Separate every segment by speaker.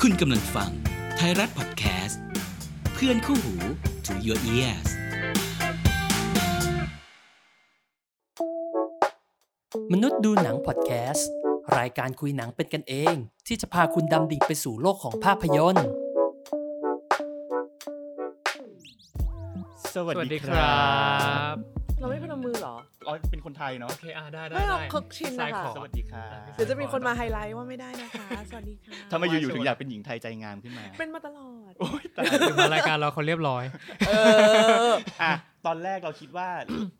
Speaker 1: คุณกำลังฟังไทยรัฐพอดแคสต์ เพื่อนคู่หู to your ears
Speaker 2: มนุษย์ดูหนังพอดแคสต์ รายการคุยหนังเป็นกันเอง ที่จะพาคุณดำดิ่งไปสู่โลกของภาพยนตร์
Speaker 3: สวัสดีค
Speaker 4: ค
Speaker 3: รั
Speaker 4: รับ บบ
Speaker 5: เราไม่พนมมือเหรอ
Speaker 3: อ๋อเป็นคนไทยเนาะ
Speaker 4: โอเคอ่ะได้ได้
Speaker 5: ไม่เรา
Speaker 4: ด้
Speaker 5: ครบชิ้นนะคะ
Speaker 4: ซ้ายขอ
Speaker 3: สวัสดีค่ะ
Speaker 5: เดี๋ยวจะมีคนมาไฮไลท์ว่าไม่ได้นะคะ สวัสดีค่ะ
Speaker 3: ทำไมอยู่ๆถึงอยากเป็นหญิงไทยใจงามขึ้นมา
Speaker 5: เป็นมาตลอด
Speaker 3: โอ๊ยตาย
Speaker 4: ถึงมารายการเราเขาเรียบร้อย
Speaker 5: เออ
Speaker 3: อ่ะตอนแรกเราคิดว่า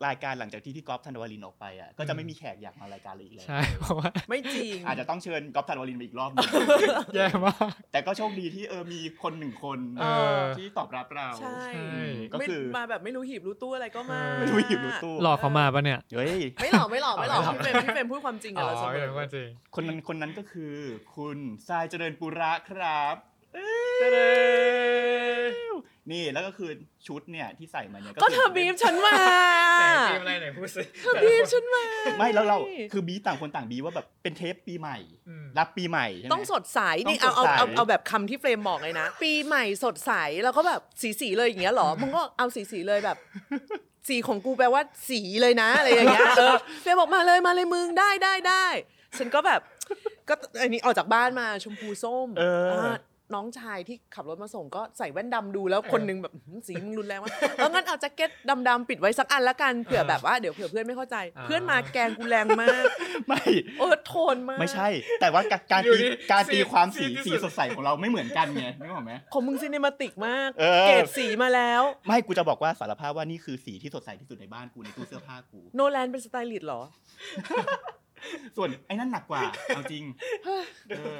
Speaker 3: รายการหลังจากที่พี่ก๊อฟธันวาลินออกไปอ่ะ ก็จะไม่มีแขกอยากมารายการเลยอีกแล้ว
Speaker 4: ใช่เพราะว่า
Speaker 5: ไม่จริง
Speaker 3: อาจจะต้องเชิญก๊อฟธันวาลินมาอีกรอบหนึง
Speaker 4: แย่มาก
Speaker 3: แต่ก็โชคดีที่เออมีคนหนึ่งคน
Speaker 4: เออ
Speaker 3: ที่ตอบรับเรา
Speaker 5: ใช่
Speaker 4: ใช่
Speaker 3: ก็คือ
Speaker 5: ไม่มาแบบไม่รู้หีบรู้ตู้อะไรก็มา
Speaker 3: ไม่รู้หยิบรู้ตู้
Speaker 4: หลอกเขามาปะเนี่ย
Speaker 3: เฮ้ย
Speaker 5: ไม่หลอกไม่หลอกไม่หลอก
Speaker 3: อ๋อ
Speaker 5: พี่เฟรมพี่เฟรมพูดความจริงกับเราเสม
Speaker 4: เป็
Speaker 5: อน
Speaker 4: ว่าจริง
Speaker 3: คนนั้นคนนั้นก็คือ คุณทรายเจริญปุระครับเอ้ยนี่แล้วก็คือชุดเนี่ยที่ใส่มาเนี่ย
Speaker 5: ก็
Speaker 3: คื
Speaker 5: เธอบีบฉันมา
Speaker 4: แต่ทีมอะไรไหนพูดสิ
Speaker 5: เธอบีบฉันมา
Speaker 3: ไม่แล้วเราคือบีต่างคนต่างบีว่าแบบเป็นเทปปีใหม่
Speaker 4: อืม
Speaker 3: รับปีใหม่ใช่ไหม
Speaker 5: ต้องสดใส นี่
Speaker 3: ต้อ
Speaker 5: เอา
Speaker 3: งสดใส
Speaker 5: เอาเอาเอาแบบคำที่เฟรมบอกเลยนะ ปีใหม่สดใส แล้วก็แบบสีสีๆเลยอย่างเงี้ยเหรอ มึงก็เอาสีสีๆเลยแบบ สีของกูแปลว่าสีเลยนะอะไรอย่างเงี้ย เออ เฟรมบอกมาเลยมาเลยมึงได้ได้ได้ ฉันก็แบบ ก็อันนี้ออกจากบ้านมาชมพูส้ม
Speaker 3: เอออ่
Speaker 5: าน้องชายที่ขับรถมาส่งก็ใส่แว่นดำดูแล้วคนนึงแบบหืมสีมึงรุนแรงว่ากเอองั้นเอาแจ็คเก็ตดำๆปิดไว้สักอันละกันเผื่อแบบว่าเดี๋ยวเผื่อเพื่อนไม่เข้าใจ
Speaker 4: อ่า
Speaker 5: เพื่อนมาแกงกูแรงมาก
Speaker 3: ไม่
Speaker 5: เออโทนมาก
Speaker 3: ไม่ใช่ แต่ว่าการการ
Speaker 4: อยู่
Speaker 3: ตี
Speaker 4: ดี
Speaker 3: การตี
Speaker 4: สี
Speaker 3: ความสี
Speaker 4: สีที่
Speaker 3: สี
Speaker 4: สุ
Speaker 3: ส
Speaker 4: ด
Speaker 3: ดใสของเราไม่เหมือนกันไงนึกออกไหม
Speaker 5: ของมึงซีเนมาติกมาก
Speaker 3: เออ
Speaker 5: เกรดสีมาแล้ว
Speaker 3: ไม่กูจะบอกว่าสารภาพว่านี่คือสีที่สดใสที่สุดในบ้านกูในตู้เสื้อผ้ากู
Speaker 5: โนแลนเป็นสไตลิสต์เหรอ
Speaker 3: ส่วนไอ้นั่นหนักกว่าเอาจริงเออ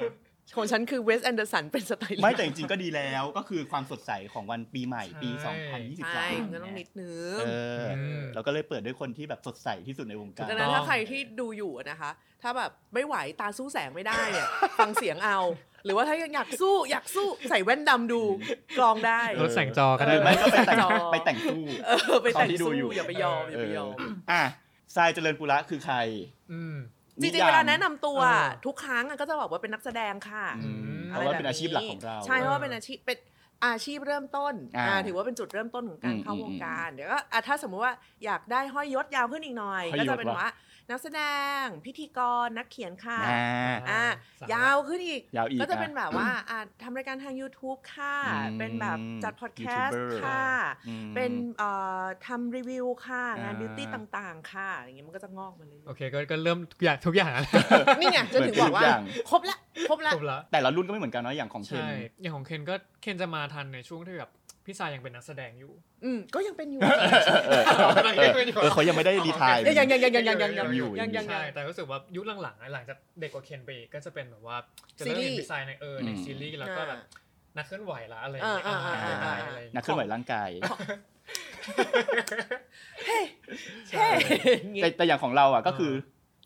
Speaker 5: ของฉันคือเวสแอนเดอร์สันเป็นสไตลิสต์
Speaker 3: ไม่แต่จริงๆก็ดีแล้วก็คือความสดใสของวันปีใหม่ปี
Speaker 4: ใช่
Speaker 3: 2023
Speaker 5: ใช่มันต้องนิดนึง
Speaker 3: เอออ
Speaker 4: ม
Speaker 3: เราก็เลยเปิดด้วยคนที่แบบสดใสที่สุดในวงการ
Speaker 5: ดังนั้นถ้าใครที่ดูอยู่อะนะคะ ถ้าแบบไม่ไหวตาสู้แสงไม่ได้เนี่ย ฟังเสียงเอา หรือว่าถ้ายังอยากสู้อยากสู้ใส่แว่นดำดูกลองได้
Speaker 4: ลดแสงจอก็
Speaker 3: ห
Speaker 4: ได้
Speaker 3: รือ
Speaker 4: ไหม
Speaker 3: ไม่ก็ไปแต่ง
Speaker 5: จอ
Speaker 3: ไปแต่งตู้
Speaker 5: เออไปแต่ง
Speaker 3: ตอนที่ดู
Speaker 5: สู้
Speaker 3: อยู่
Speaker 5: อย่าไปยอมอย่าไปยอม
Speaker 3: อ่ะทรายเจริญปุระคือใคร
Speaker 4: อืม
Speaker 5: จริ
Speaker 3: นิ
Speaker 5: ง
Speaker 3: ย
Speaker 5: ๆ
Speaker 3: ม
Speaker 5: เวลาแนะนำตัว
Speaker 4: เออ
Speaker 5: ทุกครั้งอะก็จะบอกว่าเป็นนักแสดงค่ะ
Speaker 3: อืมเพ
Speaker 5: อะไร
Speaker 3: ราะ
Speaker 5: แบ
Speaker 3: ว่า
Speaker 5: บ
Speaker 3: เป็นอาชีพหลักของเรา
Speaker 5: ใช่เพราะว่าเป็นอาชีพเป็นอาชีพเริ่มต้น
Speaker 3: อ่า
Speaker 5: อ่าถือว่าเป็นจุดเริ่มต้นของการ
Speaker 3: อืม
Speaker 5: เข้าวงการเดี๋ยวก็อ่ะถ้าสมมุติว่าอยากได้ห้อยยศยาวขึ้นอีกหน่อย
Speaker 3: ห้อยยศ
Speaker 5: ก็จะเป็น
Speaker 3: ว่ะ
Speaker 5: ว่า นักแสดงพิธีกรนักเขียนค่ะ
Speaker 3: อ่า
Speaker 5: อ่ะ
Speaker 4: สม
Speaker 5: ยาวขึ้นอีก
Speaker 3: ยาวอีก
Speaker 5: ก็จะ
Speaker 3: อ่ะ
Speaker 5: เป็นแบบว่าอ่ะทำรายการทาง YouTube ค่ะ
Speaker 3: อืม
Speaker 5: เป็นแบบจัดพอดแคสต์
Speaker 3: YouTuber
Speaker 5: ค่ะ
Speaker 3: อืม
Speaker 5: เป็นเอ่อทำรีวิวค่ะงาน
Speaker 3: อ่า
Speaker 5: บิวตี้ต่างๆ ค่ะอย่างเงี้ยมันก็จะงอกมาเลย
Speaker 4: โอเคก็ก็เริ่มอยากทุกอย่างแล้ว
Speaker 5: นี่ไงจนถึงบอกว่า
Speaker 3: เหมือนทุกอย่าง
Speaker 5: ครบละครบละ
Speaker 4: จบละ
Speaker 3: แต่ละรุ่นก็ไม่เหมือนกันเนาะอย่างของเคน
Speaker 4: ใช่ อย่างของเคนก็เคนจะมาทันในช่วงที่แบบพี่สายยังเป็นนักแสดงอยู่
Speaker 5: อืมก็ยังเป็นอยู่
Speaker 3: เออเออเออเขายังไม่ได้รีไทาย
Speaker 5: ยังยังยังยังยังยังยัง
Speaker 3: ยังอยู่
Speaker 5: ยังยังยั
Speaker 4: ใช่
Speaker 5: ง
Speaker 4: แต่รู้สึกว่ายุคหลังๆอ่ะหลังจากเด็กกว่าเคนไปอีกก็จะเป็นแบบว่าจะ
Speaker 5: ซี
Speaker 4: เริ่ม
Speaker 5: รี
Speaker 4: เห็น
Speaker 5: ส์
Speaker 4: ดีไซน์ในเออใน
Speaker 3: อืม
Speaker 4: ซีรีส์แล้วก็แบบนักเคลื่อนไหวละอะไรอย่างเงี้ย
Speaker 5: อ่าอ่าอ่า
Speaker 4: ได้อะไรอย่าง
Speaker 3: นั
Speaker 4: เงี้
Speaker 3: ก
Speaker 4: ย
Speaker 3: เคลื่อนไหวร่างกาย
Speaker 5: เฮ้
Speaker 3: แต่แต่อย่างของเราอ่ะก็คือ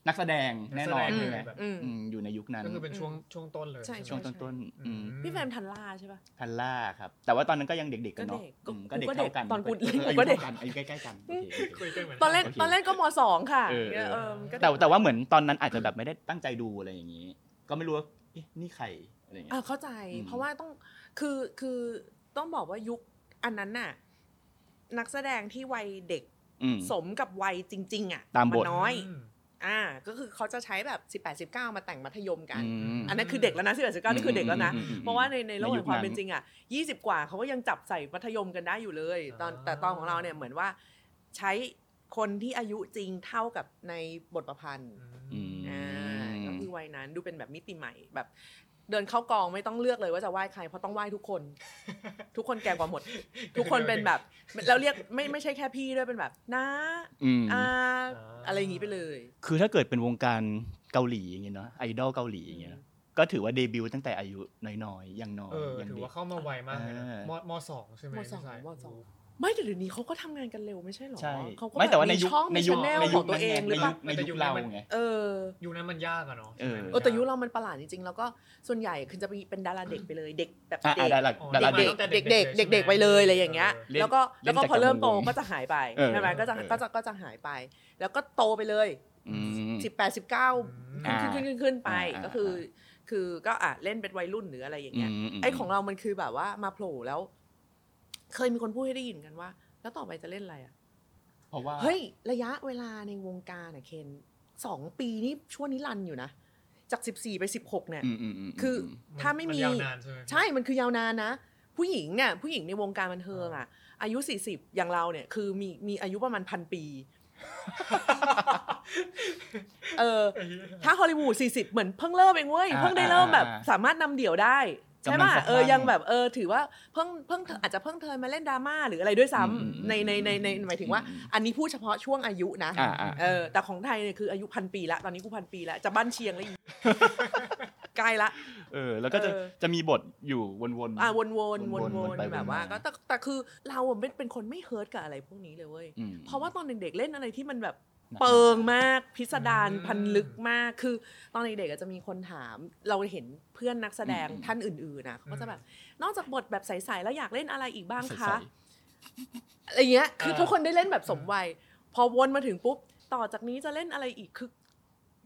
Speaker 3: นักแสดงแน่นอน
Speaker 4: กสดง
Speaker 3: ใช่ไหม
Speaker 4: แบบ
Speaker 5: อืม
Speaker 3: อืมอยู่ในยุคนั้น
Speaker 4: ก็คือเป็นช่วงช่วงต้นเลย
Speaker 5: ใช่
Speaker 3: ช่วงต้นๆอืม
Speaker 5: พี่แฟมทันล่าใช่ป่ะ
Speaker 3: พันล่าครับ แต่ว่าตอนนั้นก็ยังเด็กๆกันเนาะ
Speaker 5: ก็เด็ก
Speaker 3: อืมก็เด็ก
Speaker 5: กูก็เด็ก
Speaker 3: เท่ากัน
Speaker 5: ตอนกูเล่น
Speaker 3: อา
Speaker 5: กูก็
Speaker 3: ยุ
Speaker 5: เด็ก
Speaker 3: เท่ากันอายุใกล้ๆกันโอเคโอเค
Speaker 4: คุยกันเหมือน
Speaker 5: ตอนเล่น
Speaker 3: โอเค
Speaker 5: ตอนเล่นก็มสองค่ะ
Speaker 3: เออเออ
Speaker 5: เออมันก็
Speaker 3: แต่แต่ว่าเหมือนตอนนั้นอาจจะแบบไม่ได้ตั้งใจดูอะไรอย่างนี้ ก็ไม่รู้ว่าเอ๊ะนี่ใครอะไรอย่างเงี้ย
Speaker 5: อ่ะเข้าใจ
Speaker 3: อืม
Speaker 5: เพราะว่าต้องคือคือต้องบอกว่ายุคอันนั้นน่ะ นักแสดงที่วัยเด็ก
Speaker 3: อืม
Speaker 5: สมกับวัยจริง ๆ อ่ะ
Speaker 3: ตามบท
Speaker 5: นน้อย
Speaker 4: ม
Speaker 5: อ่า ก็คือเขาจะใช้แบบ 18 19 มาแต่งมัธยมกัน
Speaker 3: ม
Speaker 5: อันนั้นคือเด็กแล้วนะ18 19นี่คือเด็กแล้วนะ
Speaker 3: อืมอืมอืม
Speaker 5: เพราะว่าในในโลก
Speaker 3: ในยุค
Speaker 5: แห่งความ
Speaker 3: นั้น
Speaker 5: เป็นจริงอ่ะยี่สิบกว่าเขาก็ยังจับใส่มัธยมกันได้อยู่เลย ตอน
Speaker 4: อ่า
Speaker 5: แต่ตอนของเราเนี่ยเหมือนว่าใช้คนที่อายุจริงเท่ากับในบทประพันธ์
Speaker 3: อืม
Speaker 5: อ่าก็คือวัยนั้นดูเป็นแบบมิติใหม่แบบ เดินเข้ากองไม่ต้องเลือกเลยว่าจะไหว้ใครเพราะต้องไหว้ทุกคน ทุกคนแก่กว่าหมด ทุกคนเป็น แบบแล้วเรียกไม่ไม่ใช่แค่พี่ด้วยเป็นแบบนะ
Speaker 3: อืม
Speaker 5: อาอะไรอย่างนี้ไปเลย
Speaker 3: คือถ้าเกิดเป็นวงการเกาหลีอย่างเงี้ยเนาะไอดอลเกาหลีอย่างเงี้ยก็ถือว่าเดบิวต์ตั้งแต่อายุน้อยๆยังน้อย
Speaker 4: เออ
Speaker 3: ยัง
Speaker 4: ถือ
Speaker 3: เด็ก
Speaker 4: ว่าเข้ามาไวมากเลยนะ
Speaker 3: เออ
Speaker 4: มมสองใช่ไหม
Speaker 5: มสอง
Speaker 4: พี่าย
Speaker 5: มสองไม่แต่เดี๋ยวนี้เขาก็ทำงานกันเร็วไม่ใช่เหรอ
Speaker 3: ใช่
Speaker 5: เขาก็
Speaker 3: ไม่แต่ว่าใน
Speaker 5: บบ
Speaker 3: ยุค
Speaker 5: ช่อง
Speaker 3: ใน
Speaker 5: ใน
Speaker 3: ยุค
Speaker 5: ชแนล
Speaker 3: ใน
Speaker 5: ข
Speaker 3: ยุ
Speaker 5: อ
Speaker 3: ค
Speaker 5: งตัวเองหรือเปล่า
Speaker 3: ในยุคเราไง
Speaker 5: เออ
Speaker 4: ยุคนั้นมันยากอะเนาะ
Speaker 3: เออ
Speaker 5: เออแต่ยุคเรามันประหลาดจริงๆ แล้วก็ส่วนใหญ่คือจะมีเป็นดาราเด็กไปเลยเด็กแบบ
Speaker 3: อ่ะ
Speaker 5: เด็
Speaker 3: อ่ะ
Speaker 5: ก
Speaker 3: ดาราดารา
Speaker 4: เด็
Speaker 3: เด็ก
Speaker 4: กๆตั้งแต่
Speaker 5: เด็กเด็ก
Speaker 4: เด็
Speaker 5: เด็
Speaker 4: ก
Speaker 5: ก
Speaker 4: ๆ
Speaker 5: เด็กๆไปเลยอะไรอย่างเงี้ย
Speaker 4: เออ
Speaker 5: แล้วก็
Speaker 3: เล่
Speaker 5: แล้ว
Speaker 3: น
Speaker 5: ก็พอ
Speaker 3: จาก
Speaker 5: เริ่มโต
Speaker 3: วง
Speaker 5: ก็จะหายไป
Speaker 3: เออ
Speaker 5: ใช่ไหมก็จะ
Speaker 3: เออ
Speaker 5: ก็จะก็จะหายไป แล้วก็โตไปเลย
Speaker 3: อืม
Speaker 5: 18 19
Speaker 4: อ่า
Speaker 5: ขึ้นขึ้นขึ้นขึ้นไป
Speaker 3: อ่า
Speaker 5: ก็คือ คือก็อ่ะเล่นเป็นวัยรุ่นหรืออะไรอย่างเงี้ย
Speaker 3: มม
Speaker 5: ไอ้ของเรามันคือแบบว่ามาโผล่แล้ว เคยมีคนพูดให้ได้ยินกันว่า แล้วต่อไปจะเล่นอะไรอ่ะ
Speaker 3: เพราะว่า
Speaker 5: เฮ้ย ระยะเวลาในวงการอะเคนสองปีนี่ช่วงนี้รันอยู่นะ จากสิบสี่ไปสิบหกเนี่ย
Speaker 3: อืมอืมมม
Speaker 5: คือ ถ้าไม่มี
Speaker 4: นยาวนานใช่ไหม
Speaker 5: ใช่มันคือยาวนานนะ ผู้หญิงเนี่ยผู้หญิงในวงการบันเทิงอ่ะ อายุ 40 อย่างเราเนี่ย คือมีมีอายุประมาณพันปี เอ อ ถ้าฮอลลีวูด40 เหมือนเพิ่งเริ่มเองเว้ย
Speaker 3: อ่า
Speaker 5: เพิ่งได้เริ่มแบบ
Speaker 3: อ่าอ่า
Speaker 5: สามารถนำเดี่ยวได้ ใช่
Speaker 3: กำลั
Speaker 5: ป่ะ
Speaker 3: งสะพรั่ง
Speaker 5: เออยังแบบเออถือว่าเพิ่งเพิ่งอาจจะเพิ่งเธอมาเล่นดราม่าหรืออะไรด้วยซ้ำ
Speaker 3: อืมอืม
Speaker 5: ในในในในหมายถึงว่า
Speaker 3: อืม
Speaker 5: อันนี้พูดเฉพาะช่วงอายุนะ
Speaker 3: อ่าอ่า
Speaker 5: เออแต่ของไทยเนี่ยคืออายุพันปีละตอนนี้กูพันปีละจะบ้านเชียงแล้วอี ก ใกล้ละ
Speaker 3: เออ แล้วก็จะ
Speaker 5: เออ
Speaker 3: จะมีบทอยู่วนๆ
Speaker 5: อ่ะวนๆวน
Speaker 3: วนๆ
Speaker 5: ๆ
Speaker 3: วนไป
Speaker 5: แบบว่า
Speaker 3: วนมา
Speaker 5: ก็แต่แต่คือเราอะเป็นเป็นคนไม่เฮิร์ตกับอะไรพวกนี้เลยเว้ย
Speaker 3: อืม
Speaker 5: เพราะว่าตอนเด็กๆเล่นอะไรที่มันแบบ
Speaker 3: หนัก
Speaker 5: เปิงมากพิสดารพันลึกมากคือตอนเด็กๆอะจะมีคนถาม เราเห็นเพื่อนนักแสดงท่านอื่นๆนะเขาก็จะแบบ นอกจากบทแบบใสๆแล้วอยากเล่นอะไรอีกบ้าง
Speaker 3: ใส่
Speaker 5: คะ
Speaker 3: ใส่
Speaker 5: อะไรเงี้ย คือทุกคนได้เล่นแบบสมวัย พอวนมาถึงปุ๊บ ต่อจากนี้จะเล่นอะไรอีก คือ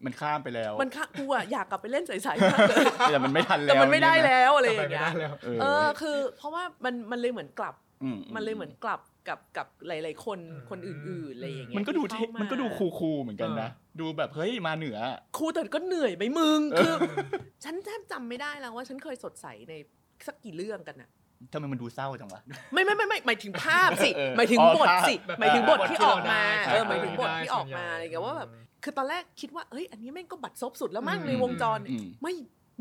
Speaker 3: มันข้ามไปแล้ว
Speaker 5: มันค่ะกูอะอยากกลับไปเล่นใสๆมากเลย
Speaker 3: แต่ มันไม่ทันแล้ว
Speaker 5: แต่มันไม่ได้
Speaker 3: เนี่ยนะ
Speaker 5: แล้วอะไร
Speaker 4: แต่
Speaker 5: อ
Speaker 4: ไป
Speaker 5: ย่าง
Speaker 4: ไม่ได้
Speaker 5: เงี้ย
Speaker 4: แล้ว
Speaker 3: เออ
Speaker 5: เออ คือ เพราะว่ามันมันเลยเหมือนกลับ
Speaker 3: อื
Speaker 5: มันเลยเหมือนกลับกับกับหลาย ๆ คน
Speaker 4: อืม
Speaker 5: คนอื่นๆอะไรอย่างเงี้ย
Speaker 3: มันก็ดู
Speaker 5: ที่
Speaker 3: เท่
Speaker 5: เข้าา
Speaker 3: มันก็ดูคูลๆเหมือนกันนะ ดูแบบเฮ้ยมาเหนือ
Speaker 5: ครูแต่ก็เหนื่อยไหมมึง คือ ฉันแทบจำไม่ได้แล้วว่าฉันเคยสดใสในสักกี่เรื่องกันอะ
Speaker 3: ทำไมมันดูเศร้าจังวะ
Speaker 5: ไม่ไม่ไม่ไม่หมายถึงภาพสิ
Speaker 3: เออ
Speaker 5: หมายถึง
Speaker 3: อ๋อบ
Speaker 5: ท
Speaker 3: ภาพ
Speaker 5: สิ
Speaker 4: แบบ
Speaker 5: หมายถึงบทที่ออกมา
Speaker 4: บทที่
Speaker 5: เออ
Speaker 4: เราได้
Speaker 5: หมายถึงบท
Speaker 4: ใช่
Speaker 5: ที่ออกมา
Speaker 4: ส่วนใหญ่
Speaker 5: อะไรอย่างเงี้ยว่าแบบ คือตอนแรกคิดว่า เอ้ย อันนี้แม่งก็บัตรซบสุดแล้วมั้ง
Speaker 3: อืม
Speaker 5: ในวงจรเนี่ย
Speaker 3: อืม
Speaker 5: ไม่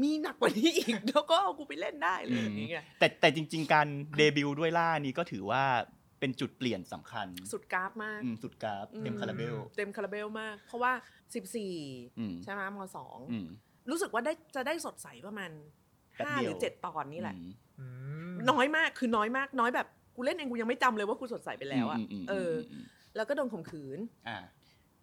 Speaker 5: มีหนักกว่านี้อีก แล้วก็เอากูไปเล่นได้เลยอย่างเงี้ย
Speaker 3: แต่แต่จริง ๆ การเดบิวต์ด้วยล่านี้ก็ถือว่าเป็นจุดเปลี่ยนสำคัญ
Speaker 5: สุดกราฟมาก
Speaker 3: อืมสุดกราฟเต็มคาราเบล
Speaker 5: เต็มคาราเบลมาก เพราะว่า 14
Speaker 3: อืม
Speaker 5: ใช่ไหมมสอง
Speaker 3: อืม
Speaker 5: รู้สึกว่าได้จะได้สดใสประมาณ
Speaker 3: แป๊บ
Speaker 5: ห้า
Speaker 3: เดี
Speaker 5: ห
Speaker 3: ยว
Speaker 5: รือเจ็ดตอนนี่แหละ
Speaker 3: อืม
Speaker 4: อืม
Speaker 5: น้อยมากคือน้อยมากน้อยแบบกูเล่นเองกูยังไม่จำเลยว่ากูสดใสไปแล้วอ่ะ
Speaker 3: มมม
Speaker 5: เออ
Speaker 3: มม
Speaker 5: แล้วก็โดนข่มขืน
Speaker 3: อ่า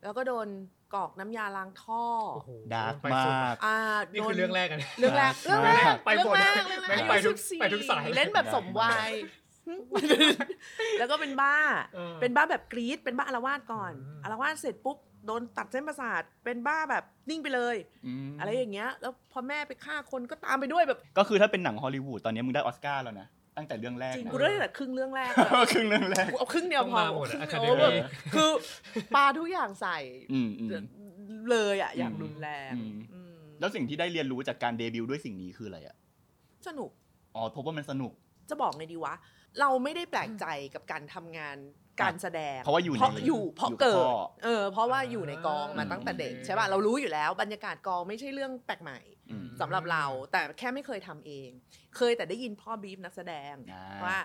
Speaker 5: แล้วก็โดนกรอกน้ำยาล้างท่อ
Speaker 4: โอ้โห
Speaker 3: ดาร์ก
Speaker 4: ไป
Speaker 3: มา
Speaker 4: สุด
Speaker 3: ก
Speaker 5: อ่า
Speaker 4: นี่
Speaker 5: โด
Speaker 4: คื
Speaker 5: น
Speaker 4: อเรื่องแรกกัน
Speaker 5: เรื่องแรกเรื่องแรก
Speaker 4: ไป
Speaker 5: เรื่
Speaker 4: หม
Speaker 5: อง
Speaker 4: ด
Speaker 5: แรกเรื่องแร
Speaker 4: แม่
Speaker 5: ก
Speaker 4: งไปทุก
Speaker 5: อายุ14
Speaker 4: ไปทุกสาย
Speaker 5: เล่นแบบสมวัย แล้วก็เป็นบ้า
Speaker 4: ออ
Speaker 5: เป็นบ้าแบบกรีดเป็นบ้าอารวาสก่อน
Speaker 4: อืม
Speaker 5: อารวาสเสร็จปุ๊บโดนตัดเส้นประสาทเป็นบ้าแบบนิ่งไปเลย
Speaker 3: ม
Speaker 5: อะไรอย่างเงี้ย แล้วพอแม่ไปฆ่าคนก็ตามไปด้วยแบบ
Speaker 3: ก็คือถ้าเป็นหนังฮอลลีวูดตอนนี้มึงได้ออสการ์แล้วนะ ตั้งแต่เรื่องแรก
Speaker 5: จริง
Speaker 3: นะ
Speaker 5: กูได้แต่ครึ่งเรื่องแรก
Speaker 3: เอ
Speaker 5: อะ
Speaker 3: อครึ่งเรื่องแรก
Speaker 5: กูเอาครึ่งเดียวพอ
Speaker 4: ต้องมาหมดอะ
Speaker 5: ครึ่ง
Speaker 4: Academy
Speaker 5: เดียวแบบคือปาทุกอย่างใส่
Speaker 3: อืมอืม
Speaker 5: เลยอะอย่าง
Speaker 3: อืม
Speaker 5: รุนแรง
Speaker 3: อืม
Speaker 5: อืม
Speaker 3: แล้วสิ่งที่ได้เรียนรู้จากการเดบิวต์ด้วยสิ่งนี้คืออะไรอ่ะ
Speaker 5: สนุก
Speaker 3: อ๋อพบว่ามันสนุก
Speaker 5: จะบอกไงดีวะ เราไม่ได้แปลกใจกับการทำงานการแสดง
Speaker 3: เพราะว่าอยู่ใน
Speaker 5: เพราะอยู่เพราะเกิ
Speaker 3: อยู่กั
Speaker 5: ด
Speaker 3: บพ่อ
Speaker 5: เออเพราะว่าอยู่ในกองมา
Speaker 3: อืม
Speaker 5: ตั้งแต่เด็กใช่ป่ะเรารู้อยู่แล้วบรรยากาศกองไม่ใช่เรื่องแปลกใหม่
Speaker 3: อืม
Speaker 5: สำหรับเรา แต่แค่ไม่เคยทำเอง เคยแต่ได้ยินพ่อบีฟนักแสดง
Speaker 3: อ่า
Speaker 5: ว่า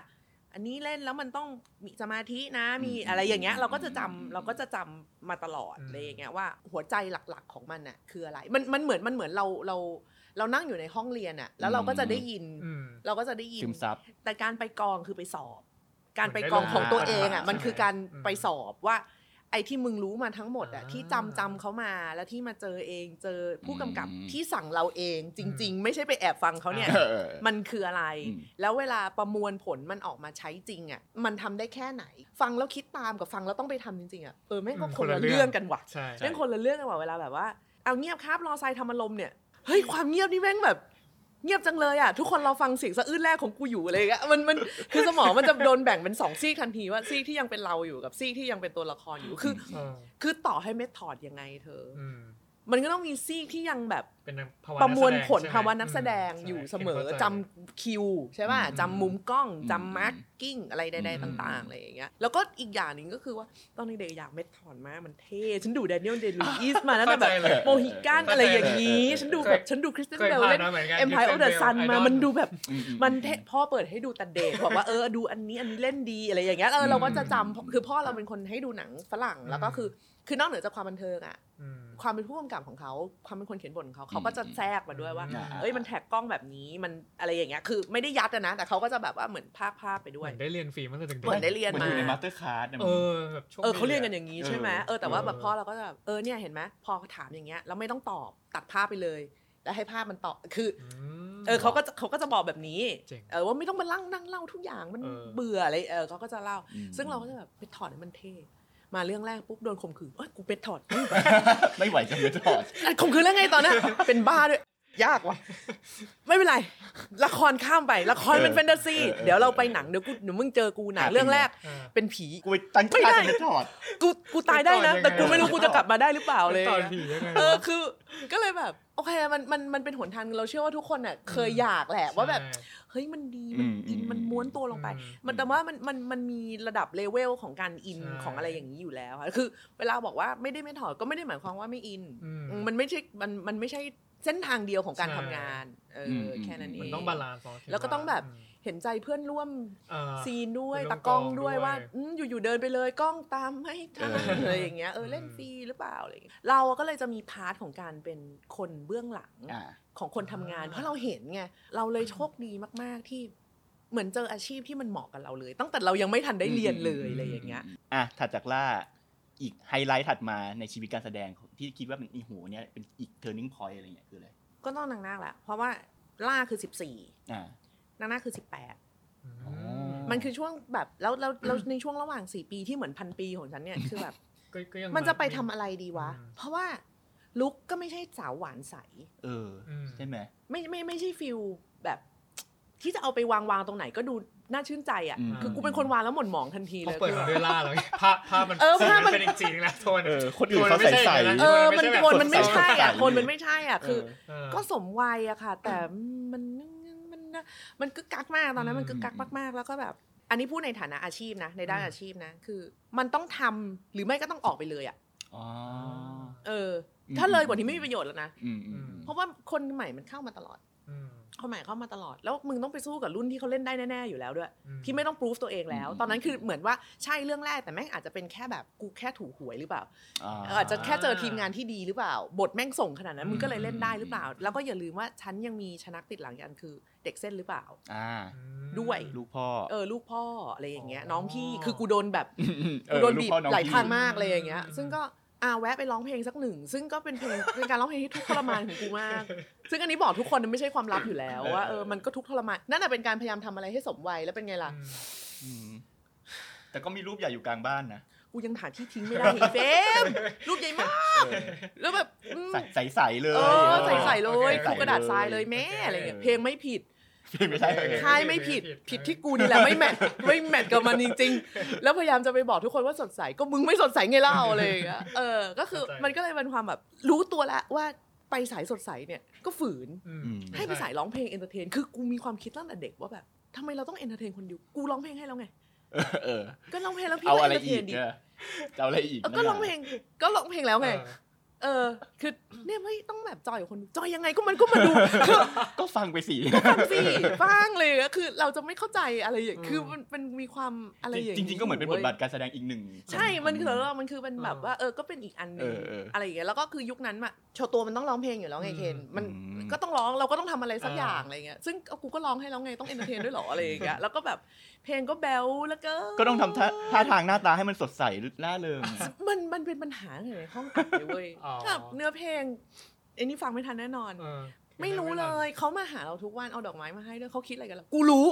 Speaker 5: อันนี้เล่นแล้วมันต้องมีสมาธินะมี
Speaker 3: อืม
Speaker 5: อะไรอย่างเงี้ย
Speaker 3: อืม
Speaker 5: เราก็จะจำ
Speaker 3: อืม
Speaker 5: เราก็จะจำมาตลอด
Speaker 4: อืม
Speaker 5: อะไรอย่างเงี้ยว่าหัวใจหลักๆของมันน่ะคืออะไรมันมันเหมือนมันเหมือนเราเราเรานั่งอยู่ในห้องเรียนอ่ะแล้วเราก็จะได้ยิน
Speaker 4: อืม
Speaker 5: เราก็จะได้ยิน
Speaker 3: ซึมซับ
Speaker 5: แต่การไปกองคือไปสอบ การไปกองของตัวเองอ่ะ
Speaker 3: อ่ามั
Speaker 5: มันคือการ
Speaker 4: อืม
Speaker 5: ไปสอบว่า ไอ้ที่มึงรู้มาทั้งหมดอ่ะ
Speaker 4: อ่า
Speaker 5: ที่จำจำเขามาแล้วที่มาเจอเองเจอผู้กำกับ
Speaker 3: อืม
Speaker 5: ที่สั่งเราเองจริง ๆ ไม่ใช่ไปแอบฟังเขาเนี่ย
Speaker 3: เออ
Speaker 5: มันคืออะไร
Speaker 3: อืม
Speaker 5: แล้วเวลาประมวลผลมันออกมาใช้จริงอ่ะมันทำได้แค่ไหน ฟังแล้วคิดตามกับฟังแล้วต้องไปทำจริงๆอ่ะเออแม่งก็
Speaker 4: อืม
Speaker 5: คน
Speaker 4: คน
Speaker 5: ละ
Speaker 4: ละเรื่อง
Speaker 5: เรื่องกันว่ะ
Speaker 4: ใช่
Speaker 5: เรื่องคนละเรื่องกันว่ะเวลาแบบว่าเอาเงียบครับรอทรายทำอารมณ์เนี่ยเฮ้ยความเงียบนี่แม่งแบบ เงียบจังเลยอ่ะทุกคนเราฟังเสียงสะอื้นแรกของกูอยู่อะไรอย่างเงี้ยมันมันคือสมองมันจะโดนแบ่งเป็นสองซีกทันทีว่าซีกที่ยังเป็นเราอยู่กับซีกที่ยังเป็นตัวละครอยู่คือ
Speaker 4: เออ
Speaker 5: คือต่อให้เมทอดยังไงเธอ
Speaker 4: อืม
Speaker 5: มันก็ต้องมีซีกที่ยังแบบ
Speaker 4: เป็นภา
Speaker 5: ประมวลผล
Speaker 4: ใช่ไห
Speaker 5: ภาวะนักแสดง
Speaker 4: ม
Speaker 5: อยู่เส
Speaker 4: ใช่
Speaker 5: มอ
Speaker 4: ข้าใจ
Speaker 5: จำคิวใช่ป่ะ
Speaker 4: อืม
Speaker 5: จำมุมกล้อง
Speaker 3: อืม
Speaker 5: จำมาร์กกิ้งอะไรใดๆต่างๆอะไรอย่างเงี้ยแล้วก็อีกอย่างหนึ่งก็คือว่าตอนเด็กๆอยากเมทอดมากมันเท่ฉันดูแดเนียลเดลูอิสมาแล้ว
Speaker 4: เข้า
Speaker 5: แบ
Speaker 4: ใจ
Speaker 5: บ
Speaker 4: เลย
Speaker 5: โมฮิกันอะไรอย่าง
Speaker 3: เออเอ
Speaker 5: นี้
Speaker 3: อเออ
Speaker 5: ฉันดู
Speaker 4: เคย
Speaker 5: แบบฉันดูคริสตัน
Speaker 4: เคย
Speaker 5: เบล
Speaker 4: ผ่าน
Speaker 5: เล่น
Speaker 4: มาเหมือนกัน
Speaker 5: เอ็ม
Speaker 4: Kristen
Speaker 5: พายออฟเดอะ
Speaker 4: Bell
Speaker 5: ซันมา
Speaker 4: Idol
Speaker 5: มันดูแบบ
Speaker 3: อือื
Speaker 5: มันเทพ่อเปิดให้ดูแต่เด็กบอกว่าเออดูอันนี้อันนี้เล่นดีอะไรอย่างเงี้ยเออเราก็จะจำ
Speaker 3: อืม
Speaker 5: คือพ่อเราเป็นคนให้ดูหนังฝรั่งแล้วก็คือคือนอกเหนือจากความบันเทิงอ่ะ
Speaker 4: อืม
Speaker 5: ความเป็นผู้กำกับของเขา ความเป็นคนเขียนบทของเขาเขาก็จะแทรกมาด้วยว่า
Speaker 4: อืม
Speaker 5: เอ้ยมันแท็กกล้องแบบนี้มันอะไรอย่างเงี้ยคือไม่ได้ยัดอะนะ แต่เขาก็จะแบบว่าเหมือนภาคภาพไป
Speaker 4: เห
Speaker 5: ด้วย
Speaker 4: มือนได้เรียนฟรีมาตั้งแต่เด็ก
Speaker 5: เหมือนได้เรียน
Speaker 3: มันอยู่ใน
Speaker 5: มา
Speaker 3: มาสเตอร์คลาสนะ
Speaker 4: เอ
Speaker 3: มึง
Speaker 4: อแบบโชคดี
Speaker 5: เออเขาเรียนกันอย่างนี้ใช่ไหม
Speaker 3: เออ
Speaker 5: เออแต่ว่า
Speaker 4: เออ
Speaker 5: แบบพ่อเราก็จะแบบเออเนี่ยเห็นไหมพอถามอย่างเงี้ยแล้วไม่ต้องตอบตัดภาพไปเลย แล้วให้ภาพมันตอบคือ
Speaker 4: อืม
Speaker 5: เออเขาก็จะเขาก็จะบอกแบบนี้
Speaker 4: เจ๋ง
Speaker 5: เออว่าไม่ต้องมาลั่งนั่งเล่าทุกอย่างมัน
Speaker 4: เออ
Speaker 5: เบื่ออะไรเออเขาก็จะเล่า
Speaker 3: อืม
Speaker 5: ซึ่งเราก็จะแบบไปถอดให้มันเท่มาเรื่องแรกปุ๊บโดนข่มขืนเอ้ยกูเป็นถอด
Speaker 3: ไม่ไหวจะไม่ถอด
Speaker 5: ข่มขืนแล้วไงตอนนั้นเป็นบ้าด้วย ยากว่ะ ไม่เป็นไร ละครข้ามไป ละครเป็น
Speaker 3: เออ
Speaker 5: แฟนตาซี
Speaker 3: เออเออ
Speaker 5: เดี๋ยวเราไปหนังเดี๋ยวกูเดี๋ยวมึงเจอกูหนัง
Speaker 3: อ่ะ
Speaker 5: เรื่องแรก
Speaker 4: เออ
Speaker 5: เป็นผี
Speaker 3: กูไปตั้ง
Speaker 5: ไม่
Speaker 3: ค่า
Speaker 5: ได้
Speaker 3: จะนึกถอด
Speaker 5: กูกูตายได้นะ
Speaker 4: เป็นตอนยังไง
Speaker 5: แต่กูไม่รู้กูจะกลับมาได้หรือเปล่าเลย
Speaker 4: ตอนผียังไง
Speaker 5: เออ
Speaker 4: วะ
Speaker 5: คือก็เลยแบบ โอเคมันมันมันเป็นหนทางเราเชื่อว่าทุกคนอ่ะเคยอยากแหละว่าแบบ เฮ้ยมันดีมั
Speaker 3: อื
Speaker 5: น
Speaker 3: ม
Speaker 5: อิน
Speaker 3: อืม
Speaker 5: มันม้วนตัวลงไป
Speaker 4: อืม
Speaker 5: มันแต่ว่ามันมันมันมีระดับเลเวลของการอิน
Speaker 4: ใช่
Speaker 5: ของอะไรอย่างนี้อยู่แล้วค่ะคือ เวลาบอกว่าไม่ได้ไม่ถอดก็ไม่ได้หมายความว่าไม่อิน
Speaker 4: อืม
Speaker 5: อืมมันไม่ใช่มันมันไม่ใช่เส้นทางเดียวของการ
Speaker 4: ใช่
Speaker 5: ทำงานเอออ
Speaker 3: ม
Speaker 5: แค่นั้นเอง
Speaker 4: มันต้องบาลานซ์
Speaker 5: แล้วก็ต้องแบบ เห็นใจเพื่อนร่วม
Speaker 4: เออ
Speaker 5: ซีนด้วย
Speaker 4: เพื่อนร่วม
Speaker 5: ตากล้อง
Speaker 4: กอง
Speaker 5: ด้วย
Speaker 4: ด้วย
Speaker 5: ว่าอืมอยู่ๆเดินไปเลยกล้องตามให้ทัน
Speaker 3: เออ
Speaker 5: เลยอย่างเงี้ยเออเล่น
Speaker 4: อืม
Speaker 5: ฟรีหรือเปล่าอะไรอย่างเงี้ยเราก็เลยจะมีพาร์ทของการเป็นคนเบื้องหลัง
Speaker 3: อ่า
Speaker 5: ของคนทำงาน
Speaker 4: อ่า
Speaker 5: เพราะเราเห็นไงเราเลยโชคดีมาก ๆ ที่เหมือนเจออาชีพที่มันเหมาะกับเราเลย ตั้งแต่เรายังไม่ทันได้เรียนเลย
Speaker 3: อืม
Speaker 5: อะไรอย่างเงี้ย
Speaker 3: อ่ะถัดจากล่าอีกไฮไลท์ถัดมาในชีวิตการแสดงที่คิดว่ามันอีโหูเนี่ยเป็นอีก turning point อะไรเงี้ยคืออะไร
Speaker 5: ก็ต้องนางนาคแหละเพราะว่าล่าคือ 14
Speaker 3: อ่า
Speaker 5: นางนาคคือ 18
Speaker 4: อืม
Speaker 3: อ๋อ
Speaker 5: มันคือช่วงแบบแล้วแล้วแล้วในช่วงระหว่าง 4 ปีที่เหมือนพันปีของฉันเนี่ย คือแบบ
Speaker 4: ก็ก็ยัง
Speaker 5: มันจะไปทำ
Speaker 4: า
Speaker 5: อะไรดีวะ
Speaker 4: อืม
Speaker 5: เพราะว่าลุกก็ไม่ใช่สาวหวานใส
Speaker 3: เอออ
Speaker 4: ม
Speaker 3: ใช่ไหม
Speaker 5: ไม่ไม่ไม่ใช่ฟิลแบบ ที่จะเอาไปวางวางตรงไหนก็ดูน่าชื่นใจอ่ะ
Speaker 3: อืม
Speaker 5: คือกูเป็นคนวางแล้วหม่นหมองทันที
Speaker 4: พอ
Speaker 5: เลย
Speaker 4: เปิดมาด้วย ล่าแล้วไงภาพภาพมัน
Speaker 5: เออภาพมัน
Speaker 4: เป็นอีกจริงนะโทน
Speaker 3: เออคนอื่นเขาใส่ใส่
Speaker 5: เออ มันโทนมันไม่ใช่อ่ะ
Speaker 3: สดใส
Speaker 5: คนมันไม่ใช่อ่ะ คือ
Speaker 4: เออ
Speaker 5: ก็สมวัยอะค่ะ แต่มันมันนะมันกึกกักมากตอนนั้น มันกึกกักมากๆ แล้วก็แบบ อันนี้พูดในฐานะอาชีพนะ ในด้าน
Speaker 4: อืม
Speaker 5: อาชีพนะ คือ มันต้องทำหรือไม่ก็ต้องออกไปเลยอะ
Speaker 3: อ๋อ
Speaker 5: เอออ
Speaker 3: ม
Speaker 5: ถ้าเลยกว่านี้ไม่มีประโยชน์แล้วนะ
Speaker 3: อืมอืมอืม
Speaker 5: เพราะว่าคนใหม่มันเข้ามาตลอด
Speaker 4: อืม
Speaker 5: คนใหม่เข้ามาตลอด แล้วมึงต้องไปสู้กับรุ่นที่เขาเล่นได้แน่ๆอยู่แล้วด้วย
Speaker 4: อื
Speaker 5: ที่ไม่ต้องพิสูจตัวเองแล้ว ตอนนั้นคือเหมือนว่าใช่เรื่องแรก แต่แม่งอาจจะเป็นแค่แบบกูแค่ถูหวยหรือเปล่า เอออาจจะแค่เจอทีมงานที่ดีหรือเปล่า บทแม่งส่งขนาดนั้นมึงก็เลยเล่นได้หรือเปล่า แล้วก็อย่าลืมว่าฉันยังมีชนักติดหลังยันคือเด็กเส้นหรือเปล่า
Speaker 3: อ่า
Speaker 4: อืม
Speaker 5: ด้วย
Speaker 3: ลูกพ่อ
Speaker 5: เออลูกพ่ออะไรอย่างเงี้ย
Speaker 4: อ๋อ
Speaker 5: น้องพี่คือกูโดนแบบ
Speaker 3: เอ
Speaker 5: กู
Speaker 3: อ
Speaker 5: โดน
Speaker 3: ลู
Speaker 5: บีบ
Speaker 3: พ่อน้อ
Speaker 5: หลาย
Speaker 3: พี่
Speaker 5: ทางมากเลยอย่างเงี้ย
Speaker 4: อืม
Speaker 5: ซึ่งก็อ่าแวะไปร้องเพลงสักหนึ่ง ซึ่งก็เป็นเพลง เป็นการร้องเพลงที่ทุกข์ทรมานของกูมาก ซึ่งอันนี้บอกทุกคนนะไม่ใช่ความลับอยู่แล้วว่าเออมันก็ทุกข์ทรมานนั่นแหะเป็นการพยายามทำอะไรให้สมวัยแล้วเป็นไงล่ะ
Speaker 4: อืม
Speaker 3: อืมแต่ก็มีรูปใหญ่อยู่กลางบ้านนะ
Speaker 5: กูยังหาที่ทิ้งไม่ได้อีเฟมรูปใหญ่มาก
Speaker 3: เออ
Speaker 5: แล้วแบบอืม
Speaker 3: ใส่ใสๆเลย
Speaker 5: เออใส่ใส่ๆเลย
Speaker 3: โอเค
Speaker 5: กูกระดาษทรายเลย
Speaker 3: โอเค
Speaker 5: แม่อะไรเงี้ย
Speaker 3: เออ
Speaker 5: เพลงไม่ผิด
Speaker 3: ไม่ใช่เลย
Speaker 5: ค่ายไม่ผิดผิดที่กูนี่แหละไม่แมทไม่แมทกับมันจริงๆ แล้วพยายามจะไปบอกทุกคนว่าสดใสก็มึงไม่สดใสไงเล่าอะไรอย่างเงี้ยเออ ก็คือมันก็เลยเป็นความแบบรู้ตัวแล้วว่าไปสายสดใสเนี่ยก็ฝืน
Speaker 4: อืม
Speaker 3: อืม
Speaker 5: ให้ไปสายร้องเพลงเอนเตอร์เทนคือกูมีความคิดตั้งแต่เด็กว่าแบบทำไมเราต้องเอนเตอร์เทนคนเดียวกูร้องเพลงให้แล้วไง
Speaker 3: เออ
Speaker 5: ก็ร้องเพลงแล้วพี่
Speaker 3: เอา
Speaker 5: ก็
Speaker 3: อะ
Speaker 5: เอน
Speaker 3: ไร
Speaker 5: เตอร์เท
Speaker 3: อีก
Speaker 5: นดิ
Speaker 3: เนี่ยจะเอาอะไรอีก
Speaker 5: เออก็ร้องเพลงก็ร้องเพลงแล้วไง เออ คือเนี่ยไม่ต้องแบบจอยกับคนดูจอยยังไงก็มันก็มา ดู
Speaker 3: ก็ฟังไปสิ
Speaker 5: ฟัง สิฟังเลยก็คือเราจะไม่เข้าใจอะไรอย่าง
Speaker 4: อืม
Speaker 5: คือมันมันมีความอะไรอย่าง
Speaker 3: จริงๆก็เหมือนเป็นบทบาทการแสดงอีกหนึ่ง
Speaker 5: ใช่มันคือเรามันคือเป็นแบบว่าเออก็เป็นอีกอันหนึง
Speaker 3: เออเอออ
Speaker 5: อะไรอย่างเงี้ยแล้วก็คือยุคนั้นอะโชว์ตัวมันต้องร้องเพลงอยู่แล้วไงเคนมัน
Speaker 3: อืม
Speaker 5: ก็ต้องร้องเราก็ต้องทำอะไรสัก
Speaker 4: อ่า
Speaker 5: อย่างอะไรเงี้ยซึ่งเอากูก็ร้องให้แล้วไงต้องเอนเตอร์เทนด้วยเหรออะไรอย่างเงี้ยแล้วก็แบบเพลงก็แบลแล้วก็
Speaker 3: ก็ต้องทำท่าท่าทางหน้าตาให้มันสดใสล่าเริง
Speaker 5: มันมันเป็นปัญหาในห้องอัดเลยเว้ย
Speaker 4: อ๋อ
Speaker 5: แบบเนื้อเพลงไอ้นี่ฟังไม่ทันแน่นอน
Speaker 4: เออ
Speaker 5: ไม่รู้เลยเขามาหาเราทุกวันเอาดอกไม้มาให้ด้วยเขาคิดอะไรกันเรากูรู้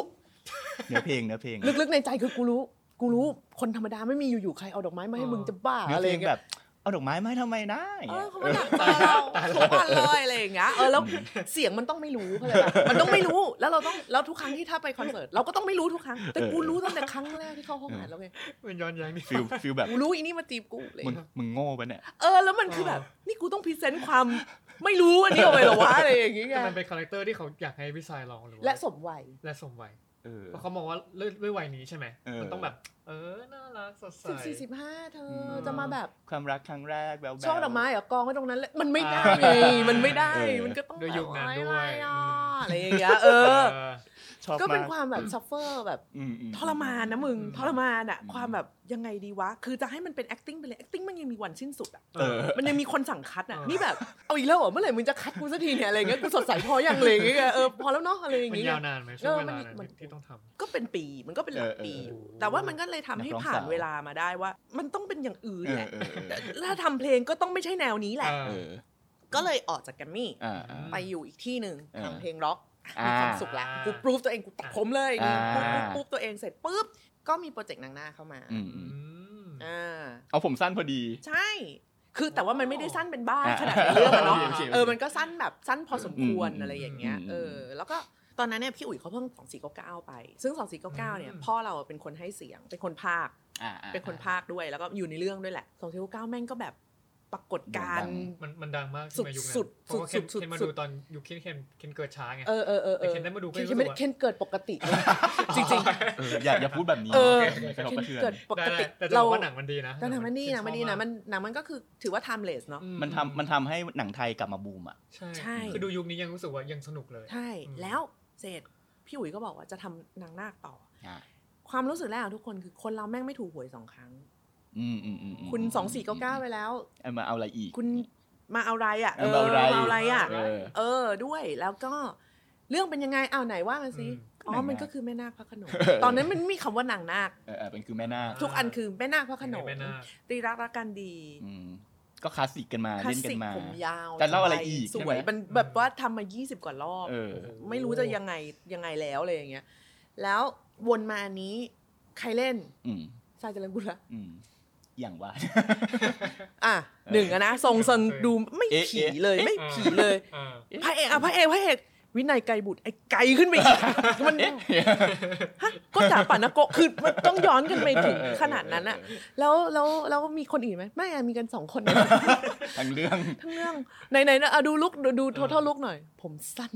Speaker 3: เนื้อเพลงเนื้อเพลง
Speaker 5: ลึกๆในใจคือกูรู้ กูรู้ คนธรรมดาไม่มีอยู่ๆ ใครเอาดอกไม้มาให้มึงจะบ้า
Speaker 3: เนื้อ
Speaker 5: อะไร
Speaker 3: เพลง
Speaker 5: อย่างเงี้
Speaker 3: แบ
Speaker 5: ย
Speaker 3: บ เอาดอกไม้มาให้ทำไมนะอย่าง
Speaker 5: เอ
Speaker 3: เงี้
Speaker 5: อย เขามาดักตาเราทุกวันเลยอะไรอย่างเงี้ย เออแล้วเสียงมันต้องไม่รู้เขาเลยแบบมันต้องไม่รู้ แล้วเราต้อง แล้วทุกครั้งที่ถ้าไปคอนเสิร์ตเราก็ต้องไม่รู้ทุกครั้ง แต่กูรู้ตั้งแต่ครั้งแรกที่เข้าห้องอัดแล้วไง
Speaker 4: มันย้อนแย้งนิด
Speaker 3: ฟิลฟิลแบบ
Speaker 5: กูรู้อีนี่มาจีบกูเลย
Speaker 3: มึงมึงโง่ปะเนี่ย
Speaker 5: เออ แล้วมันคือแบบ นี่กูต้องพรีเซนต์ความไม่รู้อันนี้เอาไปเหรอวะอะไรอย่างเงี้ย
Speaker 4: แต่มันเป็นคาแรคเตอร์ที่เขาอยากให้พี่สายลองหรือว่า
Speaker 5: และสมวัย
Speaker 4: และสมวัย
Speaker 3: เออ
Speaker 4: เพราะเขามองว่าด้วยด้วยวัยนี้ใช่ไหม
Speaker 3: เออ
Speaker 4: มันต้องแบบ เออน่ารักสดใส
Speaker 5: สิบสี่สิบห้าเธอ
Speaker 4: ม
Speaker 5: จะมาแบบ
Speaker 3: ความรักครั้งแรกแบวๆ
Speaker 5: ช่อดอกไม้เหรอกองไว้ตรงนั้นเลยมันไม่ได้ไง
Speaker 4: อ่ามั
Speaker 5: มันไม่ได้
Speaker 3: เออ
Speaker 5: มันก็ต้อง
Speaker 4: ด้วยยุคนั้นด้วย
Speaker 5: ไล่ๆอ่ะอะไรอย่างเงี้ยเอ
Speaker 4: เอ
Speaker 5: อ
Speaker 4: อ
Speaker 3: ชอบ
Speaker 5: ก็เป็น
Speaker 3: มาก
Speaker 5: ความแบบซัฟเฟอร์แบบ
Speaker 3: อืมอืม
Speaker 5: ทรมานนะมึง
Speaker 4: อืม
Speaker 5: ทรมานอะ
Speaker 3: อืม
Speaker 5: ความแบบยังไงดีวะ คือจะให้มันเป็น acting ไปเลย acting มันยังมีวันสิ้นสุ ดอะ
Speaker 3: เออ
Speaker 5: มันยังมีคนสั่งคัดอะ
Speaker 4: เออ
Speaker 5: นี่แบบเอาอีกแล้วเหรอเมื่อไหร่มึงจะคัดกูสักทีเนี่ยอะไรเงี้ยกูสดใสพอยังเลยางเงี้ยเออพอแล้วเนาะอะไรอย่าง
Speaker 4: มัน
Speaker 5: เงี้ย
Speaker 4: ยาวนานไหมช่วงเวลา
Speaker 5: เอ
Speaker 4: นั้
Speaker 5: อมัน
Speaker 4: นที่ต้องทำ
Speaker 5: ก็เป็นปีมันก็เป็นหลัก
Speaker 3: เออเออ
Speaker 5: ปีอยู่
Speaker 4: เออ
Speaker 5: แต่ว่ามันก็เลยทำให้
Speaker 3: นักร้อง
Speaker 5: ผ่าน
Speaker 3: สาว
Speaker 5: เวลามาได้ว่า มันต้องเป็นอย่างอื่น
Speaker 3: เอ
Speaker 5: แห
Speaker 3: อ
Speaker 5: ละ
Speaker 3: เออเออ
Speaker 5: ถ้าทำเพลงก็ต้องไม่ใช่แนวนี้แหละ
Speaker 4: เออ
Speaker 3: เออ
Speaker 5: ก็เลยออกจากแกรมมี่
Speaker 3: อ่าอ่า
Speaker 5: ไปอยู่อีกที่หนึ่ง
Speaker 3: เออ
Speaker 5: ทำเพลงร็อก
Speaker 3: อ่ามี
Speaker 5: มีความสุขแล้ว กูปรูฟตัวเองกูตัดผมเลย
Speaker 3: อ่า
Speaker 5: ปุ๊บปุ๊บปุ๊บตัวเองเสร็จปุ๊บ ก็มีโปรเจกต์นางหน้าเข้ามา
Speaker 3: อืมอืม
Speaker 4: อืม
Speaker 5: อ่า
Speaker 3: เอาผมสั้นพอดี
Speaker 5: ใช่ คือแต่ว่ามันไม่ได้สั้นเป็นบ้า
Speaker 3: อ่า
Speaker 5: ขนาดในเรื่องอะเนาะ
Speaker 4: โอเคโอเค
Speaker 5: เออมันก็สั้นแบบสั้นพอสมควร
Speaker 3: อืม
Speaker 5: อะไรอย่างเงี้ย
Speaker 3: อืม
Speaker 5: เออแล้วก็ตอนนั้นเนี่ยพี่อุ๋ยเขาเพิ่ง 2499 ไป ซึ่ง 2499 เนี่ย
Speaker 4: อืม
Speaker 5: พ่อเราเป็นคนให้เสียงเป็นคนพากย์
Speaker 3: อ่า
Speaker 5: เป็นคนพากย์ด้วยแล้วก็อยู่ในเรื่องด้วยแหละ 2499 แม่งก็แบบปรากฏการณ์
Speaker 3: โด่งดัง
Speaker 4: มันมันดังมาก
Speaker 5: สุด
Speaker 4: ในยุคนั้
Speaker 5: สุ
Speaker 4: น
Speaker 5: ด
Speaker 4: เพราะว่าเคน
Speaker 5: สุด
Speaker 4: เคนมา
Speaker 5: สุด
Speaker 4: ดูตอนยุคเคนเคนเคนเกิดช้าไง
Speaker 5: เออเออเออเออ
Speaker 4: แต่เคนได้มาดูก็
Speaker 5: เคน
Speaker 4: รู้สึกว่า
Speaker 5: เคนเกิดปกติเลยจริง
Speaker 3: เอออย่าอย่าพูดแบบนี้
Speaker 5: เออ
Speaker 3: โค
Speaker 5: ๆ
Speaker 3: กระทบ
Speaker 5: เค
Speaker 3: ก
Speaker 5: น
Speaker 3: ระเทือน
Speaker 5: เกิดปก
Speaker 4: ได้
Speaker 5: ติ
Speaker 4: ได้แต่จะ
Speaker 5: เรา
Speaker 4: บอกว่าหนังมันดีนะ
Speaker 5: แต่หนังมันนี่ห
Speaker 4: เ
Speaker 5: นังมันนี่นะมันหนังมันก็คือถือว่า timeless เนาะ
Speaker 4: อื
Speaker 3: มันทำมันทำให้หนังไทยกลับมาบูมอ่ะ
Speaker 5: ใช่
Speaker 4: ใช่ คือดูยุคนี้ยังรู้สึกว่ายังสนุกเลย
Speaker 5: ใช่
Speaker 4: อืม
Speaker 5: แล้วเสร็จพี่อุ๋ยก็บอกว่าจะทำนางนาคต่อ
Speaker 3: อ่า
Speaker 5: ความรู้สึกแรกของทุกคนคือคนเราแม่งไม่ถูกหวยสองครั้ง
Speaker 3: อืมอืมอืมม
Speaker 5: คุณสองสี่เก้าเก้าไปแล้ว
Speaker 3: เอามาเอาอะไรอีก
Speaker 5: คุณมาเอาไรอ่ะ
Speaker 3: เอามาเอาไร
Speaker 5: เอาไรอ่ะ
Speaker 3: เออ
Speaker 5: เออด้วยแล้วก็เรื่องเป็นยังไงเอาไหนว่ามันสิ
Speaker 4: อืม
Speaker 5: อ๋อมันก็คือแม่นาคพระโขนง
Speaker 3: เออ
Speaker 5: ตอนนั้นมันไม่มีคำว่านางนาค
Speaker 3: เออเออเป็นคือแม่นาค
Speaker 5: ทุกอันคือแม่นาคพระโขนง
Speaker 4: ไม่น่า
Speaker 5: ตรีรักรักกันดี
Speaker 3: อืมก็คลาสสิกกันมา
Speaker 5: คลา
Speaker 3: เล่นกัน
Speaker 5: สสิก
Speaker 3: มา
Speaker 5: ผมยาว
Speaker 3: แต่เล่าอะไรอีก
Speaker 5: ส
Speaker 3: ใช่ไหม
Speaker 5: วยมันแบบว่าทำมา 20 กว่ารอบ
Speaker 3: เออ
Speaker 5: ไม่รู้จะยังไงยังไงแล้วอะไรอย่างเงี้ย แล้ววนมาอันนี้ใครเล่น
Speaker 3: อืม
Speaker 5: ซายเจริญบุระ
Speaker 3: อืมอย่างว่า
Speaker 5: อ่ะหนึ่งอะนะทรงเซิงดูไม่
Speaker 3: เอ๊ะ
Speaker 5: ผี
Speaker 3: เอ๊ะ
Speaker 5: เลยไม่
Speaker 4: เอ๊ะ
Speaker 5: ผีเลย
Speaker 4: อ่า
Speaker 5: พระเอกอ่ะพระเอกพระเอกวินัยไกรบุตรไอ้ไกลขึ้นไปอีกมันฮะก็จ่าป่านะโกะคือมันต้องย้อนกันไปถึงขนาดนั้นอะแล้วแล้วแล้วมีคนอื่นไหมไม่อะมีกันสองคนนะ
Speaker 3: ทั้งเรื่อง
Speaker 5: ทั้งเรื่องไหนไหนนะอ่ะดูลุกดูดูทอทลุกหน่อย ผมสั้น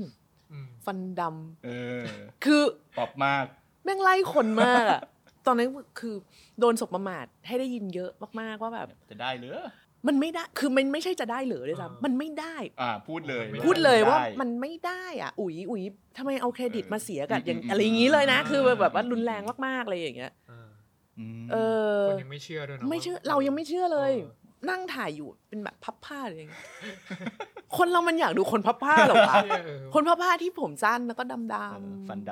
Speaker 4: อืม
Speaker 5: ฟันดำ
Speaker 3: เออ
Speaker 5: คือ
Speaker 3: ปอบมาก
Speaker 5: แม่งไล่คนมากอะตอนนั้นคือโดนสบประมาทให้ได้ยินเยอะมากๆว่าแบบ
Speaker 3: จะได้เหรือ
Speaker 5: มันไม่ได้ คือมันไม่ใช่จะได้เหรือเลย
Speaker 4: อ่า
Speaker 5: ซ้ำ
Speaker 4: มั
Speaker 5: มันไม่ได้
Speaker 3: อ่า พูดเลย
Speaker 4: ไม่ได้
Speaker 5: พูดเลย
Speaker 3: ไ
Speaker 5: ว่ามันไม่ได้อ่ะ อุ๋ยอุ๋ยทำไมเอาเครดิตมาเสียกับอย่าง
Speaker 3: อืม
Speaker 5: อะไรอย่างนี้เลยนะ
Speaker 3: อืม
Speaker 5: คือแบบว่ารุนแรงมากๆเลยอย่างเงี้ย
Speaker 4: อ่า
Speaker 3: อืม
Speaker 5: เออ
Speaker 4: คนยังไม่เชื่อด้วยนะ
Speaker 5: ไม่เชื่อ
Speaker 4: ว่
Speaker 5: เรายังไม่เชื่อเลย
Speaker 4: ออ
Speaker 5: นั่งถ่ายอยู่เป็นแบบพับผ้าเลยางเงี้ยคนเรามันอยากดูคนพับผ้าเหรอ วะ
Speaker 4: เออ
Speaker 5: คนพับผ้าที่ผมสั้นแล้วก็ดำ
Speaker 3: เออ
Speaker 5: ๆ
Speaker 3: ฟันด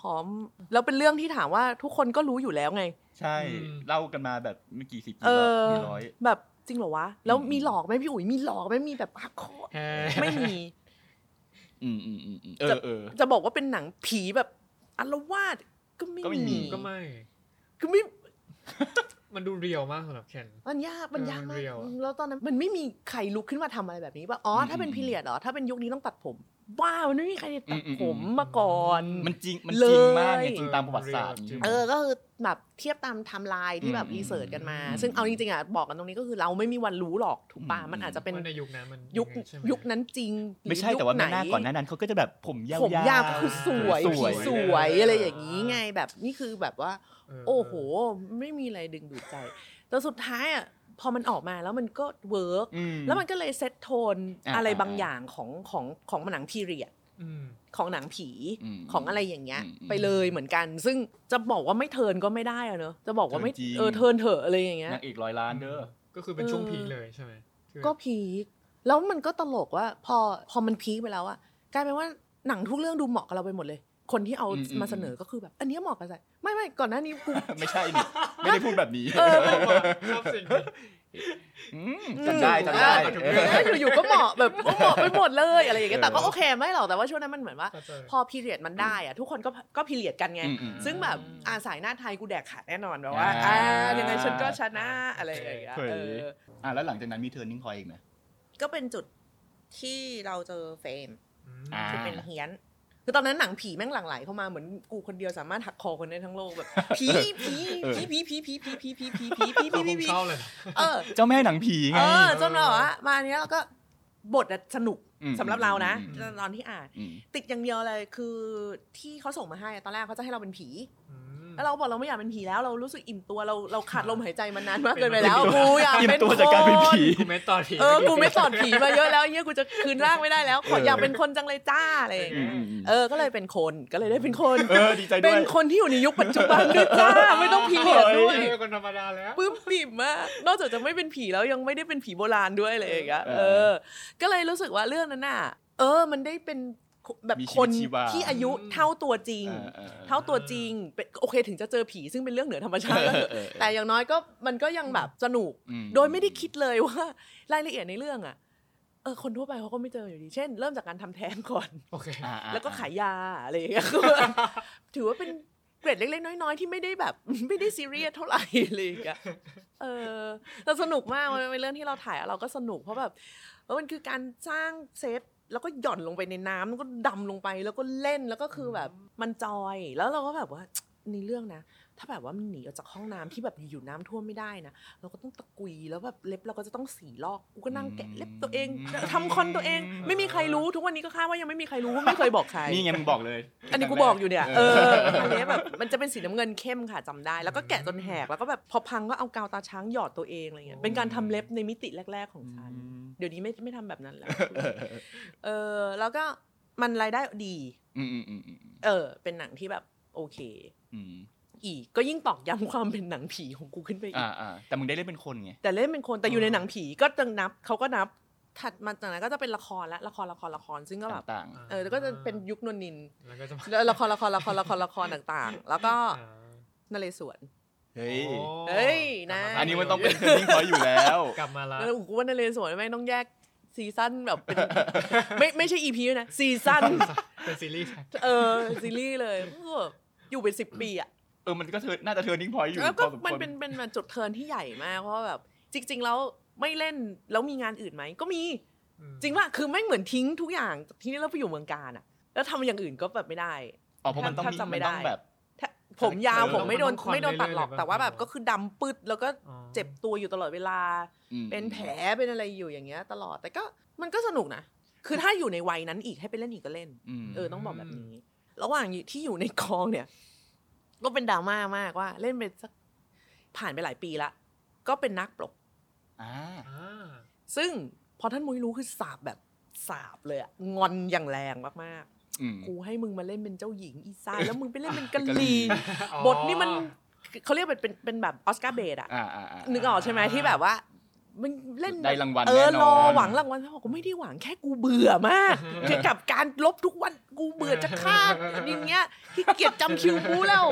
Speaker 5: ผอมๆ แล้วเป็นเรื่องที่ถามว่าทุกคนก็รู้อยู่แล้วไง
Speaker 3: ำ ใช่
Speaker 4: อืม
Speaker 3: เล่ากันมาแบบไม่กี่สิบ
Speaker 5: เอ
Speaker 3: กี่
Speaker 5: อ
Speaker 3: กี่ร้อย
Speaker 5: แบบจริงเหรอวะ แล้ว
Speaker 3: อืม
Speaker 5: มีหลอกไหมพี่อุ๋ยมีหลอกไหมมีแบบหักคอ
Speaker 4: เออ
Speaker 5: ไม่มี
Speaker 3: อืมอืมอืมอืมเออเออ
Speaker 5: จะบอกว่าเป็นหนังผีแบบอารวาสก็ไม่
Speaker 3: ก็ไม่มี
Speaker 5: มี
Speaker 4: ก็ไม่
Speaker 5: คือไม่
Speaker 4: มันดูเรียวมากสำหรับเคน
Speaker 5: มันยากมันยาก
Speaker 4: เออมัน
Speaker 5: มาก
Speaker 4: เรียวอะ
Speaker 5: แล้วตอนนั้นมันไม่มีใครลุกขึ้นมาทำอะไรแบบนี้ป่ะอ๋ออ
Speaker 3: ม
Speaker 5: ถ้าเป็น
Speaker 3: อืม
Speaker 5: พีเรียดเหรอถ้าเป็นยุคนี้ต้องตัดผมบ้ามันไม่มีใคร
Speaker 3: อื
Speaker 5: ตัด
Speaker 3: มอืม
Speaker 5: ผมมาก่อน
Speaker 3: มันจริง มัน
Speaker 5: เล
Speaker 3: จ
Speaker 5: ย
Speaker 3: ริงมากไงจริงตามประวัติศาสตร์
Speaker 4: เออจริง
Speaker 5: เออก็คือแบบเทียบตามไทม์ไลน์ที่แบบ
Speaker 3: อืม
Speaker 5: รีเสิร์ชกันมา
Speaker 3: อืม
Speaker 5: ซึ่งเอาจริงๆอ่ะบอกกันตรงนี้ก็คือเราไม่มีวันรู้หรอกถูกป่ะ
Speaker 3: อืม
Speaker 5: มันอาจจะเป็น
Speaker 4: ว่าในยุคนั้นมัน
Speaker 5: ยุค
Speaker 4: งไงใช่ไหม
Speaker 5: ยุคนั้นจริงหรือ
Speaker 3: ไม่ใช่
Speaker 5: ยุค
Speaker 3: แต่ว่าแม่
Speaker 5: ไห
Speaker 3: นาคก่อนหน้านั้นเขาก็จะแบบผมยาว
Speaker 5: ผมยาว
Speaker 3: ๆ
Speaker 5: คือสวย
Speaker 3: ส
Speaker 5: ผี
Speaker 3: วย
Speaker 5: สวย
Speaker 4: เลย
Speaker 5: อะไรอย่างนี้ไงแบบนี่คือแบบว่า
Speaker 4: เ
Speaker 5: โอ้โห ไม่มีอะไรดึงดูดใจแต่สุดท้ายอ่ะพอมันออกมาแล้วมันก็เวิร์ก
Speaker 3: อื
Speaker 5: แล้วมันก็เลยเซตโทน
Speaker 3: อ่า
Speaker 5: อะไรบาง
Speaker 3: อ่า
Speaker 5: อย่างของของของหนังพีเรียด
Speaker 4: อืม
Speaker 5: ของหนังผี
Speaker 3: ม
Speaker 5: ของอะไรอย่างเงี้ย
Speaker 3: อืม
Speaker 5: ไปเลยเหมือนกัน ซึ่งจะบอกว่าไม่เทิร์นก็ไม่ได้อะเนอะจะบอกว่าไม่
Speaker 3: เทิร์นจริง
Speaker 5: เออเทิร์นเถอะอะไรอย่างเงี้ย
Speaker 3: นางเอกร้อยล้านเด้อ
Speaker 4: ก็คือเป็นช่วง
Speaker 5: เออ
Speaker 4: พีคเลยใช่ไหมคือ
Speaker 5: ก็พีคแล้วมันก็ตลกว่าพอพอมันพีคไปแล้วอะกลายเป็นว่าหนังทุกเรื่องดูเหมาะกับเราไปหมดเลย คนที่เอา
Speaker 3: อืมอืม
Speaker 5: มาเสนอก็คือแบบ อันเนี้ยเหมาะกับใครไม่ไม่ก่อนหน้านี้ กู
Speaker 3: ไม่ใช่นี่ไม่ได้พูดแบบนี้
Speaker 5: เออ
Speaker 4: ชอบสิ่งนี้
Speaker 3: มจำได้จำได้
Speaker 5: เอออยู่ๆก็เหมาะแบบก็เหมาะไปหมดเลยอะไรอย่างเงี้ยแต่ก็
Speaker 3: เออ
Speaker 5: โอเคไม่หรอกแต่ว่าช่วงนั้นมันเหมือนว่า
Speaker 4: เข้าใจ
Speaker 5: พอพีเรียดมันได้อะทุกคนก็ก็พีเรียดกันไง
Speaker 3: อืมอืม
Speaker 5: ซึ่งแบบอาสายหน้าไทยกูแดกขาดแน่นอนแบบว่า
Speaker 3: อ่า
Speaker 5: อ่ายังไงฉันก็ชนะอะไรอย่างเงี้ย
Speaker 3: เผย
Speaker 5: เออ
Speaker 3: อ่ะแล้วหลังจากนั้นมีเทอร์นิ่งพอยอีกไหม
Speaker 5: ก็เป็นจุดที่เราเจอเฟรม
Speaker 4: อืม
Speaker 3: อ่า
Speaker 5: ที่เป็นเฮียน คือตอนนั้นหนังผีแม่งหลั่งไหลเข้ามาเหมือนกูคนเดียวสามารถหักคอคนได้ทั้งโลกแบบ ผีผี
Speaker 3: เออ
Speaker 5: ผีผีผีผีผีผีผี ผีผีผี
Speaker 4: ก็ค
Speaker 5: ผีผี
Speaker 4: ง
Speaker 5: ผี
Speaker 4: เข้าเลยนะ
Speaker 5: เออ
Speaker 3: เจ้าแม่หนังผีไง
Speaker 5: เออจนเราอะมาอันเนี้ยเราก็บทอะสนุก
Speaker 3: อืม
Speaker 5: สำหรับเรานะ
Speaker 3: อืม
Speaker 5: ตอนที่อ่าน
Speaker 3: อืม
Speaker 5: ติดอย่างเดียวเลยคือที่เขาส่งมาให้อะตอนแรกเขาจะให้เราเป็นผี
Speaker 4: อืม
Speaker 5: แล้วเราบอกเราไม่อยากเป็นผีแล้วเรารู้สึกอิ่มตัวเราเราขาดลมหายใจมานานมาก
Speaker 4: เป็น
Speaker 5: เกินไปแล้วกูอยาก
Speaker 3: อิ่ม
Speaker 5: เป็น
Speaker 3: ตัวจากการเป็น
Speaker 5: ค
Speaker 3: ผี
Speaker 4: กูไม่ต่อที
Speaker 5: เออกูไม่สอนผีมาเยอะแล้วเฮียกูจะคืนร่างไม่ได้แล้วขออยากเป็นคนจังเลยจ้าอะไรอย่างเงี้ย เออ ก็เลยเป็นคน ก็เลยได้เป็นคน
Speaker 3: เออดีใจด้
Speaker 5: เป็
Speaker 3: วย
Speaker 5: นคนที่อยู่ในยุคปัจจุบันด้วย จ้า ไม่ต้องพีเรียดด้ว
Speaker 4: เอย อคนธรรมดาแล้ว
Speaker 5: ปลื้มปิ่มมาก นอกจากจะไม่เป็นผีแล้วยังไม่ได้เป็นผีโบราณด้วยอะไรอย่างเงี้ย
Speaker 3: เออ
Speaker 5: เออ ก็เลยรู้สึกว่าเรื่องนั้นน่ะ เออ มันได้เป็นแบบ
Speaker 3: มีชี
Speaker 5: ค
Speaker 3: วิ
Speaker 5: น
Speaker 3: ตชีวา
Speaker 5: ที่อายุเท่าตัวจริง
Speaker 3: เออออออ
Speaker 5: เท่าตัวจริงเป็นโอเคถึงจะเจอผีซึ่งเป็นเรื่องเหนือธรรมชาติก็เถอะ
Speaker 3: เออเออเออ
Speaker 5: แต่อย่างน้อยก็มันก็ยังแบบสนุก
Speaker 3: อื
Speaker 5: โดยไม่ได้คิดเลยว่ารายละเอียดในเรื่องอ่ะ เออ คนทั่วไปเขาก็ไม่เจออยู่ดี เช่น เริ่มจากการทำแท้งก่อน
Speaker 4: โอเค
Speaker 3: อ่าอ่
Speaker 5: แล้วก็ขายยาอะไรอย่างเงี้ ยคือ ถือว่าเป็นเกรดเล็กๆ น้อยๆ ที่ไม่ได้แบบ ไม่ได้ซีเรียสเท่าไหร่อะไรอย่างเงี้ย เออเราสนุกมากมันเป็นเรื่องที่เราถ่ายแล้วเราก็สนุกเพราะแบบเออมันคือการสร้างเซตแล้วก็หย่อนลงไปในน้ำแล้วก็ดำลงไปแล้วก็เล่นแล้วก็คือแบบมันจอยแล้วเราก็แบบว่า ในเรื่องนะ ถ้าแบบว่ามันหนีออกจากห้องน้ำที่แบบอยู่ๆน้ำท่วมไม่ได้นะเราก็ต้องตะกุยแล้วแบบเล็บเราก็จะต้องสีลอกกูก็นั่งแกะเล็บตัวเองทำคอนตัวเอง ไม่มีใครรู้ทุกวันนี้ก็คาดว่ายังไม่มีใครรู้เพราะไม่เคยบอกใคร
Speaker 3: นี่ไงมึงบอกเลย
Speaker 5: อันนี้กูบอกอยู่เนี่ย เออ อันนี้แบบมันจะเป็นสีน้ำเงินเข้มค่ะจำได้ แล้วก็แกะจนแหก แล้วก็แบบพอพังก็เอากาวตาช้างหยอดตัวเองอะไรเงี้ย เป็นการทำเล็บในมิติแรก ๆ ของ
Speaker 3: อื
Speaker 5: ฉัน
Speaker 3: ม
Speaker 5: เดี๋ยวนี้ไม่ไม่ทำแบบนั้น แล้ว
Speaker 3: เออ
Speaker 5: เออ แล้วก็มันรายได้ดี
Speaker 3: อืมอืมอืมอืม
Speaker 5: เออ เป็นหนังที่แบบโอเค
Speaker 3: อืม
Speaker 5: อีก ก็ยิ่งตอกย้ำความเป็นหนังผีของกูขึ้นไปอี
Speaker 3: อ่าก อ่าแต่มึงได้เล่นเป็นคนไง
Speaker 5: แต่เล่นเป็นคน แต่อยู่ในหนังผีก็ต้องนับ เขาก็นับ ถัดมาจากนั้นก็จะเป็นละครละละครละครละคร ซึ่งก็แบบ
Speaker 3: ต่าง
Speaker 5: เออ แล้วก็จะเป็นยุคนนนิน
Speaker 4: แล้วก็จะมา
Speaker 5: แล้วละครละครละครละครละครต่างๆ แล้วก็
Speaker 4: อ่าน
Speaker 5: เรศวร
Speaker 3: ๆ เฮ้ย
Speaker 4: โอ้
Speaker 5: เฮ้ยนะ
Speaker 4: กลับา
Speaker 3: อันนี้มันต้องเป็น turning point อยู่แล้ว
Speaker 4: กลับมาละ
Speaker 5: แล้วกูว่านเรศวรแม่งต้องแยกซีซั่นแบบเป็น ไม่ไม่ใช่อีพีนะซีซั่น
Speaker 4: เป็นซีรีส์ไทย
Speaker 5: เออซีรีส์เลยเอออยู่เป็นสิบปีอ่ะ
Speaker 3: เออ มันก็เธอน่าจะ turning point อยู่
Speaker 5: แล้ว
Speaker 3: พ
Speaker 5: ก็
Speaker 3: อสมควร
Speaker 5: มันเป็นเป็นเป็นจุดเทิร์นที่ใหญ่มากเพราะว่าแบบ จริง ๆ แล้วไม่เล่นแล้วมีงานอื่นไหมก็มี
Speaker 4: อืม
Speaker 5: จริงว่าคือแม่งเหมือนทิ้งทุกอย่างที่นี่เราไปอยู่เมืองการอ่ะ แล้วทำอย่างอื่นก็แบบไม่ได้
Speaker 3: อ๋อเพราะมันต้อง
Speaker 5: ถ้า
Speaker 3: มี
Speaker 5: จำไม่
Speaker 3: มันต้อง
Speaker 5: ได้
Speaker 3: แบบ
Speaker 5: ถ้าผมยาว
Speaker 3: เออ
Speaker 5: ผมไม่โดนไม่โดนตัดหรอกแต่ว่าแบบก็คือดำปืดแล้วก็
Speaker 4: อ๋อ
Speaker 5: เจ็บตัวอยู่ตลอดเวลา
Speaker 3: อืม
Speaker 5: เป็นแผลเป็นอะไรอยู่อย่างเงี้ย ตลอดแต่ก็มันก็สนุกนะ คือถ้าอยู่ในวัยนั้นอีกให้ไปเล่นอีกก็เล่น
Speaker 3: ม
Speaker 5: เออต้องบอกแบบนี้ ระหว่างที่อยู่ในกองเนี่ย ก็เป็นดราม่ามากว่า เล่นไปสักผ่านไปหลายปีละ ก็เป็นนักปลก
Speaker 3: อ่า
Speaker 4: อ่า
Speaker 5: ซึ่งพอท่านมุ้ยรู้คือสาบแบบสาบเลยอะงอนอย่างแรงมาก
Speaker 3: อืม
Speaker 5: ๆ กูให้มึงมาเล่นเป็นเจ้าหญิงอีซ่าแล้วมึงไปเล่นเป็นกะ
Speaker 3: กะห
Speaker 5: ห
Speaker 3: รี่
Speaker 5: รี่
Speaker 4: อ๋อบ
Speaker 5: ทนี่มันเขาเรียกเป็นเป็นเป็นแบบออสการ์เบดอะ
Speaker 3: อ่าอ่าอ่า
Speaker 5: นึกออกใช่ไหมที่แบบว่า มันเล่น
Speaker 3: ได้รางวัล
Speaker 5: เออ
Speaker 3: แน่นอน
Speaker 5: รอหวังรางวัลเขาบอกกูไม่ได้หวังแค่กูเบื่อมากคือกับการลบทุกวันกูเบื่อจะฆ่าอย่างเงี้ยขี้เกียจจำคิวกู แล้ว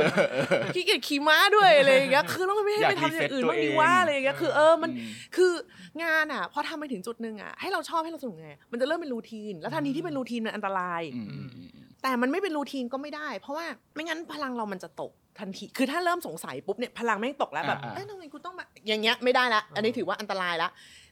Speaker 5: ขี้เกียจขี่ม้าด้วยอะไรอย่างเงี้ยคือต้องไม่ให้ไปทำอย่างอื่นบ้างดีว่าอะไรอย่างเงี้ยคือเออมัน
Speaker 3: อืม
Speaker 5: คืองานอ่ะพอทำไปถึงจุดหนึ่งอ่ะให้เราชอบให้เราสนุกไงมันจะเริ่มเป็นรูทีน แล้วทันทีที่เป็นรูทีนมันอันตราย
Speaker 3: อืมอืมอืมอืม
Speaker 5: แต่มันไม่เป็นรูทีนก็ไม่ได้ เพราะว่าไม่งั้นพลังเรามันจะตกทันที คือถ้าเริ่มสงสัยปุ๊บเนี่ยพลังแม่งตกแล้วแบบเอ้ยทำไมกูต้องมาอย่างเงี้ยไม่ได้ละ อันนี้ถือว่าอันตรายละ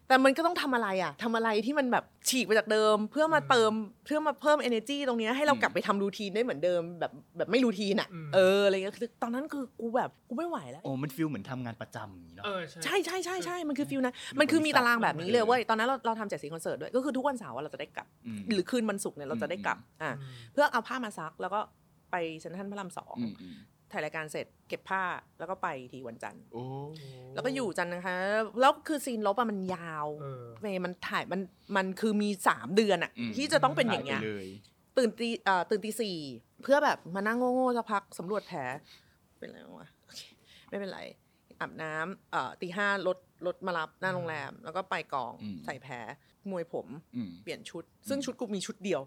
Speaker 5: แต่มันก็ต้องทำอะไรอ่ะทำอะไรที่มันแบบฉีกไปจากเดิม เพื่อมาเติมเพื่อมาเพิ่ม energy ตรงเนี้ยให้เรากลับไปทำรูทีนได้เหมือนเดิมแบบแบบไม่รูทีนอ่ะ เอออะไรเงี้ยคือตอนนั้นคือกูแบบกูไม่ไหวแล้ว
Speaker 3: โอ้มันฟิลเหมือนทำงานประจำอย่างนี้เนาะ
Speaker 4: เออใช่
Speaker 5: ใช่ใช่ใช่ใช่ มันคือฟิลนะ มันคือมีตารางแบบนี้เลยเว้ย ตอนนั้นเราเราทำเจ็ดสีคอนเสิร์ตด้วย ก็คือทุกวันเสาร์อะเราจะได้กลับ
Speaker 3: ม
Speaker 5: หรือคืนวันศุกร์เนี่ยเราจะได้กลับ อ่ะ เพื่อเอาผ้ามาซักแล้วก็ไปเซ็นทรัลพระรามสอง
Speaker 3: อืมอืม
Speaker 5: ถ่ายรายการเสร็จเก็บผ้าแล้วก็ไปทีวันจันทร์
Speaker 3: โอ้
Speaker 5: แล้วก็อยู่จันทร์นะคะ แล้วคือซีนลบอะมันยาว
Speaker 4: เออ
Speaker 5: เมย์มันถ่ายมันมันคือมีสามเดือนอะที่จะต้องเป็นอย่างเงี้
Speaker 3: ห
Speaker 5: ย
Speaker 3: ไปเลย
Speaker 5: ตื่นตีเอ่อตื่นตีสี่เพื่อแบบมานั่งโง่ๆสักพักสำรวจแผล เป็นไรบ้างวะโอเคไม่เป็นไรอาบน้ำเอ่อตีห้ารถรถมารับหน้าโรงแรม แล้วก็ไปกอง
Speaker 3: อืม
Speaker 5: ใส่แผลมวยผม
Speaker 3: อืม
Speaker 5: เปลี่ยนชุด ซึ่งชุดกูมีชุดเดียว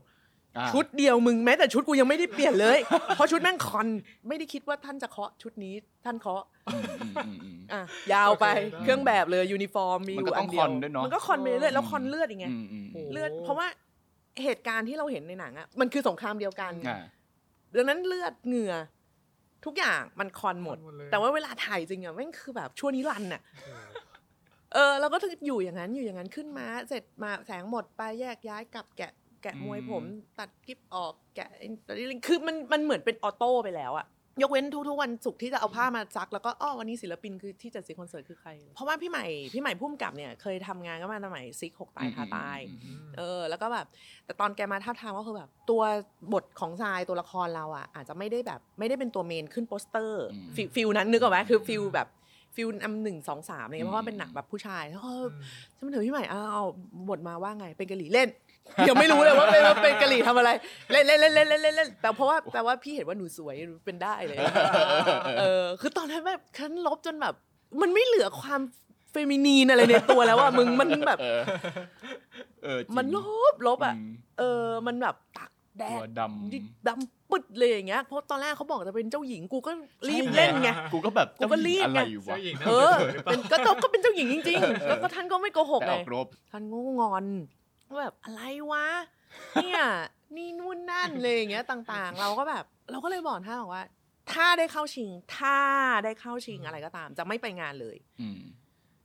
Speaker 3: อ่า
Speaker 5: ชุดเดียวมึงแม้แต่ชุดกูยังไม่ได้เปลี่ยนเลย เพราะชุดแม่งคอนไม่ได้คิดว่าท่านจะเคาะชุดนี้ท่านเคาะ
Speaker 3: อืมอืมอืมอืม
Speaker 5: อ่ะยาวไป
Speaker 4: โอเคได้
Speaker 5: เครื่องแบบเลยยูนิฟอร์มมีอ
Speaker 3: มันก็
Speaker 5: ยู่
Speaker 3: ต้
Speaker 5: อั
Speaker 3: อน ง
Speaker 5: เดียว
Speaker 3: คอนด้วยเนอะ
Speaker 5: มันก็คอนไปเรื่อยๆแล้วคอนเลือดอย่างเงี้ย
Speaker 3: อืมอืมอืม
Speaker 5: เลือดเพราะว่าเหตุการณ์ที่เราเห็นในหนังอะมันคือสงครามเดียวกัน
Speaker 3: อ่า
Speaker 5: ดังนั้นเลือดเหงื่อ ทุกอย่างมันคอนหมด
Speaker 4: คอนหมดเลย
Speaker 5: แต่ว่าเวลาถ่ายจริงอะแม่งคือแบบชั่วนิรันดร์อะเออเราก็ถึงอยู่อย่างนั้นอยู่อย่างนั้นขึ้นมาเสร็จมาแสงหมดไปแยกย้ายกลับแกะแกะ
Speaker 3: อืม
Speaker 5: มวยผม ตัดกิ๊บออกแกะตัดลิ้นคือมันมันเหมือนเป็นออโต้ไปแล้วอะยกเว้นทุกๆวันศุกร์ที่จะเอาผ้ามาซักแล้วก็อ้อวันนี้ศิลปินคือที่จัดซีคอนเสิร์ตคือใคร เพราะว่าพี่ใหม่พี่ใหม่พุ่มกับเนี่ยเคยทำงานก็มาสมัยซิกหกตายคาตาย
Speaker 3: อืมอืมอืม
Speaker 5: เออแล้วก็แบบแต่ตอนแกมาท้าบทางก็คือแบบ ตัวบทของทรายตัวละครเราอ่ะ อาจจะไม่ได้แบบไม่ได้เป็นตัวเมนขึ้นโปสเตอร์
Speaker 3: อืม
Speaker 5: ฟิลฟิลนั้นนึกออกไหมคือฟิลแบบฟิลอันหนึ่งสองสามอะไรเงี้ยเพราะว่าเป็นหนักแบบผู้ชายแล้วก็เออฉันมันถือพี่ใหม่อ้าวบทมาว่าไงเป็นกะหรี่เล่น ยังไม่รู้เลยว่าเป็น ว่าเป็นกะหรี่ทำอะไรเล่นเล่นเล่นเล่นเล่นเล่นเล่นแต่เพราะว่าแต่ว่าพี่เห็นว่าหนูสวยหนูเป็นได้เลย เออคือตอนนั้นแบบฉันลบจนแบบ มันไม่เหลือความเฟมินีนอะไรในตัวแล้วอ่ะมึงมันแบบ
Speaker 3: เออเออจริง
Speaker 5: มันลบลบอ่ะ
Speaker 3: ม
Speaker 5: เออ มันแบบตักแด
Speaker 3: ตั
Speaker 5: ด
Speaker 3: วดำ
Speaker 5: ดำปึ๊ดเลยอย่างเงี้ย เพราะตอนแรกเขาบอกจะเป็นเจ้าหญิง กูก็รีบเล่นไง
Speaker 3: กูก็แบบ
Speaker 5: กูก็รีบ
Speaker 3: อะไร
Speaker 5: ไง
Speaker 3: อ
Speaker 4: เจ้าว
Speaker 3: ยู่ะ
Speaker 4: หญิงนะ
Speaker 5: เออ เป็นก็ก็ก็เป็นเจ้าหญิงจริงๆแล้วก็ท่านก็ไม่โกหก
Speaker 3: แต่
Speaker 5: เล
Speaker 3: อย อกรบ
Speaker 5: ท่านก็งอนว่าแบบอะไรวะ เนี่ย นี่นู่นนั่นเลยอย่างเงี้ยต่างๆ เราก็แบบ เราก็เลยบอกท่านบอกว่า ถ้าได้เข้าชิง ถ้าได้เข้าชิงอะไรก็ตาม จะไม่ไปงานเลย
Speaker 3: อืม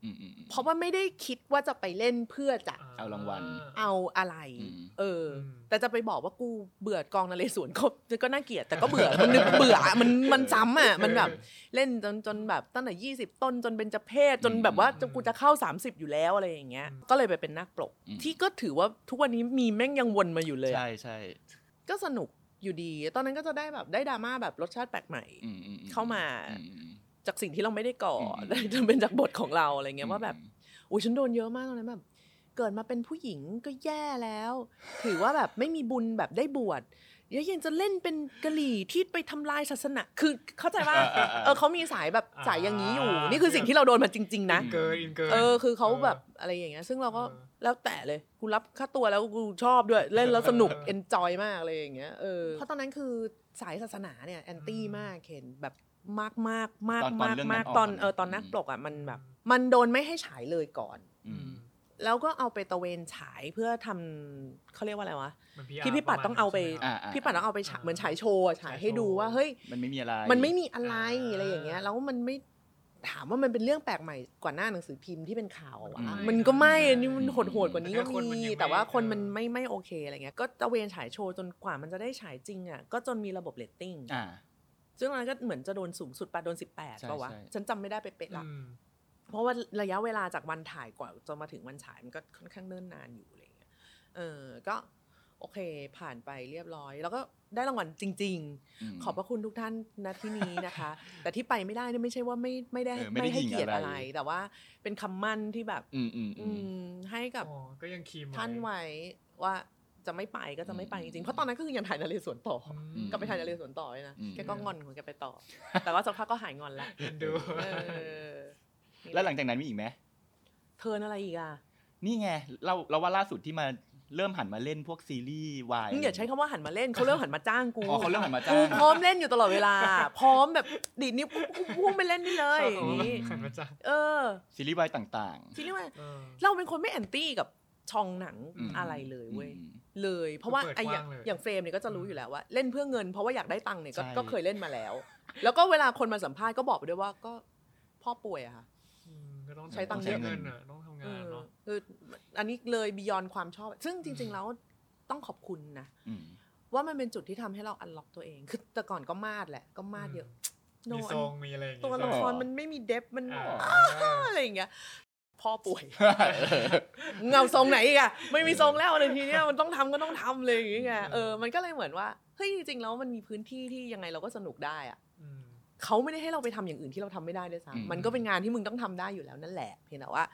Speaker 3: อืมอืมอืม
Speaker 5: เพราะว่าไม่ได้คิดว่าจะไปเล่นเพื่อจะ
Speaker 3: เอารางวัล
Speaker 4: อ่า
Speaker 5: เอาอะไร
Speaker 3: อืม
Speaker 5: เอออ
Speaker 4: ม
Speaker 5: แต่จะไปบอกว่ากูเบื่อกองนเรศวรก็ก็น่าเกลียดแต่ก็เบื่อ มันนึกเบื่ออะมันมันซ้ำอ่ะมันแบบเล่นจนจนแบบตั้งแต่ยี่สิบต้นจนเป็นจะเพศจนแบบว่าจะกูจะเข้า 30 อยู่แล้วอะไรอย่างเงี้ย ก็เลยไปเป็นนักปลก
Speaker 3: อืม
Speaker 5: ที่ก็ถือว่าทุกวันนี้มีแม่งยังวนมาอยู่เลยอะ
Speaker 3: ใช่ใช่
Speaker 5: ก็สนุกอยู่ดี ตอนนั้นก็จะได้แบบได้ดราม่าแบบรสชาติแปลกใหม่
Speaker 3: อืมอือื
Speaker 5: เข้ามา
Speaker 3: อืมอืม
Speaker 5: จากสิ่งที่เราไม่ได้ก่ออ
Speaker 3: ม
Speaker 5: แล้ว จะเป็นจากบทของเราอะไรเงี้ยว่าแบบ อุ้ยฉันโดนเยอะมากตอนนั้นแบบ เกิดมาเป็นผู้หญิงก็แย่แล้ว ถือว่าแบบไม่มีบุญแบบได้บวชแล้วยังจะเล่นเป็นกะหรี่ที่ไปทำลายศาสนา คือเข้าใจว่า
Speaker 3: เออเออเออ
Speaker 5: เออเขามีสายแบบสายอย่างนี้อยู่
Speaker 4: อ่านี่
Speaker 5: นี่คือสิ่งที่เราโดนมาจริง ๆ นะ
Speaker 4: เกินอินเกิน
Speaker 5: เออคือเขาแบบอะไรอย่างเงี้ย ซึ่งเราก็
Speaker 4: เออ
Speaker 5: แล้วแต่เลยกูรับค่าตัวแล้วกูชอบด้วย เล่นแล้วสนุกเอนจอยมากเลยอย่างเงี้ยเออเพราะตอนนั้นคือสายศาสนาเนี่ยแอนตี้มากเห็นแบบมากมากมาก
Speaker 3: ตอนตอนเรื่อ
Speaker 5: มาก
Speaker 3: งนั้ออก
Speaker 5: มาน กตอน
Speaker 3: มา
Speaker 5: เออตอนนักปลกอ่ะมันแบบ มันโดนไม่ให้ฉายเลยก่อน
Speaker 3: อืม
Speaker 5: แล้วก็เอาไปตะเวนฉายเพื่อทำเขาเรียกว่าอะไรวะ
Speaker 4: เหมือน
Speaker 5: ที่
Speaker 4: PR
Speaker 5: พี่ปัดต้องเอาไป
Speaker 4: ระมณนั้นใช่หม
Speaker 3: อ่า
Speaker 5: พี่ป่านต้องเอาไปฉาย
Speaker 4: อ่า
Speaker 5: เหมือนฉายโชว์อะฉายให้ดูว่า
Speaker 4: ฉายโชว์
Speaker 5: เฮ้ย
Speaker 3: มันไม่มีอะไร
Speaker 5: มันไม่มีอะไร
Speaker 4: อ่า
Speaker 5: อะไรอย่างเงี้ยแล้วมันไม่ถามว่ามันเป็นเรื่องแปลกใหม่กว่าหน้าหนังสือพิมพ์ที่เป็นข่าวอะวะ
Speaker 4: ไม่
Speaker 5: มันก็ไม่
Speaker 4: ไม่
Speaker 5: อันนี้มันโหดๆกว่านี้ก็
Speaker 4: แต่คนมัน
Speaker 5: มี
Speaker 4: ยังไม่
Speaker 5: แต่ว่าคนมัน
Speaker 4: เออ
Speaker 5: ไม่ไม่โอเคอะไรเงี้ยก็ตะเวนฉายโชว์จนกว่ามันจะได้ฉายจริงอ่ะก็จนมีระบบเรตติ้ง
Speaker 3: อ่า
Speaker 5: ซึ่งตอนนั้นก็เหมือนจะโดนสูงสุดปะโดน
Speaker 3: ใช่
Speaker 5: 18ป่าวะ
Speaker 3: ใช่
Speaker 5: ฉันจำไม่ได้เป๊ะๆละ
Speaker 4: อืม
Speaker 5: เพราะว่าระยะเวลาจากวันถ่ายกว่าจะมาถึงวันฉายมันก็ค่อนข้างเนิ่นนานอยู่อะไรเงี้ย เออ ก็โอเคผ่านไปเรียบร้อย แล้วก็ได้รางวัลจริง
Speaker 3: ม
Speaker 5: ๆ ขอบพระคุณทุกท่านณที่นี้นะคะ แต่ที่ไปไม่ได้เนี่ยไม่ใช่ว่าไม่ไม่ได้
Speaker 3: เออไม่ได้
Speaker 5: ไม่ให้เกียรติ
Speaker 3: ยิงอะ
Speaker 5: อะไร ไร แต่ว่าเป็นคำมั่นที่แบบ
Speaker 3: อืมอืม
Speaker 5: อื
Speaker 3: อืม
Speaker 5: มให้กับ
Speaker 4: อ๋อก็ยังคีม
Speaker 5: ท่านไว้ว่าจะไม่ไปก็จะไม่ไปจริงๆเพราะตอนนั้นก็คือยังถ่ายนาเรศวรต่ออ
Speaker 4: อื
Speaker 3: อื
Speaker 4: ม
Speaker 3: ม
Speaker 5: กลับไปถ่ายนาเรศวรต่อเลยนะ
Speaker 3: อืม
Speaker 5: แกก็งอนของแกไปต่อ แต่ว่าสักพักก็หายงอนละ
Speaker 4: เอ็นดู
Speaker 5: เออ
Speaker 3: แล้วหลังจากนั้นมีอีกไหม
Speaker 5: เทิร์นอะไรอีกอะ
Speaker 3: นี่ไงเราเราว่าล่าสุดที่มาเริ่มหันมาเล่นพวกซีรีส์วาย
Speaker 5: มึงอย่าใช้คำว่าหันมาเล่นเขาเริ่มหันมาจ้างกู
Speaker 3: อ๋อเขาเริ่มหันมาจ้า
Speaker 5: กู
Speaker 3: ง
Speaker 5: พร้อมเล่นอยู่ตลอดเวลา พร้อมแบบดีดนิ้วกูกูพุ่งไปเล่นได้เลย
Speaker 4: ช
Speaker 5: อ
Speaker 4: อบ
Speaker 5: ย่างนี้
Speaker 4: ขันมาจ้ะ
Speaker 5: เออ
Speaker 3: ซีรีส์วายต่าง
Speaker 5: ทีนี้ว่า
Speaker 4: เออ
Speaker 5: เราเป็นคนไม่แอนตี้กับช่องหนัง
Speaker 3: อืม
Speaker 5: อะไรเลย
Speaker 3: ๆ
Speaker 5: เว้ย
Speaker 3: อืม
Speaker 5: เลย เพราะว่า
Speaker 4: คือเปิ
Speaker 5: ไอ้
Speaker 4: ดก
Speaker 5: อ
Speaker 4: ว้า
Speaker 5: ย่าง ง
Speaker 4: เลย
Speaker 5: อย่างเฟรมเนี่ยก็จะรู้อยู่แล้วว่า เล่นเพื่อเงิน เพราะว่าอยากได้ตังค์เนี่ยก็
Speaker 3: ใช่
Speaker 5: ก็เคยเล่นมาแล้ว แล้วก็เวลาคนมาสัมภาษณ์ก็บอกไปด้วยว่าก็พ่อป่วยอะค่ะ
Speaker 4: ืมก็ต้อง
Speaker 5: ใช้ตังค์
Speaker 4: เยอะเงินอ่ะต้อง
Speaker 5: เอง
Speaker 4: ทำาน
Speaker 5: อ
Speaker 4: เนาะ
Speaker 5: คืออันนี้เลยบียอนความชอบ ซึ่งจริง ๆ แล้วต้องขอบคุณนะ
Speaker 3: อืม
Speaker 5: ว่ามันเป็นจุดที่ทำให้เราอันล็อกตัวเอง คือแต่ก่อนก็มาดแหละ ก็มาดเยอะ No
Speaker 4: มี
Speaker 5: อัน
Speaker 4: ทรงมีอะไรอย่าง
Speaker 5: ตัวละ
Speaker 3: หอ
Speaker 5: ครมันไม่มีเดฟมัน
Speaker 4: อ่า
Speaker 5: อะไรอย่างเงี้ย พ่อป่วย เงาทรงไหนอีกอะไม่มีทรงแล้วเลยทีเนี้ยมันต้องทำก็ต้องทำเลยอย่างเงี้ย เออ มันก็เลยเหมือนว่า เฮ้ยจริงๆแล้วมันมีพื้นที่ที่ยังไงเราก็สนุกได้อะ
Speaker 4: อืม
Speaker 5: เขาไม่ได้ให้เราไปทำอย่างอื่นที่เราทำไม่ได้ด้วย
Speaker 3: อืม
Speaker 5: ซ้ำมันก็เป็นงานที่มึงต้องทำได้อยู่แล้วนั่นแหละ เพียงแต่ว่า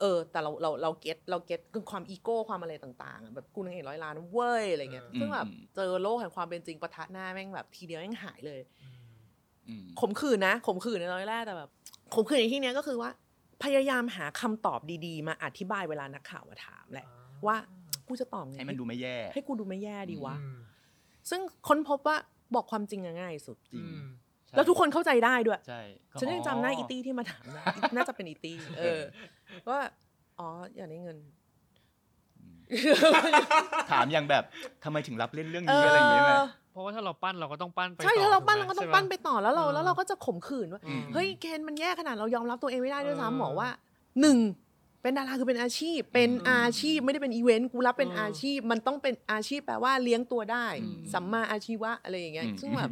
Speaker 5: เออ แต่เราเราเราเก็ตเราเก็ตความอีโก้ความอะไรต่างๆอะแบบกูนางเอกร้อยล้านเว้ยอะไรเงี้ย
Speaker 4: เออ
Speaker 5: ซึ่งแบบเจอโลกแห่งความเป็นจริงปะทะหน้าแม่งแบบทีเดียวแม่งหายเลย
Speaker 4: อืม
Speaker 3: อืม
Speaker 5: ข่มขืนนะข่มขืนในร้อยแรกแต่แบบข่มขืนในที่เนี้ยก็คือว่า พยายามหาคำตอบดีๆ มาอธิบายเวลานักข่าวมาถามแหละ ว่า กูจะตอบไง
Speaker 3: ให้มันดูไม่แย่
Speaker 5: ให้กูดูไม่แย่ดีวะ
Speaker 4: อืม
Speaker 5: ซึ่งค้นพบว่าบอกความจริงอะง่ายสุด
Speaker 3: จริง
Speaker 4: อืม
Speaker 3: ใช่
Speaker 5: แล้วทุกคนเข้าใจได้ด้วย
Speaker 3: ใช่ก็
Speaker 5: ฉันยังจำหน้าอี
Speaker 3: อ
Speaker 5: ตี้ที่มาถามได้น่าจะเป็นอีตี้เออว่าอ๋ออย่าได้เงิน
Speaker 3: ถามอย่างแบบทำไมถึงรับเล่นเรื่อง
Speaker 5: เอ
Speaker 3: นี้ อะไรอย่างเงี้ยไหม
Speaker 5: อ
Speaker 4: เพราะว่าถ้าเราปั้นเราก็ต้องปั้นไป
Speaker 5: ใช่
Speaker 4: ต่
Speaker 5: ถ้าเราปั้น
Speaker 4: ถู
Speaker 5: เรา
Speaker 4: กไหม
Speaker 5: ก็ต้อง
Speaker 4: ใช่ปะ
Speaker 5: ปั้นไปต่อแล้วเรา
Speaker 4: อืม
Speaker 5: แล้วเราก็จะข่มขืนว่า
Speaker 4: อืม
Speaker 5: เฮ้ยเคนมันแย่ขนาดเรายอมรับตัวเองไม่ได้ด้วย
Speaker 4: เออ
Speaker 5: ซ้ำบอกว่าหนึ่งเป็นดาราคือเป็นอาชีพ เป็น
Speaker 4: อืม
Speaker 5: อาชีพไม่ได้เป็นอีเวนต์กูรับเป็น
Speaker 4: เอออ
Speaker 5: อาชีพ มันต้องเป็นอาชีพแปลว่าเลี้ยงตัวได้
Speaker 3: อืม
Speaker 5: สัมมาอาชีวะอะไรอย่างเงี้ย
Speaker 3: อืม
Speaker 5: ซึ่งแบบ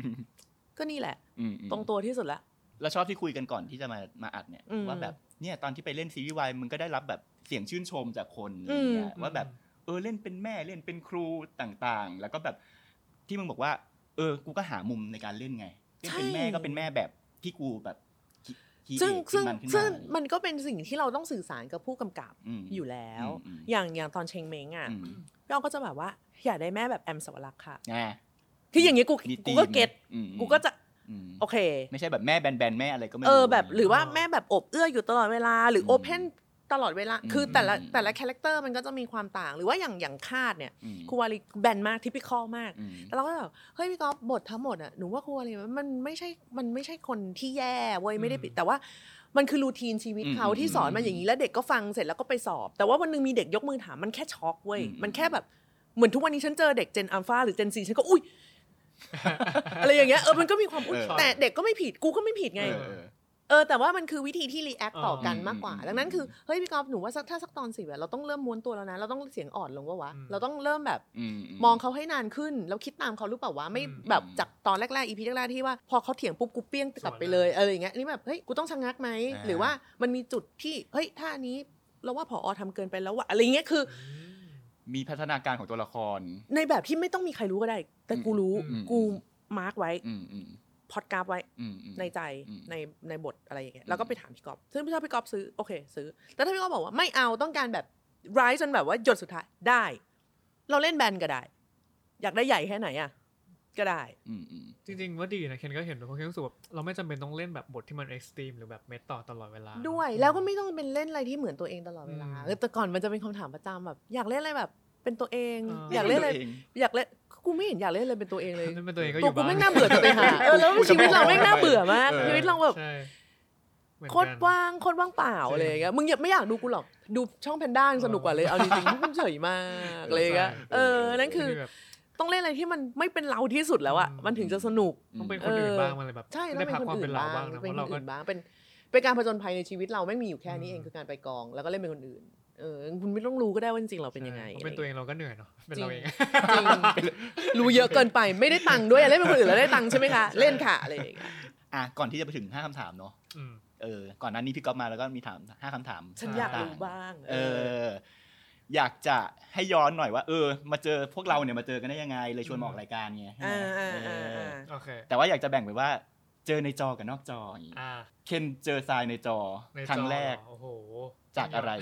Speaker 5: ก็นี่แหละ
Speaker 3: อืมอืม
Speaker 5: ตรงตัวที่สุดละ
Speaker 3: แล้วชอบที่คุยกันก่อนที่จะมามาอัดเนี่ย
Speaker 5: อืม
Speaker 3: ว่าแบบเนี่ยตอนที่ไปเล่นซีรีส์วายมึงก็ได้รับแบบเสียงชื่นชมจากคน
Speaker 5: อืม
Speaker 3: อย่างเงี้ยว่าแบบเออเล่นเป็นแม่เล่นเป็นครูต่างๆ แล้วก็แบบที่มึงบอกว่า เออกูก็หามุมในการเล่นไงเล่นเป็นแม่ก็เป็นแม่แบบที่กูแบบคิคิด
Speaker 5: ซึ่ง
Speaker 3: ขึ้
Speaker 5: ซึ่
Speaker 3: นมันขึ้นมา
Speaker 5: งซึ่งมันก็เป็นสิ่งที่เราต้องสื่อสารกับผู้กำกับ
Speaker 3: ม
Speaker 5: อยู่แล้ว
Speaker 3: อืมอืม
Speaker 5: อย่างอย่างตอนเชงเม้งอ่ะ
Speaker 3: อืม
Speaker 5: เราก็จะแบบว่าอยากได้แม่แบบแอมสวรักษ์ค่ะ
Speaker 3: อ่า
Speaker 5: คืออย่างงี้กู
Speaker 3: มี
Speaker 5: กู
Speaker 3: ธีม
Speaker 5: ก็เก็ต
Speaker 3: อืมอืม
Speaker 5: กูก็จะ
Speaker 3: อืม
Speaker 5: โอเค
Speaker 3: ไม่ใช่แบบแม่แบนๆแม่อะไรก็ไม่
Speaker 5: เออแบบหรือว่า
Speaker 4: อ๋อ
Speaker 5: แม่แบบอบเอื้ออยู่ตลอดเวลาหรือโอเพนตลอดเวลา คือแต่ละแต่ละคาแรคเตอร์มันก็จะมีความต่าง หรือว่าอย่างอย่างคาดเนี่ย
Speaker 3: อืม
Speaker 5: ครูวาลีแบนมากทิพิคอมาก
Speaker 3: อืม
Speaker 5: แล้วเราก็แบบเฮ้ยพี่ก๊อฟบททั้งหมดอ่ะหนูว่าครูวาลีมันไม่ใช่มันไม่ใช่คนที่แย่เว้ยไม่ได้ปิดแต่ว่า มันคือรูทีนชีวิตเขา
Speaker 3: อืม
Speaker 5: ที่สอนมาอย่างนี้แล้วเด็กก็ฟังเสร็จแล้วก็ไปสอบ แต่ว่าวันหนึงมีเด็กยกมือถามมันแค่ช็อกเว้ย
Speaker 3: อืม
Speaker 5: มันแค่แบบเหมือนทุกวันนี้ฉันเจอเด็กเจนอัลฟาหรือเจนซีฉันก็อุ้ย อะไรอย่างเงี้ยเออมันก็มีความอุ้ย
Speaker 3: เออ
Speaker 5: แต่เด็กก็ไม่ผิดกูก็ไม่ผิดไง
Speaker 3: เออเออ
Speaker 5: เอ อแต่ว่ามันคือวิธีที่รีแอคต่อกันมากกว่า
Speaker 3: อืม
Speaker 5: ดังนั้นคือเฮ้ยพี่กอฟหนูว่าสักถ้าสักตอนสิบอะเราต้องเริ่มม้วนตัวแล้วนะ เราต้องเสียงอ่อนลงว่าวะ
Speaker 4: อืม
Speaker 5: เราต้องเริ่มแบบ
Speaker 3: ืม
Speaker 5: มองเขาให้นานขึ้น แล้วคิดตามเขาหรือเปล่าวะไม่
Speaker 4: อืม
Speaker 5: แบบจากตอนแรกๆอีพีแรกๆที่ว่าพอเขาเถียงปุ๊บกูเปี้ยงกลับไปเลยอะไรอย่างเงี้ยนี่แบบเฮ้ยกูต้องชะงักไหม
Speaker 3: อ่า
Speaker 5: หรือว่ามันมีจุดที่เฮ้ยท่านี้เราว่าผอทำเกินไปแล้วว่ะอะไรอย่างเงี้ยคือ
Speaker 3: มีพัฒนาการของตัวละคร
Speaker 5: ในแบบที่ไม่ต้องมีใครรู้ก็ได้ แต่กูรู้
Speaker 4: อืม
Speaker 5: กูมาร์กไว้
Speaker 3: อืมอืม
Speaker 5: พอดกราฟไว้
Speaker 3: อืมอืม
Speaker 5: ในใจ
Speaker 3: อืม
Speaker 5: ในในบทอะไรอย่างเงี้ย
Speaker 3: อืม
Speaker 5: แล้วก็ไปถามพี่กอบซึ่งถ้าพี่กอบซื้อโอเค ซื้อ แต่ถ้าพี่กอบบอกว่าไม่เอาต้องการแบบร้ายจนแบบว่าหยดสุดท้ายได้ เราเล่นแบนก็ได้ อยากได้ใหญ่แค่ไหนอ่ะ ก็ได้
Speaker 3: อืมอืม
Speaker 4: จริงๆว่าดีนะเคนก็เห็นด้วยเพราะเคนรู้สึกว่าเราไม่จำเป็นต้องเล่นแบบบทที่มันเอ็กซ์ตรีมหรือแบบเมตาตลอดเวลา
Speaker 5: ด้วยแล้วก็ไม่ต้องเป็นเล่นอะไรที่เหมือนตัวเองตลอดเวลา
Speaker 4: อืม
Speaker 5: เออแต่ก่อนมันจะเป็นคำถามประจำแบบ อยากเล่นอะไรแบบ เป็นตัวเอง
Speaker 4: อ่า
Speaker 5: อยากเล่นอะไรอยากเล่นกูไม่เห็นอยากเล่นอะไรเป็นตัวเอง เลย
Speaker 4: เล่นเป็นตัวเองก็อ
Speaker 5: ตัว
Speaker 4: ยู่
Speaker 5: กู
Speaker 4: บ้าน
Speaker 5: ไม่งน่าเบื่อจะไป หาเออแล้วชีวิตเราไม่งน่าเบื่อมาก
Speaker 3: เออ
Speaker 5: ชีวิตเราแบบ
Speaker 4: ใช่เหมือน
Speaker 5: โค
Speaker 4: กัน
Speaker 5: ตรว่างโคตรว่างเปล่า
Speaker 4: ใช่
Speaker 5: อะไรอย่างเงี้ยมึงอย่าไม่อยากดูกูหรอกดูช่องแพนด้ายังสนุกกว่าเลยเอาจริงๆมันเฉยมากเลยอะเออนั่นคือ
Speaker 4: แบบ
Speaker 5: ต้องเล่นอะไรที่มันไม่เป็นเราที่สุดแล้วอะมันถึงจะสนุก
Speaker 4: ต้องเป็นคนอื่น
Speaker 5: เออ
Speaker 4: บ้างมันเลยแบบ
Speaker 5: ใช่ต้อ
Speaker 4: ได้
Speaker 5: งเป็น
Speaker 4: พัก
Speaker 5: คน
Speaker 4: ความ
Speaker 5: อื่
Speaker 4: เป็น
Speaker 5: น
Speaker 4: เรา
Speaker 5: บ้าง
Speaker 4: บ้างนะเพ
Speaker 5: เป็น
Speaker 4: ราะเรา
Speaker 5: คน
Speaker 4: ก็
Speaker 5: อื่นบ้างเป็นเป็นการผจญภัยในชีวิตเราไม่มีอยู่แค่นี้เอง
Speaker 4: อืม
Speaker 5: คือการไปกอง แล้วก็เล่นเป็นคนอื่นเออคุณไม่ต้องรู้ก็ได้ว่าจริงๆเราเป็น ยังไง
Speaker 4: ใช่พอเป็นตัวเองเราก็เหนื่อยเนาะเป็นเราเอง
Speaker 5: จริง รู้เยอะเกินไปไม่ได้ตังค์ด้วยอะเล่นเป็นคนอื่นแล้วได้ตังค์ใช่ไหมคะเล่นค่ะอะไรอย่างเงี้ย
Speaker 3: อ่ะก่อนที่จะไปถึงห้าคำถามเนาะ
Speaker 4: อืม
Speaker 3: เออก่อนหนั้นนี้พี่ก๊อฟมาแล้วก็มีถามห้าคำถาม
Speaker 5: ฉันอยากรู้บ้าง
Speaker 3: เออ อยากจะให้ย้อนหน่อยว่า เออ มาเจอพวกเราเนี่ยมาเจอกันได้ยังไง เลยชวนมาออกรายการไงใช่ไหม
Speaker 5: อ่า
Speaker 3: เอ
Speaker 5: อ่า
Speaker 3: อ
Speaker 5: อ่า
Speaker 4: โอเค
Speaker 3: แต่ว่าอยากจะแบ่งไปว่า เจอในจอกับนอกจออย่างงี้
Speaker 4: อ่า
Speaker 3: เคนเจอทรายในจอ
Speaker 4: ในจอ
Speaker 3: ครั้งแรก
Speaker 4: โอ้โห
Speaker 3: จากอะไร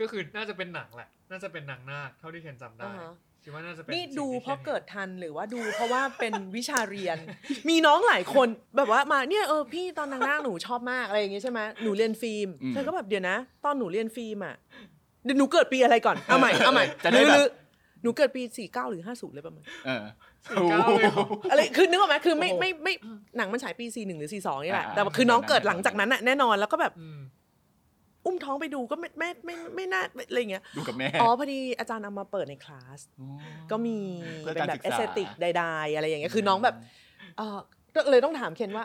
Speaker 4: ก็คือน่าจะเป็นหนังแหละ น่าจะเป็นหนังนาคเท่าที่เคนจำได้
Speaker 5: อ่าฮะ
Speaker 4: คิดว่าน่าจะเป็น
Speaker 5: นี่
Speaker 4: สิ่ง
Speaker 5: ดู
Speaker 4: ที่
Speaker 5: เพราะ
Speaker 4: คน
Speaker 5: เกิดทันหรือว่าดูเพราะว่าเป็นวิชาเรียน มีน้องหลายคนแบบว่ามาเนี่ยเออพี่ตอนนางนาคหนูชอบมากอะไรอย่างเงี้ยใช่ไหมหนูเรียนฟิล์ม
Speaker 3: อืม
Speaker 5: ฉันก็แบบเดี๋ยวนะ ตอนหนูเรียนฟิล์มอ่ะเดี๋ยวหนูเกิดปีอะไรก่อนเอา ใหม่เอาใหม่
Speaker 3: จะได้แบบ
Speaker 5: หรือหนูเกิดปีสี่เก้าหรือห้าศูนย์เลย ประมาณ
Speaker 3: เออ
Speaker 4: สี่เก้าเลยเหรอ
Speaker 5: อะไรคือนึกออกไหมคือไม่
Speaker 4: โอ้โห
Speaker 5: ไม่ไม่หนังมันฉายปีสี่หนึ่งหรือสี่สองนี่แหละ
Speaker 3: อ่า
Speaker 5: แต่ว่าคือน้องเกิดหลังจากนั้นน่ะแน่นอนแล้วก็แบบ
Speaker 4: อืม
Speaker 5: อุ้มท้องไปดูก็ไม่ไม่ไม่ไม่ไม่น่าอะไรอย่างเงี้ย
Speaker 3: ดูกับแม่
Speaker 5: อ๋อพอดีอาจารย์เอามาเปิดในคลาส ก็มี
Speaker 3: เพื่อ
Speaker 5: เป็น
Speaker 3: การ
Speaker 5: แบ
Speaker 3: ศึ
Speaker 5: บ
Speaker 3: ก
Speaker 5: เอ
Speaker 3: ษา
Speaker 5: สเตติกใดๆอะไรอย่างเงี้ยคือน้องแบบเออก็เลยต้องถามเคนว่า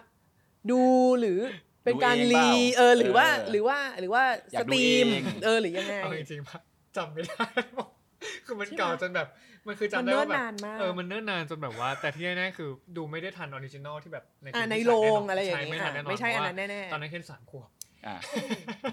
Speaker 5: ดูหรือเป็นการ
Speaker 3: ดูเองเปล่า
Speaker 5: รีเออหรือว่า
Speaker 3: เออ
Speaker 5: หรือว่าหรือว่า
Speaker 3: อยา
Speaker 5: ส
Speaker 3: กดู
Speaker 5: ตรีม
Speaker 3: เอง
Speaker 5: เออหรือยังไง
Speaker 4: เอาจริงๆป ะจำไม่ได้บอกคือมัน
Speaker 5: ใช่ไหม
Speaker 4: เก่าจนแบบ มันคือ
Speaker 5: มัน
Speaker 4: จำได้
Speaker 5: เนิ่น
Speaker 4: ว่าแบบ
Speaker 5: นานมาก
Speaker 4: เออมันเนิ่นนานจนแบบว่า แต่ที่แน่ๆคือดูไม่ได้ทันออริจินอลที่แบบใน
Speaker 5: อ่า
Speaker 4: ที่
Speaker 5: ในโรง
Speaker 4: ฉาย
Speaker 5: อะไรอย่าง
Speaker 4: ใช่
Speaker 5: เงี้ย
Speaker 4: ไม่ทันแน่นอน
Speaker 5: ไม่ใช่อันนั้น
Speaker 4: เพราะ
Speaker 5: แน่
Speaker 4: ว่า
Speaker 5: ๆ
Speaker 4: ตอนนั้นแค่สามขวบ
Speaker 3: อ่ะ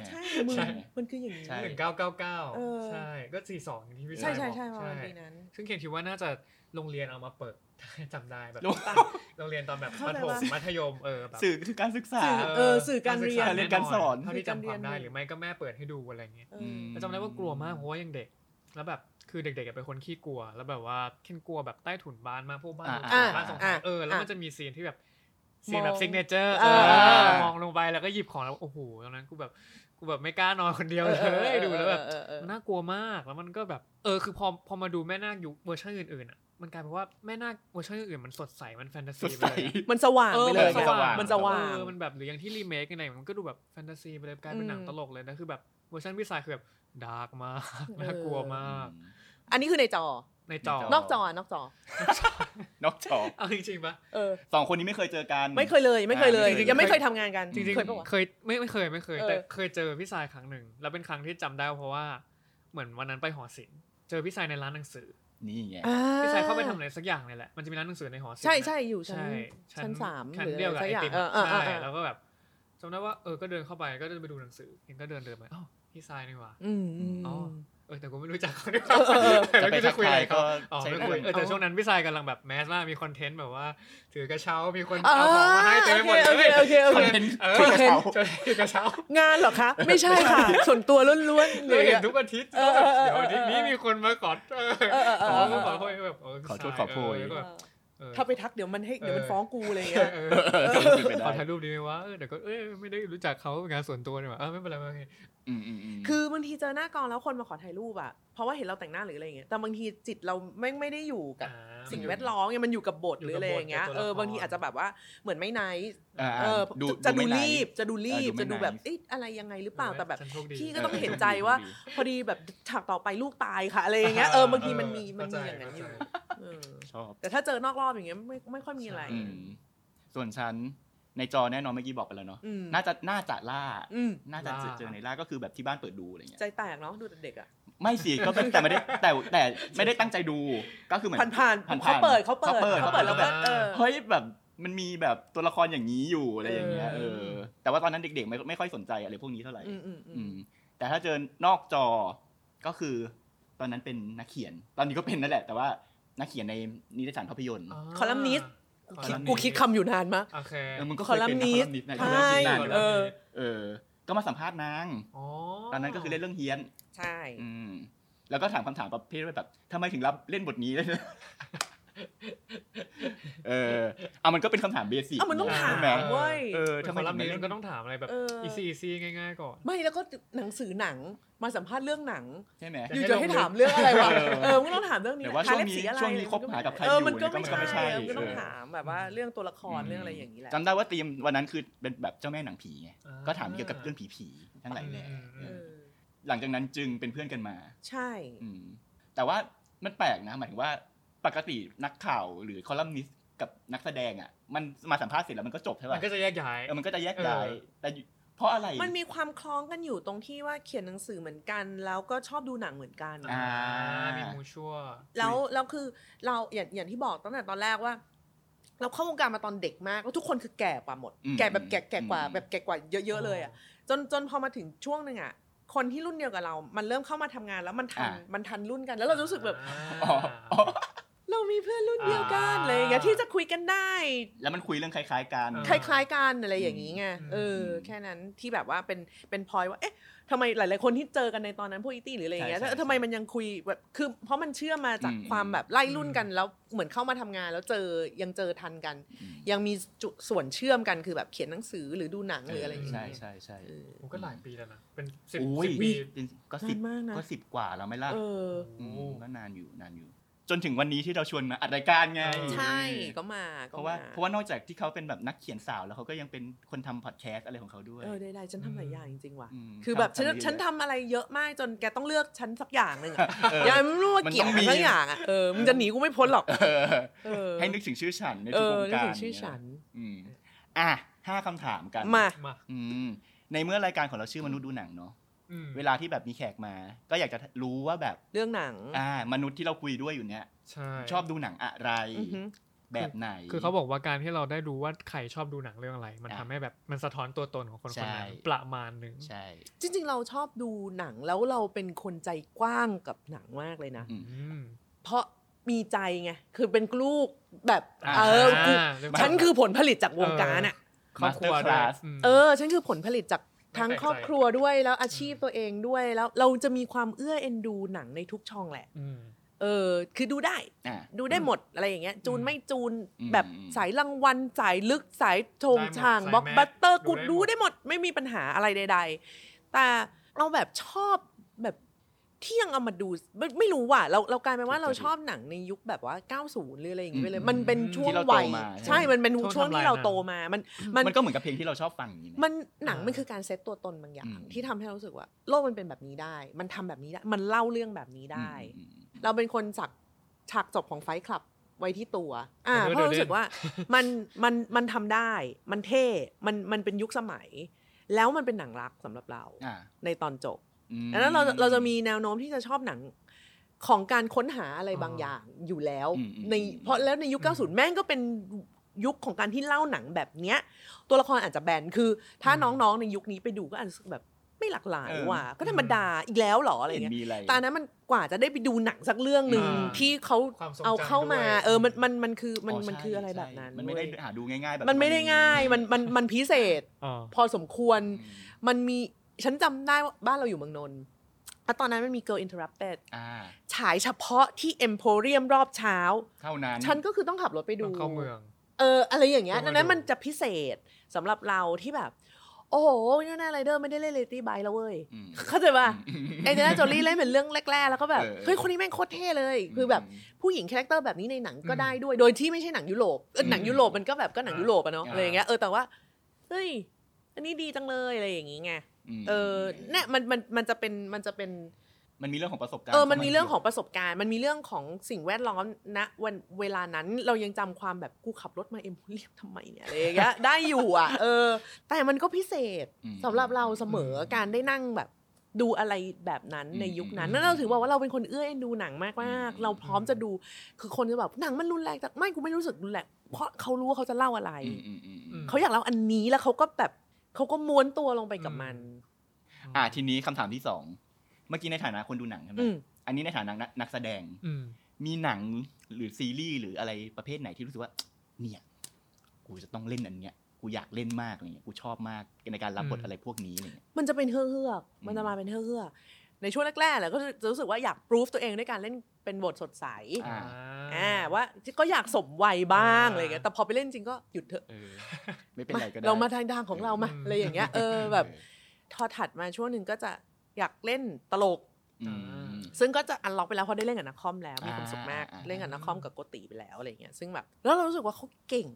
Speaker 5: ใช่มึง
Speaker 3: ใช่
Speaker 5: มันคืออย่างนี้
Speaker 3: ใช่
Speaker 4: หนึ่งเก้าเก้าเก้า
Speaker 5: เออ
Speaker 4: ใช่ก็สี่สองที่พี่
Speaker 5: ใช่
Speaker 4: ชา
Speaker 5: ใช่
Speaker 4: ยบอก
Speaker 5: ใช่ประมาณปีนั้น
Speaker 4: ซึ่งเคนคิดว่าน่าจะโรงเรียนเอามาเปิด จำได้แบบ
Speaker 3: โรง
Speaker 4: โรงเรียนตอนแบบ
Speaker 5: เข้า
Speaker 4: มัธ
Speaker 5: ใจ
Speaker 4: ย
Speaker 5: ว่า
Speaker 4: มมัธยมเออแบบ
Speaker 3: สื่อคือการศึกษา
Speaker 5: เออสื่อการเรียน
Speaker 4: ศึษ
Speaker 3: การเรียนการสอน
Speaker 4: เท่าที่จำความได้หรือไม่ก็แม่เปิดให้ดูอะไรอย่างเงี้ย
Speaker 5: เอ
Speaker 3: อื
Speaker 5: อ
Speaker 3: ม
Speaker 4: แต่จำได้ว่ากลัวมากเพราะว่ายังเด็ก แล้วแบบคือเด็กๆอะเป็นคนขี้กลัว แล้วแบบว่าเคนกลัวแบบใต้ถุนบ้านมากพวกบ้าน
Speaker 3: อ่า
Speaker 4: หลังบ้านสอง
Speaker 5: อ่า
Speaker 4: ชั้นเออแล้ว
Speaker 5: อ่ามั
Speaker 4: มันจะมีซีนที่แบบซีนแบบ
Speaker 5: มอง
Speaker 4: ซิกเนเจอร์
Speaker 5: เออ
Speaker 4: มองลงไปแล้วก็หยิบของแล้วโอ้โหตอนนั้นกูแบบกูแบบไม่กล้านอนคนเดียวเล
Speaker 5: เออเออเออย
Speaker 4: ดูแล้วแบบ
Speaker 5: เออเออ
Speaker 4: มันน่ากลัวมากแล้วมันก็แบบเออคือพอพอมาดูแม่นาคยุคเวอร์ชันอื่นๆอ่ะมันกลายเป็นว่าแม่นาคเวอร์ชันอื่นๆมันสดใสมันแฟนตา
Speaker 3: ส
Speaker 4: ซี
Speaker 3: ด
Speaker 4: ไป
Speaker 3: ใส
Speaker 4: เลยอะ
Speaker 5: มันสว่างไปเลย
Speaker 3: เออมันสว่าง
Speaker 5: มันสว่าง
Speaker 4: เออมันแบบหรืออย่างที่รีเมคในไหนมันก็ดูแบบแฟนตาซีไปเลยกลายเป็นหนัง
Speaker 5: อืม
Speaker 4: ตลกเลยนะคือแบบเวอร์ชันพี่สายคือแบบดาร์กมากน่ากลัวมาก
Speaker 5: อันนี้คือในจอ
Speaker 4: ในจอน
Speaker 5: อกจออะนอกจอ
Speaker 3: นอกจอ
Speaker 4: เอาจริงๆปะ
Speaker 5: เออ
Speaker 3: สองคนนี้ไม่เคยเจอกัน
Speaker 5: ไม่เคยเลยไม่เคยเลย
Speaker 3: อ่าไม่เคย
Speaker 5: ยังไม่เคยทำงานกัน
Speaker 4: จริง
Speaker 5: เคยปะวะ
Speaker 4: ๆเคยไม่ไม่เคยไม่เคย
Speaker 5: เออ
Speaker 4: แต่เคยเจอพี่สายครั้งหนึ่งแล้วเป็นครั้งที่จำได้เพราะว่าเหมือนวันนั้นไปหอศิลป์เจอพี่สายในร้านหนังสือ
Speaker 3: นี่ไง
Speaker 5: อ่
Speaker 4: พี่สายเข้าไปทำอะไรสักอย่างเนี่ยแหละมันจะมีร้านหนังสือในหอศิลป์
Speaker 5: ใช่
Speaker 4: นะ
Speaker 5: ใช่อยู่ชั้น
Speaker 4: ใช่
Speaker 5: ชั้นสาม
Speaker 4: ชั้น
Speaker 5: หรือ
Speaker 4: เดียวกับ
Speaker 5: สัก
Speaker 4: ไอ
Speaker 5: อย่าง
Speaker 4: ติม
Speaker 5: เออเออเอ
Speaker 4: ใช่
Speaker 5: อเออ
Speaker 4: แล้วก็แบบจำได้ว่าเออก็เดินเข้าไปก็เดินไปดูหนังสือเองก็เดินเดินไปอ้าวพี่สายนี่หว่า
Speaker 5: อืมอืม
Speaker 4: อ๋อ เออแต่กูไม่รู้จักเขาด้วยซ้
Speaker 5: เออเออ
Speaker 4: ำแต่ไม่รู้จะคุยอะไรเขาอ๋อ
Speaker 3: จะไป
Speaker 4: ไม่
Speaker 3: ทักทายก็ใช่
Speaker 4: คุยเออแต่ช่วงนั้นพี่สายกำลังแบบแมสมากมีคอนเทนต์แบบว่า ถือกระเช้ามีคน
Speaker 5: อ่า
Speaker 4: เอาของมาให้เต็มไปหมด
Speaker 5: โอ
Speaker 4: เล
Speaker 5: เค
Speaker 4: ย
Speaker 5: โอเคโอเค
Speaker 4: เออ
Speaker 3: ถือกระเช้า
Speaker 4: ถือกระเช้าง
Speaker 5: านเหรอคะ ไม่ใช่ค่ะ ส่วนตัวล้วนๆเล
Speaker 4: เรา
Speaker 5: ย
Speaker 4: เห็น
Speaker 5: อะ
Speaker 4: ทุกอาทิตย์
Speaker 5: เออเออเออ
Speaker 4: เดี๋ยวอาทิตย์นี้มีคนมากอดเออ
Speaker 5: เออเออเอ
Speaker 4: ข
Speaker 5: อ
Speaker 4: อขอโทษ
Speaker 3: ขอโทษ
Speaker 4: แบบเพี่
Speaker 3: ข
Speaker 4: สาย
Speaker 3: อโพย
Speaker 4: เแล้วก็แบบเออ
Speaker 5: ถ้าไปทักเดี๋ยวมันให้เดี๋ยวมัน
Speaker 4: เออ
Speaker 5: ฟ้องกูอะไรอย่างเงี้ย
Speaker 4: เออ
Speaker 3: เออเป็นไป
Speaker 4: ขอ
Speaker 3: ได้
Speaker 4: ถ่ายรูปดีไหมวะเออเดี๋ยวก็เอ้ยไม่ได้รู้จักเขาเป็นงานส่วนตัวเนี่ยว่ะเออไม่เป็นไรไม่เป็นไร
Speaker 3: อืมอืมอืม
Speaker 5: คือบางทีเจอหน้ากองแล้วคนมาขอถ่ายรูปอะเพราะว่าเห็นเราแต่งหน้าหรืออะไรอย่างเงี้ยแต่บางทีจิตเราไม่ไม่ได้อยู่กับ
Speaker 4: อ่า
Speaker 5: สิ่งแวดล้อมไงมันอยู่กับบท
Speaker 4: อยู่
Speaker 5: หรือ
Speaker 4: กับ
Speaker 5: อะไรอย่างเงี้
Speaker 4: บ
Speaker 5: ย
Speaker 4: ทกับตัว
Speaker 5: เออ
Speaker 4: ละคร
Speaker 5: บางทีอาจจะแบบว่าเหมือนไม่ไนท์
Speaker 3: อ่า
Speaker 5: เออ
Speaker 3: ดู
Speaker 5: จะจะดู
Speaker 3: ไม่นาน
Speaker 5: รีบจะดูรีบ
Speaker 3: เออดูไม่
Speaker 5: จะดูแบบ
Speaker 3: ไนท์
Speaker 5: เอ๊ะอะไรยังไงหรือเปล่าแต่แบบ
Speaker 4: ฉันโชคดี
Speaker 5: พี่ก็ต้องเห็นใจว่า พอดีแบบฉากต่อไปลูกตายค่ะอะไรอย่างเงี้ยเออบางทีมันมีมันมีอย่างนั้นอยู่เออ
Speaker 3: ชอบ
Speaker 5: แต่ถ้าเจอนอกรอบอย่างเงี้ยไม่ไม่ค่อยมีอะไร
Speaker 4: อืม
Speaker 3: ส่วนฉัน ในจอแน่นอนเมื่อกี้บอกไปแล้วเนาะ
Speaker 5: อืม
Speaker 3: น่าจะน่าจะล่า
Speaker 5: อืม
Speaker 3: น่าจะ
Speaker 4: ล่า
Speaker 3: เจอในล่าก็คือแบบที่บ้านเปิดดูอะไรเงี้ย
Speaker 5: ใจแตกเนาะดูแต่เด็กอะ
Speaker 3: ไม่สิก็เป็นแต่ไม่ได้แต่แต่ไม่ได้ตั้งใจดูก็คือเหมือน
Speaker 5: ผ่านผ่าน
Speaker 3: ผ่านๆ
Speaker 5: เขาเปิดเขาเปิด
Speaker 3: เขาเปิด
Speaker 5: เขาเปิดแล้วก็
Speaker 4: เขาเปิด
Speaker 5: เออ
Speaker 3: เฮ้ยแบบมันมีแบบตัวละครอย่างนี้อยู่อะไรอย่างเงี้ย
Speaker 5: เอ
Speaker 3: เอ
Speaker 5: อ
Speaker 3: อแต่ว่าตอนนั้นเด็กๆไม่ไม่ค่อยสนใจอะไรพวกนี้เท่าไหร่
Speaker 5: อืมอืมอื
Speaker 3: อื
Speaker 5: ม
Speaker 3: มแต่ถ้าเจอนอกจอก็คือ ตอนนั้นเป็นนักเขียน ตอนนี้ก็เป็นนั่นแหละ แต่ว่านักเขียนในนิตยสารภาพยนตร์
Speaker 5: คอลัมนิสต์
Speaker 3: คอลัมนิสต์
Speaker 5: กูคิดคำอยู่นานมาก
Speaker 4: โอเค
Speaker 3: เออมึงก็เค
Speaker 5: คอย ลั
Speaker 3: เป็
Speaker 5: ม
Speaker 3: น
Speaker 5: นิ
Speaker 3: นะ
Speaker 5: สต์
Speaker 3: นะ
Speaker 5: ใช่
Speaker 3: คอลัมนิสต์นานอยู่
Speaker 5: เอ
Speaker 3: แล้ว
Speaker 5: อ
Speaker 3: เออ ก็มาสัมภาษณ์นาง
Speaker 4: อ๋อ
Speaker 3: ตอนนั้นก็คือเล่นเรื่องเฮียน
Speaker 5: ใช่
Speaker 3: อืม แล้วก็ถามคำถามประเภทว่าแบบทำไมถึงรับเล่นบทนี้ เออเอามันก็เป็นคำถามเบสิก
Speaker 5: เอ้ามันต้องถาม
Speaker 3: ใช่ไหม
Speaker 5: เว้ย
Speaker 3: เออ
Speaker 4: เป็น
Speaker 3: ทำไม
Speaker 4: คอลั
Speaker 3: ถึ
Speaker 4: ม
Speaker 3: ง
Speaker 4: นิ
Speaker 3: มา
Speaker 4: สต์
Speaker 3: เล่
Speaker 4: มัน นก็ต้องถามอะไรแบบ
Speaker 5: เออ
Speaker 4: อี
Speaker 5: อี
Speaker 4: ซี่อีซี่ง่ายๆก่อน
Speaker 5: ไม่แล้วก็หนังสือหนังมาสัมภาษณ์เรื่องหนัง
Speaker 3: ใช่ไหม
Speaker 5: อยู่จะให้ถามเรื่องอะไรวะ
Speaker 3: เออ
Speaker 5: เออ มึงต้องถามเรื่องนี้
Speaker 3: แต่ว่า
Speaker 5: ทเล็บ
Speaker 3: ช่วงนี้
Speaker 5: สีอะไร
Speaker 3: ช่วงนี้คบหากับใครอยู่
Speaker 5: มันก็
Speaker 3: เนี่ยก็มันก็
Speaker 5: ไม่
Speaker 3: ไม่ใช่
Speaker 5: ใช่เออมันก็ต้อง
Speaker 3: เออ
Speaker 5: ถามแบบว่าเรื่องตัวละครเรื่องอะไรอย่างนี้แหละ
Speaker 3: จำได้ว่าธีมวันนั้นคือเป็นแบบเจ้าแม่หนังผีไง
Speaker 4: อ่า
Speaker 3: ก็ถามเกี่ยวกับเรื่องผีผีๆทั้งหลายแหล่
Speaker 4: อืมอื
Speaker 5: เอ
Speaker 4: ม
Speaker 5: อ
Speaker 3: หลังจากนั้นจึงเป็นเพื่อนกันมา
Speaker 5: ใช่
Speaker 3: อืม แต่ว่ามันแปลกนะหมายถึงว่าปกตินักข่าวหรือคอลัมนิสต์กับนักแสดงอ่ะ มันมาสัมภาษณ์เสร็จแล้วมันก็จบใช่
Speaker 4: มั
Speaker 3: ป่ะ
Speaker 4: นก็จะแยกย้าย
Speaker 3: เออมันก็จะแยกย้าย
Speaker 4: เออ
Speaker 3: แต่อยู่เพราะอะไร
Speaker 5: มันมีความคล้องกันอยู่ตรงที่ว่าเขียนหนังสือเหมือนกัน แล้วก็ชอบดูหนังเหมือนกัน
Speaker 3: า
Speaker 4: มีมูชั่ว
Speaker 5: แล้วแล้วคือเราอย่างอย่างที่บอกตั้งแต่ตอนแรกว่า เราเข้าวงการมาตอนเด็กมากแล้วทุกคนคือแก่กว่าหมด
Speaker 3: อืม
Speaker 5: แก่แบบแก่แก่กว่า
Speaker 3: อืม
Speaker 5: แบบแก่กว่าเยอะๆเลยอ่ะ จนจนพอมาถึงช่วงหนึ่งอ่ะ คนที่รุ่นเดียวกับเรา มันเริ่มเข้ามาทำงานแล้วมันทัน
Speaker 3: อ่ะ
Speaker 5: มันทันรุ่นกัน แล้วเรารู้สึกแบบ
Speaker 3: อ๋ออ๋อ
Speaker 5: เรามีเพื่อนรุ่นเดียวกัน
Speaker 4: อ่า
Speaker 5: อะไรอย่างเงี้ยที่จะคุยกันได้
Speaker 3: แล้วมันคุยเรื่องคล้ายๆกัน
Speaker 5: คล้ายๆกันอะไรอย่างนี้ไง
Speaker 4: อืม
Speaker 5: เออ แค่นั้นที่แบบว่าเป็นเป็นพอยว่าเอ๊ะทำไมหลาย ๆ คนที่เจอกันในตอนนั้นพวกอีตี้หรืออะไรอย่างเงี้ย
Speaker 3: ใช่ใช่
Speaker 5: ทำไมมันยังคุยแบบคือเพราะมันเชื่อมมาจาก
Speaker 3: อืม
Speaker 5: ความแบบไล่รุ่นกันแล้วเหมือนเข้ามาทำงานแล้วเจอยังเจอทันกัน
Speaker 3: ม
Speaker 5: ยังมีจุส่วนเชื่อมกันคือแบบเขียนหนังสือหรือดูหนังหรืออะไรอย่าง
Speaker 3: ใช่
Speaker 5: เงี้ย
Speaker 3: ใช่ใช่
Speaker 5: เออ
Speaker 4: ผมก็หลายปีแล้วนะ เป็นสิบ
Speaker 3: โอ้ย
Speaker 4: สิบปี
Speaker 3: เป็นก็สิบ
Speaker 5: นานมากนะ
Speaker 3: ก็สิบกว่าแล้วไหม่ล่ะ
Speaker 5: เออ
Speaker 3: อืมก็นานอยู่นานอยู่ จนถึงวันนี้ที่เราชวนมาอัดรายการไง
Speaker 4: เออ
Speaker 5: ใช่ก็มา
Speaker 3: เพ
Speaker 5: ก็
Speaker 3: ราะว่า
Speaker 5: มา
Speaker 3: เพราะว่านอกจากที่เขาเป็นแบบนักเขียนสาวแล้วเขาก็ยังเป็นคนทำพอดแคสต์อะไรของเขาด้วย
Speaker 5: เออได้ๆฉันทำหลายอย่างจริงๆว่ะ
Speaker 3: ม
Speaker 5: คือแบบฉัน
Speaker 3: ทำทำเยอะ
Speaker 5: ฉันทำอะไรเยอะมากจนแกต้องเลือกฉันสักอย่างหนึ่งอะ
Speaker 3: เออ
Speaker 5: อย่าไม่รู้ว่า
Speaker 3: มัน
Speaker 5: เกี่ย
Speaker 3: ต้
Speaker 5: ว
Speaker 3: อง
Speaker 5: กั
Speaker 3: มี
Speaker 5: นสักอย่างอะเออมึงจะหนีกูไม่พ้นหรอก
Speaker 3: เออ
Speaker 5: เออ
Speaker 3: ให้นึกถึงชื่อฉันใน
Speaker 5: เอ
Speaker 3: ทุก
Speaker 5: อ
Speaker 3: วง
Speaker 5: นึก
Speaker 3: การ
Speaker 5: ถึงชื่อฉัน
Speaker 3: อืมอ่ะห้าคำถามกัน
Speaker 5: มา
Speaker 4: มา
Speaker 3: อืมในเมื่อรายการของเราชื่อมนุษย์ดูหนังเนาะ
Speaker 4: อืม
Speaker 3: เวลาที่แบบมีแขกมา ก็อยากจะรู้ว่าแบบ
Speaker 5: เรื่องหนัง
Speaker 3: อ่ามนุษย์ที่เราคุยด้วยอยู่เนี่ย
Speaker 4: ใช่
Speaker 3: ชอบดูหนังอะไร
Speaker 5: อือหือ
Speaker 3: แบบไหน
Speaker 4: คือเขาบอกว่าการที่เราได้รู้ว่าใครชอบดูหนังเรื่องอะไร มัน
Speaker 3: อ่ะ
Speaker 4: ทำให้แบบมันสะท้อนตัวตนของคนคนนั้น
Speaker 3: ใช่
Speaker 4: ประมาณหนึ่ง
Speaker 3: ใช่
Speaker 5: จริงๆ เราชอบดูหนังแล้วเราเป็นคนใจกว้างกับหนังมากเลยนะ
Speaker 3: อืม
Speaker 4: อืม
Speaker 5: เพราะมีใจไง คือเป็นลูกแบบ
Speaker 3: อ่า
Speaker 5: เออกู
Speaker 4: าเรียบร้ย
Speaker 5: ฉันคือผลผลิตจากวงการอ่ะ
Speaker 4: ครอบครัว
Speaker 3: Master
Speaker 4: ด้วย
Speaker 3: Class
Speaker 4: ม
Speaker 5: เออ ฉันคือผลผลิตจากทั้ง
Speaker 4: ไม่แปลกใจ
Speaker 5: ครอบครัวด้วยแล้วอาชีพตัวเองด้วยแล้วเราจะมีความเอื้อเอ็นดูหนังในทุกช่องแหละ
Speaker 4: ม
Speaker 5: เออ คือดูได้
Speaker 3: อ่ะ
Speaker 5: ดูได้หมดอะไรอย่างเงี้ย จูน
Speaker 4: อืม
Speaker 5: ไม่จูน
Speaker 3: อืม
Speaker 5: แบบ
Speaker 3: อืม
Speaker 5: สายรางวัลสายลึกสายโชง
Speaker 4: ได้หมด
Speaker 5: ช่าง
Speaker 4: สาย
Speaker 5: บล็อก
Speaker 4: แมส
Speaker 5: บัตเตอร์
Speaker 4: ดู
Speaker 5: กู
Speaker 4: ได้
Speaker 5: ดู
Speaker 4: หมด
Speaker 5: ได้หมดไม่มีปัญหาอะไรใด ๆ แต่เราแบบชอบแบบเที่ยงเอามาดูไม่ไม่รู้ว่ะเราเรากลายเป็นว่าเราชอบหนังในยุคแบบว่า 90 หรืออะไรอย่างเงี้ยไปเล
Speaker 3: อื
Speaker 5: ย
Speaker 3: ม
Speaker 5: มันเป็นช่วง
Speaker 3: ที่เรา
Speaker 5: วัย
Speaker 3: โตมาใช่
Speaker 5: ใช่
Speaker 3: ไหม
Speaker 5: มันเป็น
Speaker 4: ช่วง
Speaker 5: ช่วงที่
Speaker 4: ไทม์ไลน์
Speaker 5: เรา
Speaker 4: นั้น
Speaker 5: โตมามันมัน
Speaker 3: มันก็เหมือนกับเพลงที่เราชอบฟังอย่างนี้นะ
Speaker 5: มันหนัง
Speaker 4: อ่ามั
Speaker 5: มันคือการเซตตัวตนบางอย่า
Speaker 3: อื
Speaker 5: ง
Speaker 3: ม
Speaker 5: ที่ทำให้เรารู้สึกว่า โลกมันเป็นแบบนี้ได้ มันทำแบบนี้ได้ มันเล่าเรื่องแบบนี้ได้
Speaker 3: อืมอืม
Speaker 5: เราเป็นคนสักฉากจบของไฟท์คลับไว้ที่ตัว อ่า
Speaker 4: เดี๋ยว
Speaker 5: เพ
Speaker 4: เดี๋ยว
Speaker 5: ราะรู้สึกว่ามันมันมันทำได้ มันเท่ มันมันเป็นยุคสมัย แล้วมันเป็นหนังรักสำหรับเรา
Speaker 3: อ่ะ
Speaker 5: ในตอนจบ
Speaker 3: อืม
Speaker 5: ดังนั้นเราเราจะมีแนวโน้มที่จะชอบหนังของการค้นหาอะไรบางอย่างอยู่แล้ว
Speaker 3: อืมอืม
Speaker 5: ใน
Speaker 3: อืม
Speaker 5: เพราะแล้วในยุค 90 แม่งก็เป็นยุคของการที่เล่าหนังแบบเนี้ย ตัวละครอาจจะแบนคือ ถ้าน้องๆในยุคนี้ไปดูก็อาจจะรู้สึกแบบไม่หลากหลายว่ะก็ธรรมดาอีกแล้วเหรออะไร
Speaker 3: เห็น
Speaker 5: เงี้ย
Speaker 3: มีอะไร
Speaker 5: ตอนนั้นมันกว่าจะได้ไปดูหนังสักเรื่องหนึ่ง
Speaker 4: อ่า
Speaker 5: ที่เขา
Speaker 4: ความทรงจำ
Speaker 5: เอาเข้ามา
Speaker 4: ด้วย
Speaker 5: เออมันมันมันคือมัน
Speaker 3: ใช่
Speaker 5: มันคืออะไร
Speaker 3: ใช่
Speaker 5: แบบนั้น
Speaker 3: มันไม่ได้
Speaker 5: เว้ย
Speaker 3: หาดูง่ายๆแบบ
Speaker 5: มันไม่ได้ง่ายมันมันมันพิเศษ
Speaker 4: อ๋อ
Speaker 5: พอสมควร
Speaker 3: อืม
Speaker 5: มันมีฉันจำได้ว่าบ้านเราอยู่เมืองนนท์แล้วตอนนั้นมันมี Girl Interrupted
Speaker 3: อ่า
Speaker 5: ฉายเฉพาะที่ Emporium รอบเช้า
Speaker 3: เท่านั้น
Speaker 5: ฉันก็คือต้องขับรถไป
Speaker 4: ต้
Speaker 5: ดู
Speaker 4: องเข้าเมือง
Speaker 5: เอออะไรอย่างเงี้ย
Speaker 4: ต้อง
Speaker 5: ดั
Speaker 4: มาง
Speaker 5: นั้น
Speaker 4: ดู
Speaker 5: มันจะพิเศษสำหรับเราที่แบบ โอ้โหเจ้าหน้าไรเดอร์ไม่ได้เล่นเลตี้ไบแล้วเว้ย
Speaker 3: อืม
Speaker 5: เข้าใจป่ะ เอเจน่าโจลี่เล่นเป็นเรื่องแรก ๆ แล้วก็แบบ
Speaker 3: เออ
Speaker 5: เฮ้ยคนนี้แม่งโคตรเท่เลย คือแบบผู้หญิงคาแรคเตอร์แบบนี้ในหนังก็
Speaker 4: อืม
Speaker 5: ได้ด้วย โดยที่ไม่ใช่หนังยุโรปเออหนัง
Speaker 3: อืม
Speaker 5: ยุโรปมันก็แบบก็หนัง
Speaker 4: อ่ายุ
Speaker 5: ยุโรปอะเนาะ
Speaker 4: อ่า
Speaker 5: อะไรอย่างเงี้ยเออแต่ว่าเฮ้ยอันนี้ดีจังเลยอะไรอย่างงี้ไง
Speaker 3: ม
Speaker 5: เออเนี่ยมันมันมันจะเป็นมันจะเป็น
Speaker 3: มันมีเรื่องของประสบการณ์
Speaker 5: เออ มันมีเรื่องของ
Speaker 3: ข้าา
Speaker 5: ประสบการณ์ มันมีเรื่องของสิ่งแวดล้อมณวันเวลานั้นเรายังจำความแบบกูขับรถมาเอ็มพูเรียมทำไมเนี่ยอะไรอย่างเงี้ย ได้อยู่อ่ะ เออ แต่มันก็พิเศษ
Speaker 3: อืม
Speaker 5: สำหรับเราเสมอ
Speaker 4: อืม
Speaker 5: การได้นั่งแบบดูอะไรแบบนั้น
Speaker 3: อืม
Speaker 5: ในยุคนั้น
Speaker 3: อืม
Speaker 5: นั่นเราถือว่าว่าเราเป็นคนเอื้อเอ็นดูหนังมากมาก
Speaker 3: อืม
Speaker 5: เราพร้อมจะดูคือคนจะแบบหนังมันรุนแรงแต่ไม่กูไม่รู้สึกรุนแรงเพราะเขารู้ว่าเขาจะเล่าอะไร
Speaker 3: อืมอืมอืมอืม
Speaker 5: เขาอยากเล่าอันนี้แล้วเขาก็แบบเขาก็ม้วนตัวลงไปกับมัน
Speaker 3: อ่าทีนี้คำถามที่สองเมื่อกี้ในฐานะคนดูหนังใช่ไหม
Speaker 5: อืม
Speaker 3: อันนี้ในฐานะนักแสดง
Speaker 4: อืม
Speaker 3: มีหนังหรือซีรีส์หรืออะไรประเภทไหนที่รู้สึกว่า เนี่ย กูจะต้องเล่นอันเนี้ย กูอยากเล่นมากอะไรเงี้ยกูชอบมากในการรับบท
Speaker 4: อืม
Speaker 3: อะไรพวกนี้อะไรเงี้ย
Speaker 5: มันจะเป็นเฮือกเฮือกๆมันจะมาเป็นเฮือกเฮือกๆในช่วงแรกๆแหละก็จะรู้สึกว่าอยาก proof ตัวเองด้วยการเล่นเป็นบทสดใส
Speaker 3: อ่า
Speaker 5: อ่า ว่าก็อยากสมวัยบ้าง
Speaker 4: อ่า
Speaker 5: อะไรอย่างเงี้ย แต่พอไปเล่นจริงก็หยุดเถอะ
Speaker 3: เออ ไม่เป็นไรก็ได้
Speaker 5: เรามาทางทางของเรามา
Speaker 4: อืม
Speaker 5: อะไรอย่างเงี้ย เออแบบทอถัดมาช่วงหนึ่งก็จะอยากเล่นตลก
Speaker 3: อืม
Speaker 5: ซึ่งก็จะอันล็อกไปแล้วเพราะได้เล่นกับนักคอมแล้ว มีความสุขมาก
Speaker 3: อ่า
Speaker 5: เล่นกับนักคอมกับโกติไปแล้วอะไรอย่างเงี้ย ซึ่งแบบ แล้วเรารู้สึกว่าเขาเก่ง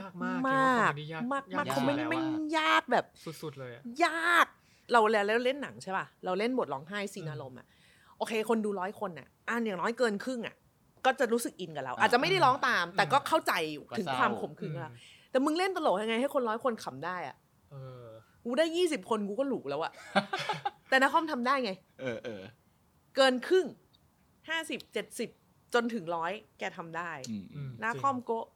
Speaker 4: ยากมาก
Speaker 5: มาก
Speaker 4: เกมว่า
Speaker 5: มา
Speaker 4: คนนี้ยาก
Speaker 5: กมาก
Speaker 4: ยาก
Speaker 5: เขาไม่
Speaker 4: แล้ว
Speaker 5: ไม่
Speaker 4: อะ
Speaker 5: ยากแบบ
Speaker 4: สุดๆเลยอะ
Speaker 5: ยากเราแล้วเล่นหนังใช่ป่ะ เราเล่นบทร้องไห้ซีนอารมณ์อ่ะโอเค คนดูร้อยคนอ่ะอ่านอย่างน้อยเกินครึ่งอ่ะ ก็จะรู้สึกอินกับเรา อาจจะไม่ได้ร้องตาม แต่ก็เข้าใจถึงความขมขื่นของเราแต่มึงเล่นตลกยังไงให้คนร้อยคนขำได้อ่ะ
Speaker 4: เออ
Speaker 5: กูได้ยี่สิบคนกูก็หลูแล้วอ่ะ แต่นาคอมทำได้ไง
Speaker 3: เออเออ
Speaker 5: เกินครึ่งห้าสิบเจ็ดสิบจนถึงร้อยแกทำได้
Speaker 3: อืม
Speaker 4: อืม
Speaker 5: หน้าคอมโกะ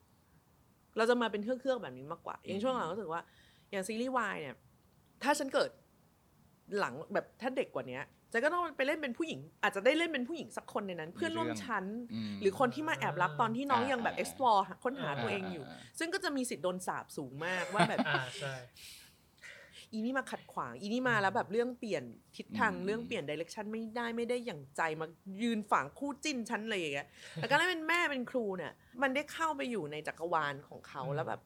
Speaker 5: เราจะมาเป็นเครื่องเครื่องๆแบบนี้มากกว่า อย่างช่วงหลังรู้สึกว่า อย่างซีรีส์วายเนี่ย ถ้าฉันเกิดหลังแบบถ้าเด็กกว่าเนี้ยจะก็ต้องไปเล่นเป็นผู้หญิง อาจจะได้เล่นเป็นผู้หญิงสักคนในนั้น เพื่อนร่วมชั้น
Speaker 3: ม
Speaker 5: หรือคนที่มาแอบรักตอนที่น้องยังแบบ
Speaker 3: อ่า
Speaker 5: explore หาค้นหา
Speaker 4: อ่า
Speaker 5: ตัวเองอยู่ ซึ่งก็จะมีสิทธิ์โดนสาบสูงมากว่าแบบ
Speaker 4: อ่าใช่
Speaker 5: อีนี่มาขัดขวาง อีนี่มาแล้วแบบเรื่องเปลี่ยนทิศทาง
Speaker 3: อืม
Speaker 5: เรื่องเปลี่ยนดิเรกชันไม่ได้ไม่ได้อย่างใจมายืนฝังคู่จิ้นชั้นเลยอย่างเงี้ยแล้วก็ได้เป็นแม่เป็นครูเนี่ย มันได้เข้าไปอยู่ในจักรวาลของเขา
Speaker 4: อืม
Speaker 5: แล้วแบบ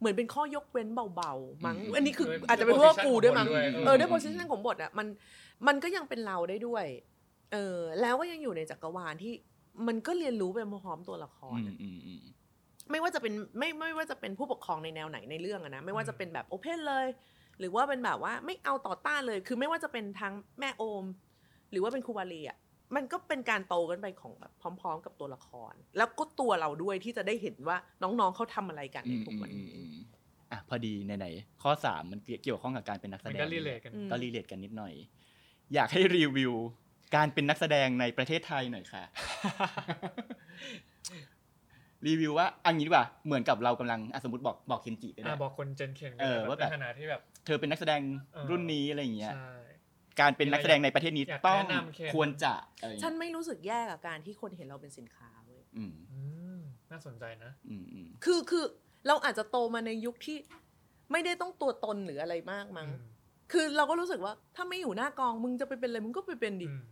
Speaker 5: เหมือนเป็นข้อยกเว้นเบาๆมั้ง
Speaker 3: อืม
Speaker 5: อันนี้คือ
Speaker 4: ด้วย
Speaker 5: อาจจะเป็นเพราะว่ากูด้วยมั้ง
Speaker 4: ด้วย
Speaker 5: เออด้วยโพสิชันของบทอะมันมันก็ยังเป็นเราได้ด้วย เออ แล้วก็ยังอยู่ในจักรวาลที่มันก็เรียนรู้ไปพร้อมๆตัวละคร
Speaker 3: อื
Speaker 5: อะ
Speaker 3: มอืมอืม
Speaker 5: ไม่ว่าจะเป็นไม่ไม่ว่าจะเป็นผู้ปกครองในแนวไหนในเรื่องอะนะไม่ว่า
Speaker 4: อืม
Speaker 5: จะเป็นแบบโอเพนเลย หรือว่าเป็นแบบว่าไม่เอาต่อต้านเลย คือไม่ว่าจะเป็นทางแม่โอม หรือว่าเป็นครูวาลีอะมันก็เป็นการโตกันไปของแบบพร้อม ๆ กับตัวละคร แล้วก็ตัวเราด้วยที่จะได้เห็นว่าน้องๆเขาทำอะไรกันในทุกวันนี้
Speaker 3: อืมอืมอืมอ่ะพอดีไหนๆข้อ 3 มันเกี่ยวข้องกับการเป็นนักแส
Speaker 4: มัน
Speaker 3: ดง
Speaker 4: ก็รีเลทกัน
Speaker 5: อืม
Speaker 3: ก็รีเลทกันนิดหน่อย อยากให้รีวิว การเป็นนักแสดงในประเทศไทยหน่อย ค่ะ รีวิวว่าอันนี้ดีกว่าเหมือนกับเรากำลังอ่ะสมมติบอกบอกเคนจิก็ได้
Speaker 4: อ่าบอกคนเจนเคนกั
Speaker 3: เอน อ
Speaker 4: แบบ
Speaker 3: ว่าแบบ
Speaker 4: ในขณะที่แบบ
Speaker 3: เธอเป็นนักแสดง
Speaker 4: เออ
Speaker 3: รุ่นนี้อะไรอย่างเงี้ย
Speaker 4: ใช่
Speaker 3: การเป็นนักแสดงในประเทศนี้
Speaker 4: อยาก
Speaker 3: ต้อง
Speaker 4: แนะนำเคน
Speaker 3: ควรจะอะไรอย่าง
Speaker 5: ฉัน
Speaker 3: เงี้ย
Speaker 5: ไม่รู้สึกแย่กับการที่คนเห็นเราเป็นสินค้าเว้ย
Speaker 3: อืม
Speaker 4: อืมน่าสนใจนะ
Speaker 3: อืมอืม
Speaker 5: คือคือเราอาจจะโตมาในยุคที่ไม่ได้ต้องตัวตนหรืออะไรมากมั้ง
Speaker 4: อืม
Speaker 5: คือเราก็รู้สึกว่าถ้าไม่อยู่หน้ากองมึงจะไปเป็นอะไรมึงก็ไปเป็นดิ
Speaker 4: อืม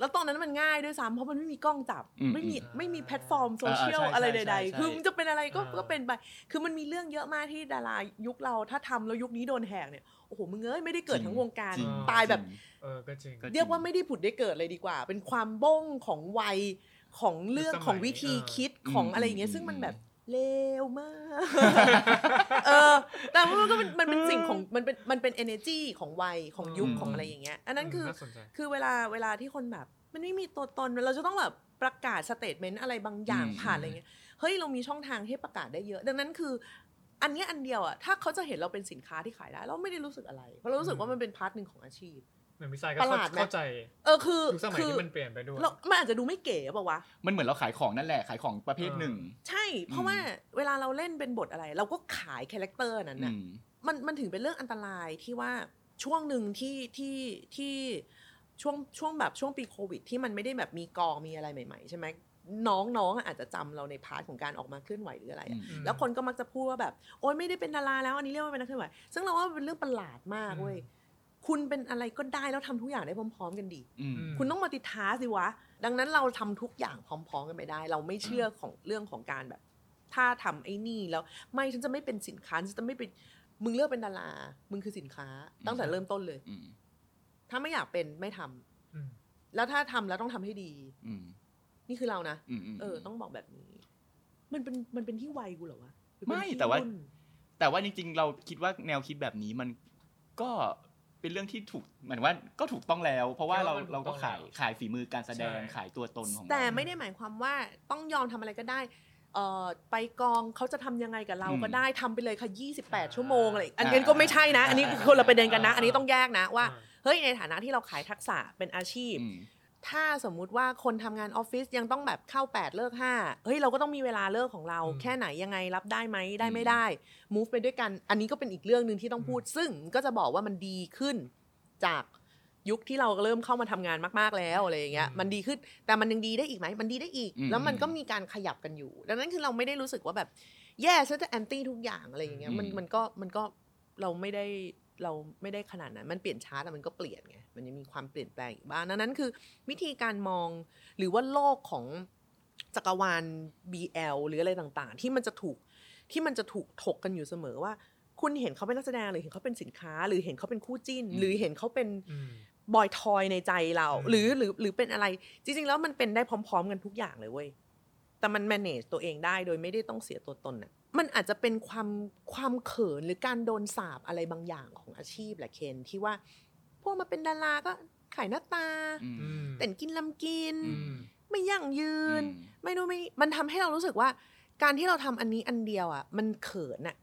Speaker 5: แล้วตอนนั้นมันง่ายด้วยซ้ำเพราะมันไม่มีกล้องจับ ไม่มี
Speaker 4: อืม
Speaker 5: ไม่มีแพลตฟอร์มโซเชียล
Speaker 3: าใช่
Speaker 5: อะไร
Speaker 3: ใช่
Speaker 5: ใด
Speaker 3: ใช่
Speaker 5: ๆ คือมันจะเป็นอะไรก็
Speaker 4: อ่า
Speaker 5: ก็เป็นไป คือมันมีเรื่องเยอะมากที่ดารายุคเราถ้าทำแล้วยุคนี้โดนแหกเนี่ยโอ้โหมึงเอ้ยไม่ได้เกิด
Speaker 3: จริง
Speaker 5: ทั้งวงการ
Speaker 3: จริง
Speaker 5: ตายแบบ
Speaker 3: จริง
Speaker 4: เออก็จริง
Speaker 3: ก็
Speaker 5: เรียกว่าไม่ได้ผุดได้เกิดเลยดีกว่า เป็นความบ้งของวัยของเรื่อง
Speaker 4: ยุคสมัย
Speaker 5: ของวิธี
Speaker 4: อ่า
Speaker 5: คิดของ
Speaker 3: อืม
Speaker 5: อะไรอย่างเงี้ย
Speaker 3: อืม
Speaker 5: ซึ่งมัน
Speaker 3: อืม
Speaker 5: แบบเลวมาก เออ แต่ว่ามันก็เป็นมันเป็นสิ่งของมันเป็นมันเป็น energy ของวัยของยุคของอะไรอย่างเงี้ยอั นนั้นคือ
Speaker 4: น่าสนใจ
Speaker 5: คือเวลาเวลาที่คนแบบ มันไม่มีตัวตนเราจะต้องแบบประกาศสเตทเมนต์อะไรบางอย่าง
Speaker 3: อืม
Speaker 5: ผ่านอะไรเงี้ยเฮ้ย เรามีช่องทางให้ประกาศได้เยอะ ดังนั้นคือ อันเนี้ยอันเดียวอะถ้าเขาจะเห็นเราเป็นสินค้าที่ขายได้ เราไม่ได้รู้สึกอะไร เพราะเรารู้สึกว่ามันเป็นพาร์ทหนึ่งของอาชีพ
Speaker 4: เหมือนพี่สายก็
Speaker 5: ประหลาดไหม
Speaker 4: เข้าใจ
Speaker 5: เออคือ
Speaker 4: ยุคสมัย
Speaker 5: คื
Speaker 4: ที่มันเปลี่ยนไปด้วย
Speaker 5: เรามันอาจจะดูไม่เก๋เปล่าวะ
Speaker 3: มันเหมือนเราขายของนั่นแหละขายของประเภทหนึ่ง
Speaker 5: ใช่ เพราะว่าเวลาเราเล่นเป็นบทอะไร เราก็ขายคาแรคเตอร์นั้นน่ะ
Speaker 3: อืม
Speaker 5: มันมันถึงเป็นเรื่องอันตรายที่ว่าช่วงหนึ่งที่ที่ที่ช่วงช่วงแบบช่วงปีโควิด ที่มันไม่ได้แบบมีกองมีอะไรใหม่ ๆ ใช่ไหมน้องน้องอาจจะจำเราในพาร์ทของการออกมาเคลื่อนไหวหรืออะไรอะ
Speaker 4: อืม
Speaker 5: แล้วคนก็มักจะพูดว่าแบบ โอ๊ยไม่ได้เป็นดาราแล้วอันนี้เรียกว่าเป็นนักเคลื่อนไหวซึ่งเราว่ามันเป็นเรื่องประหลาดมากเว้ยคุณเป็นอะไรก็ได้แล้วทำทุกอย่างได้พร้อม ๆ กันดี
Speaker 3: อืม
Speaker 5: คุณต้องมาติท้าสิวะ ดังนั้นเราทำทุกอย่างพร้อม ๆ กันไปได้ เราไม่เชื่อของเรื่องของการแบบ ถ้าทำไอ้นี่แล้วไม่ฉันจะไม่เป็นสินค้าฉันจะไม่เป็นมึงเลือกเป็นดารา มึงคือสินค้า ตั้งแต่
Speaker 3: อืม
Speaker 5: เริ่มต้นเลย
Speaker 3: อืม
Speaker 5: ถ้าไม่อยากเป็นไม่ทำ
Speaker 4: อืม
Speaker 5: แล้วถ้าทำแล้วต้องทำให้ดี
Speaker 3: อืม
Speaker 5: นี่คือเรานะ
Speaker 3: อืมม
Speaker 5: เออ ต้องบอกแบบนี้ มันเป็นมันเป็นที่วัยกูเหรอวะหรือเป็น
Speaker 3: ไม่
Speaker 5: ที่
Speaker 3: แต่ว่า
Speaker 5: รุ่น
Speaker 3: แต่ว่าจริงๆ เราคิดว่าแนวคิดแบบนี้มันก็ เป็นเรื่องที่ถูกเหมือนว่าก็ถูกต้องแล้ว เพราะว่าเรา
Speaker 4: เพราะว่ามัน
Speaker 3: เราก็ขาย
Speaker 4: ถูกต้องแล้ว
Speaker 3: ขายฝีมือการแสดง
Speaker 4: ใช่
Speaker 3: ขายตัวตนของเรา
Speaker 5: แต่ไม่ได้หมายความว่าต้องยอมทำอะไรก็ได้เอ่อไปกองเขาจะทำยังไงกับเราก็ได้ทำไปเลยค่ะ 28 ชั่วโมงอะไรอันนี้ก็ไม่ใช่นะ อันนี้คนละประเด็นกันนะ อันนี้ต้องแยกนะว่า
Speaker 4: อ่า
Speaker 5: เฮ้ยในฐานะที่เราขายทักษะเป็นอาชีพ
Speaker 3: อืม
Speaker 5: ถ้าสมมุติว่าคนทำงานออฟฟิศยังต้องแบบเข้า 8 เลิก 5 เฮ้ย เราก็ต้องมีเวลาเลิกของเรา
Speaker 4: อืม
Speaker 5: แค่ไหนยังไงรับได้ไหมได้
Speaker 3: อื
Speaker 5: ไม่
Speaker 3: ม
Speaker 5: ได้ move ไปด้วยกัน อันนี้ก็เป็นอีกเรื่องหนึ่งที่ต้อง
Speaker 4: อืม
Speaker 5: พูด ซึ่งก็จะบอกว่ามันดีขึ้นจากยุคที่เราเริ่มเข้ามาทำงานมากๆแล้วอะไรอย่างเงี้ยมันดีขึ้นแต่มันยังดีได้อีกไหมมันดีได้อีก
Speaker 3: อืม
Speaker 5: แล้วมันก็มีการขยับกันอยู่ ดังนั้นคือเราไม่ได้รู้สึกว่าแบบแย่ฉันจะแอนตี้ทุกอย่างอะไรอย่างเงี้ยมัน
Speaker 3: อืม
Speaker 5: มันก็มันก็เราไม่ได้เราไม่ได้ขนาดนั้น มันเปลี่ยนช้าแต่มันก็เปลี่ยนไงมันยังมีความเปลี่ยนแปลงอีกบ้างดังนั้นคือวิธีการมองหรือว่าโลกของจักรวาล BL หรืออะไรต่างๆ ที่มันจะถูกที่มันจะถูกถกกันอยู่เสมอว่า คุณเห็นเขาเป็นนักแสดงหรือเห็นเขาเป็นสินค้า หรือเห็นเขาเป็นคู่จิ้น
Speaker 3: อืม
Speaker 5: หรือเห็นเขาเป็น
Speaker 4: อืม
Speaker 5: บอยทอยในใจเรา
Speaker 4: อืม
Speaker 5: หรือหรือหรือเป็นอะไร จริง ๆ แล้วมันเป็นได้พร้อม ๆ กันทุกอย่างเลยเว้ย แต่มัน manage ตัวเองได้โดยไม่ได้ต้องเสียตัวตนน่ะมันอาจจะเป็นความความเขินหรือการโดนสาบอะไรบางอย่างของอาชีพแหละเคนที่ว่า พวกมาเป็นดาราก็ขายหน้าตา
Speaker 3: อืม
Speaker 4: อืม
Speaker 5: แต่งกินลำกิน
Speaker 3: อื
Speaker 4: อืม
Speaker 5: ไม่ยั่งยื
Speaker 3: อื
Speaker 5: น
Speaker 3: ม
Speaker 5: ไม่รู้ไม่นี่มันทำให้เรารู้สึกว่า การที่เราทำอันนี้อันเดียวอ่ะ มันเขินอ่ะ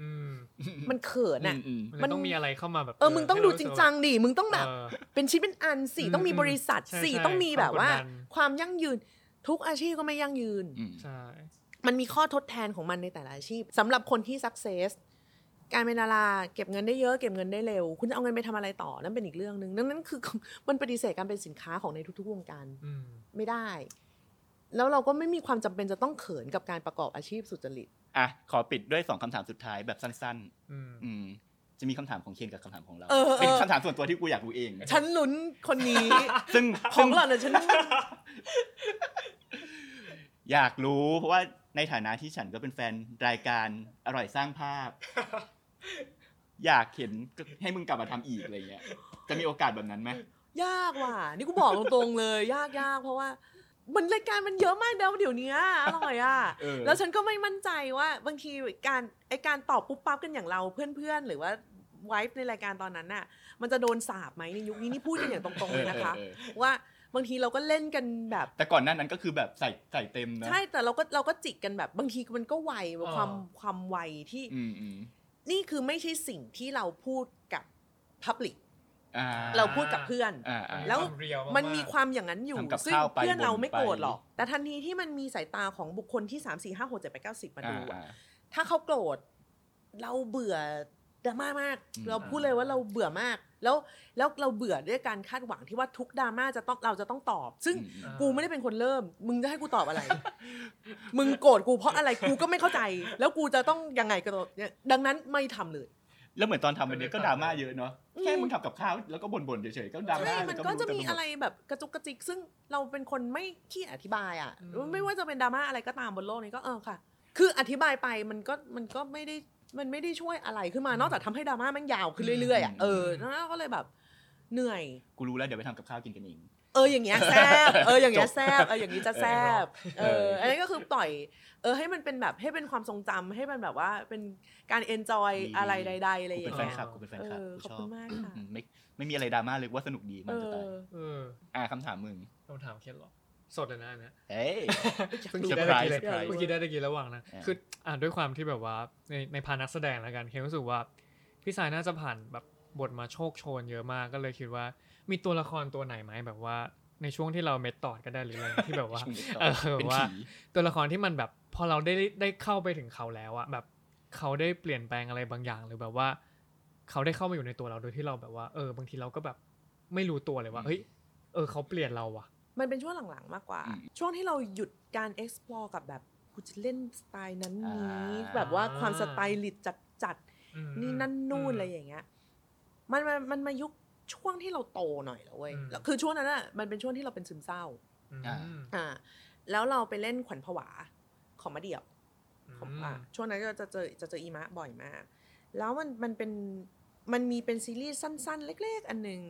Speaker 4: อืม
Speaker 5: มันเขินอ่ะ
Speaker 3: อืมอืม
Speaker 4: มันเลยต้องมีอะไรเข้ามาแบบ
Speaker 5: เออมึงต้องดูจริงจังดิมึงต้อง
Speaker 4: ให้
Speaker 5: แบ
Speaker 4: เรา
Speaker 5: บ
Speaker 4: รู้สึกว่าเออ
Speaker 5: เป็นชิ้นเป็นอันสี่
Speaker 4: อืม
Speaker 5: ต้องมีบริษัท
Speaker 4: ใช่
Speaker 5: สี่
Speaker 4: ใช่
Speaker 5: ต้องมีแบบว่า
Speaker 4: ความกดดัน
Speaker 5: ความยั่งยืน ทุกอาชีพก็ไม่ยั่งยืน
Speaker 4: ใช่
Speaker 5: มันมีข้อทดแทนของมันในแต่ละอาชีพสำหรับคนที่สักเซสการเป็นดาราเก็บเงินได้เยอะเก็บเงินได้เร็ว คุณจะเอาเงินไปทำอะไรต่อนั่นเป็นอีกเรื่องหนึ่งดังนั้นคือ มันปฏิเสธการเป็นสินค้าของในทุกๆวงการ
Speaker 4: อืม
Speaker 5: ไม่ได้ แล้วเราก็ไม่มีความจำเป็นจะต้องเขินกับการประกอบอาชีพสุจริต
Speaker 3: อ่ะ ขอปิดด้วยสองคำถามสุดท้ายแบบสั้น
Speaker 4: อืม
Speaker 3: ๆ อืม จะมีคำถามของเคนกับคำถามของเรา
Speaker 5: เออเออ
Speaker 3: เป็นคำถามส่วนตัวที่กูอยากรู้เอง
Speaker 5: ฉันลุ้นคนนี้
Speaker 3: ซึ่ง
Speaker 5: ข
Speaker 3: ห้
Speaker 5: อ
Speaker 3: อง
Speaker 5: งหล่อนอะฉัน
Speaker 3: อยากรู้ เพราะว่าในฐานะที่ฉันก็เป็นแฟนรายการอร่อยสร้างภาพ อยากเห็นให้มึงกลับมาทำอีกอะไรเงี้ย จะมีโอกาสแบบนั้นไหม
Speaker 5: ยากว่ะ นี่กูบอกตรงๆเลย ยากยากเพราะว่ามันรายการมันเยอะมากแล้วเดี๋ยวเนี้ยอร่อยอ่ะ
Speaker 3: เออ
Speaker 5: แล้วฉันก็ไม่มั่นใจว่าบางทีการไอการตอบปุ๊บปั๊บกันอย่างเราเพื่อนๆ หรือว่าไวฟ์ในรายการตอนนั้นน่ะ มันจะโดนสาบไหมในยุคนี้นี่พูดกันอย่างตรงๆเลยนะคะ
Speaker 3: ออออเออ
Speaker 5: ว่าบางทีเราก็เล่นกันแบบ
Speaker 3: แต่ก่อนหน้านั้นก็คือแบบใส่ใส่เต็มนะ
Speaker 5: ใช่แต่เราก็เราก็จิกกันแบบบางทีมันก็ไวแบบความ
Speaker 4: อ๋อ
Speaker 5: ความไวที่
Speaker 3: อืมอืม
Speaker 5: นี่คือไม่ใช่สิ่งที่เราพูดกับพับลิก
Speaker 3: อ่า
Speaker 5: เราพูดกับเพื่อน
Speaker 3: อ่าอ่า
Speaker 5: แล้ว
Speaker 4: เรียากๆ
Speaker 5: มันมีความอย่างนั้นอยู่
Speaker 3: ทำกับ
Speaker 5: ซึ่ง
Speaker 3: ข้าวไป
Speaker 5: เพื่อนเรา
Speaker 3: บ่น
Speaker 5: ไม่โกรธ
Speaker 3: ไป
Speaker 5: หรอก แต่ทันทีที่มันมีสายตาของบุคคลที่ 3 4 5 6 7 8 9 10 มา
Speaker 3: อ่า
Speaker 5: ดู
Speaker 3: อ่า
Speaker 5: อะถ้าเขาโกรธเราเบื่อดราม่ามาก
Speaker 3: อืม
Speaker 5: เราพูดเลยว่าเราเบื่อมาก แล้วแล้วเราเบื่อด้วยการคาดหวังที่ว่าทุกดราม่าจะต้องเราจะต้องตอบ ซึ่ง
Speaker 3: อืมอืม
Speaker 5: กูไม่ได้เป็นคนเริ่ม มึงจะให้กูตอบ อะไร มึงโกรธกูเพราะอะไรกูก็ไม่เข้าใจ แล้วกูจะต้องยังไงกับตัวเนี่ยดังนั้นไม่ทำเลย
Speaker 3: แล้วเหมือนตอนทำวันนี้ก็ดราม่าเยอะเนาะ
Speaker 5: อืม
Speaker 3: แค่มึงทำกับข้าวแล้วก็บ่นๆเฉยๆก็ดราม่า
Speaker 5: ใช่ มันก็จะมีอะไรแบบกระจุกกระจิก ซึ่งเราเป็นคนไม่ขี้อธิบายอ่ะ ไม่ว่าจะเป็นดราม่าอะไรก็ตามบนโลกนี้ก็เออค่ะ คืออธิบายไปมันก็มันก็ไม่ได้มันไม่ได้ช่วยอะไรขึ้นมา นอกจากทำให้ดราม่ามันยาวขึ้นเรื่อยๆอ่ะ เออแล้วก็เลยแบบเหนื่อย
Speaker 3: กูรู้แล้วเดี๋ยวไปทำกับข้าวกินกันเอง
Speaker 5: เอออย่า งเงี้ยแซบเอออย่างเงี้ยแซบเอออย่างนี้จะแซบเอ
Speaker 3: เออ
Speaker 5: ออันนี้ก็คือปล่อย เออให้มันเป็นแบบให้เป็นความทรงจำให้มันแบบว่าเป็นการเอนจอยอะไรใด ๆ อะไร
Speaker 3: กู
Speaker 5: อย่า
Speaker 3: เป็นแฟน
Speaker 5: งเงี้ย
Speaker 3: คลับกูเป็นแฟน
Speaker 5: เอ
Speaker 3: คลับกู
Speaker 5: อขอบ
Speaker 3: ชอ
Speaker 5: คุ
Speaker 3: บ
Speaker 5: ณมากค่ะ
Speaker 3: อืมไม่ไม่มีอะไรดราม่าเลยว่าสนุกดีมั
Speaker 5: เอน
Speaker 3: จะตาย
Speaker 5: อ
Speaker 4: เออ
Speaker 3: อ่าคำถามมึง
Speaker 4: ต้องถามเคสหรอ สดเลยนะอันเนี้ย
Speaker 3: เฮ้ย
Speaker 4: เพิ่ง
Speaker 3: เซ
Speaker 4: คิ
Speaker 3: อ
Speaker 4: ด
Speaker 3: ร์ไพร
Speaker 4: ได้ตะ
Speaker 3: ส์
Speaker 4: กี้เลย
Speaker 3: เซอร์ไพรส์
Speaker 4: เพิ่งคิดได้ตะกี้ระหว่างนะ
Speaker 3: อ่า
Speaker 4: คืออ่าด้วยความที่แบบว่าในในพานักแสดงแล้วกัน เคนรู้สึกว่า พี่สายน่าจะผ่านแบบบทมาโชคโชนเยอะมาก ก็เลยคิดว่า มีตัวละครตัวไหนไหมแบบว่า ในช่วงที่เราเมดตอดก็ได้หรืออะไรที่แบบว่า เออแบ
Speaker 3: เป็น
Speaker 4: บว่า
Speaker 3: ผี
Speaker 4: ตัวละครที่มันแบบพอเราได้ได้เข้าไปถึงเขาแล้วอะแบบเขาได้เปลี่ยนแปลงอะไรบางอย่างหรือแบบว่า เขาได้เข้ามาอยู่ในตัวเราโดยที่เราแบบว่า เออ บางทีเราก็แบบไม่รู้ตัวเลยว่าเฮ้ยเออเขาเปลี่ยนเราอะ
Speaker 5: มันเป็นช่วงหลังๆ มากกว่า
Speaker 3: อืม
Speaker 5: ช่วงที่เราหยุดการ explore กับแบบกูจะเล่นสไตล์นั้น
Speaker 3: อ่
Speaker 5: นี้
Speaker 3: า
Speaker 5: แบบว่าความสไตล์ลิดจัดจัด
Speaker 4: อืม
Speaker 5: ๆนี่นั่นนู่น
Speaker 4: ม
Speaker 5: อะไรอย่างเงี้ยมันมามันมายุคช่วงที่เราโตหน่อยแล้วเว้ย
Speaker 4: อืม
Speaker 5: แล้วคือช่วงนั้นอ่ะมันเป็นช่วงที่เราเป็นซึมเศร้า
Speaker 4: อืม
Speaker 3: อ่า
Speaker 5: อ่า แล้วเราไปเล่นขวัญผวาของมะเดี่ยว ของ
Speaker 4: ม
Speaker 5: อ่ะช่วงนั้นก็จะเจอจะเจออีมะบ่อยมาก แล้วมันมันเป็นมันมีเป็นซีรีส์สั้น ๆ เล็ก ๆ อันหนึ่ง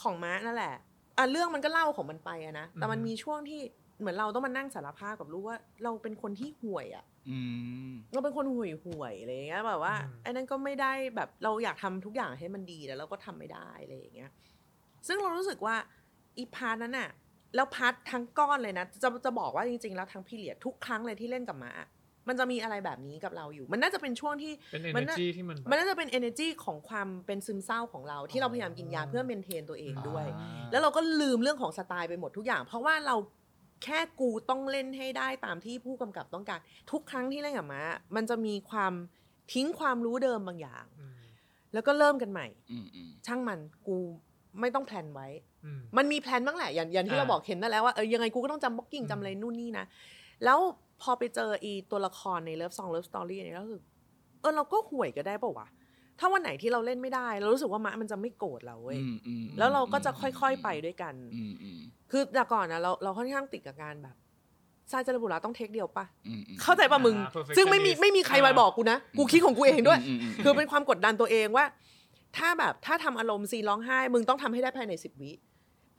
Speaker 5: ของมะนั่นแหละอ่ะเรื่องมันก็เล่าของมันไปอะนะแต่มัน
Speaker 4: อืม
Speaker 5: มีช่วงที่เหมือนเราต้องมานั่งสารภาพกับรู้ว่าเราเป็นคนที่ห่วยอะ
Speaker 3: อืม
Speaker 5: เราเป็นคนห่วยห่วยๆอะไรอย่างเงี้ยแบบว่า
Speaker 4: อืม
Speaker 5: ไอ้นั่นก็ไม่ได้แบบเราอยากทำทุกอย่างให้มันดีแล้วเราก็ทำไม่ได้อะไรอย่างเงี้ย ซึ่งเรารู้สึกว่าอีพาร์ทนั้นน่ะ แล้วพาร์ททั้งก้อนเลยนะ จะจะบอกว่าจริงๆแล้วทั้งพี่เหลียดทุกครั้งเลยที่เล่นกับหมา มันจะมีอะไรแบบนี้กับเราอยู่ มันน่าจะเป็นช่วงที่
Speaker 4: เป็น
Speaker 5: มันน่ะ
Speaker 4: energy ที่มันแบบ
Speaker 5: มันน่าจะเป็น energy ของความเป็นซึมเศร้าของเรา ที่เรา
Speaker 4: อ๋อ
Speaker 5: พยายามกินยาเพื่อเมนเทนตัวเองด้วย
Speaker 3: อ่า
Speaker 5: แล้วเราก็ลืมเรื่องของสไตล์ไปหมดทุกอย่าง เพราะว่าเราแค่กูต้องเล่นให้ได้ตามที่ผู้กำกับต้องการ ทุกครั้งที่เล่นกับม้ามันจะมีความทิ้งความรู้เดิมบางอย่าง
Speaker 4: อืม
Speaker 5: แล้วก็เริ่มกันใหม่
Speaker 3: อืมอืม
Speaker 5: ช่างมันกูไม่ต้องแพลนไว้
Speaker 4: อืม
Speaker 5: มันมีแพลนบ้างแหละอย่างอย่างที่
Speaker 4: อ่า
Speaker 5: เราบอกเห็นนั่นแล้วว่าเออยังไงกูก็ต้องจำบ็อกกิ้ง
Speaker 4: อืม
Speaker 5: จำอะไรนู่นนี่นะ แล้วพอไปเจออีตัวละครในเลิฟซองเลิฟสตอรี่เนี่ยแล้วรู้สึกเออเราก็ห่วยก็ได้ปะวะถ้าวันไหนที่เราเล่นไม่ได้ เรารู้สึกว่ามะมันจะไม่โกรธเราเว้ย
Speaker 3: อืมอืม
Speaker 5: แล้วเราก็จะค่อยๆไปด้วยกัน
Speaker 3: อืมอืม
Speaker 5: คือแต่ก่อนนะเราเราค่อนข้างติดกับการแบบซายจารบุระต้องเทคเดียวปะ
Speaker 3: อืมอืม
Speaker 5: เข้าใจปะมึง
Speaker 4: อ่า perfectionist
Speaker 5: ซึ่งไม่มีไม่มีใครมาบอกกูนะ กูคิดของกูเองด้วย
Speaker 3: มมม
Speaker 5: คือเป็นความกดดันตัวเองว่า ถ้าแบบถ้าทำอารมณ์ซีนร้องไห้ มึงต้องทำให้ได้ภายในสิบวิ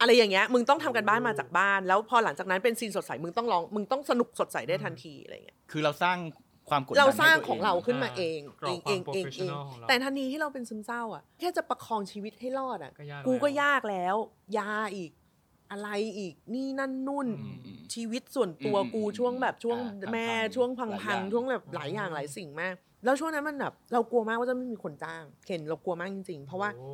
Speaker 5: อะไรอย่างเงี้ยมึงต้องทำกันบ้านมาจากบ้าน แล้วพอหลังจากนั้นเป็นซีนสดใสมึงต้องร้องมึงต้องสนุกสดใสได้ทันทีอะไรอย่างเงี้ย
Speaker 3: คือเราสร้างความกดดัน
Speaker 5: เราสร้าง
Speaker 3: ให้ตัว
Speaker 5: ของเราขึ้นมา
Speaker 4: อ่า
Speaker 5: เอง
Speaker 4: กรอบ
Speaker 5: เอง
Speaker 4: ความ
Speaker 5: เองเอง
Speaker 4: professional ของเรา
Speaker 5: แต่ทันทีที่เราเป็นซึมเศร้าอ่ะแค่จะประคองชีวิตให้รอดอ่ะ
Speaker 4: ก็ยาก
Speaker 5: กูก็
Speaker 4: แล้ว
Speaker 5: ยากแล้ว ยาอีก อะไรอีกนี่นั่นนู่น
Speaker 4: อื
Speaker 3: อืมอืม
Speaker 5: ชีวิตส่วนตัวกู
Speaker 3: อืม
Speaker 5: ช่วงแบบช่วง
Speaker 3: อ่า
Speaker 5: แม่
Speaker 3: พังๆ
Speaker 5: ช่วง
Speaker 3: หลายอย่าง ง
Speaker 5: พัๆช่วงแบบหลายอย่างหลายสิ่งมาก แล้วช่วงนั้นมันแบบเรากลัวมากว่าจะไม่มีคนจ้างเข็นเรากลัวมากจริงๆ เพราะว่า
Speaker 4: โอ้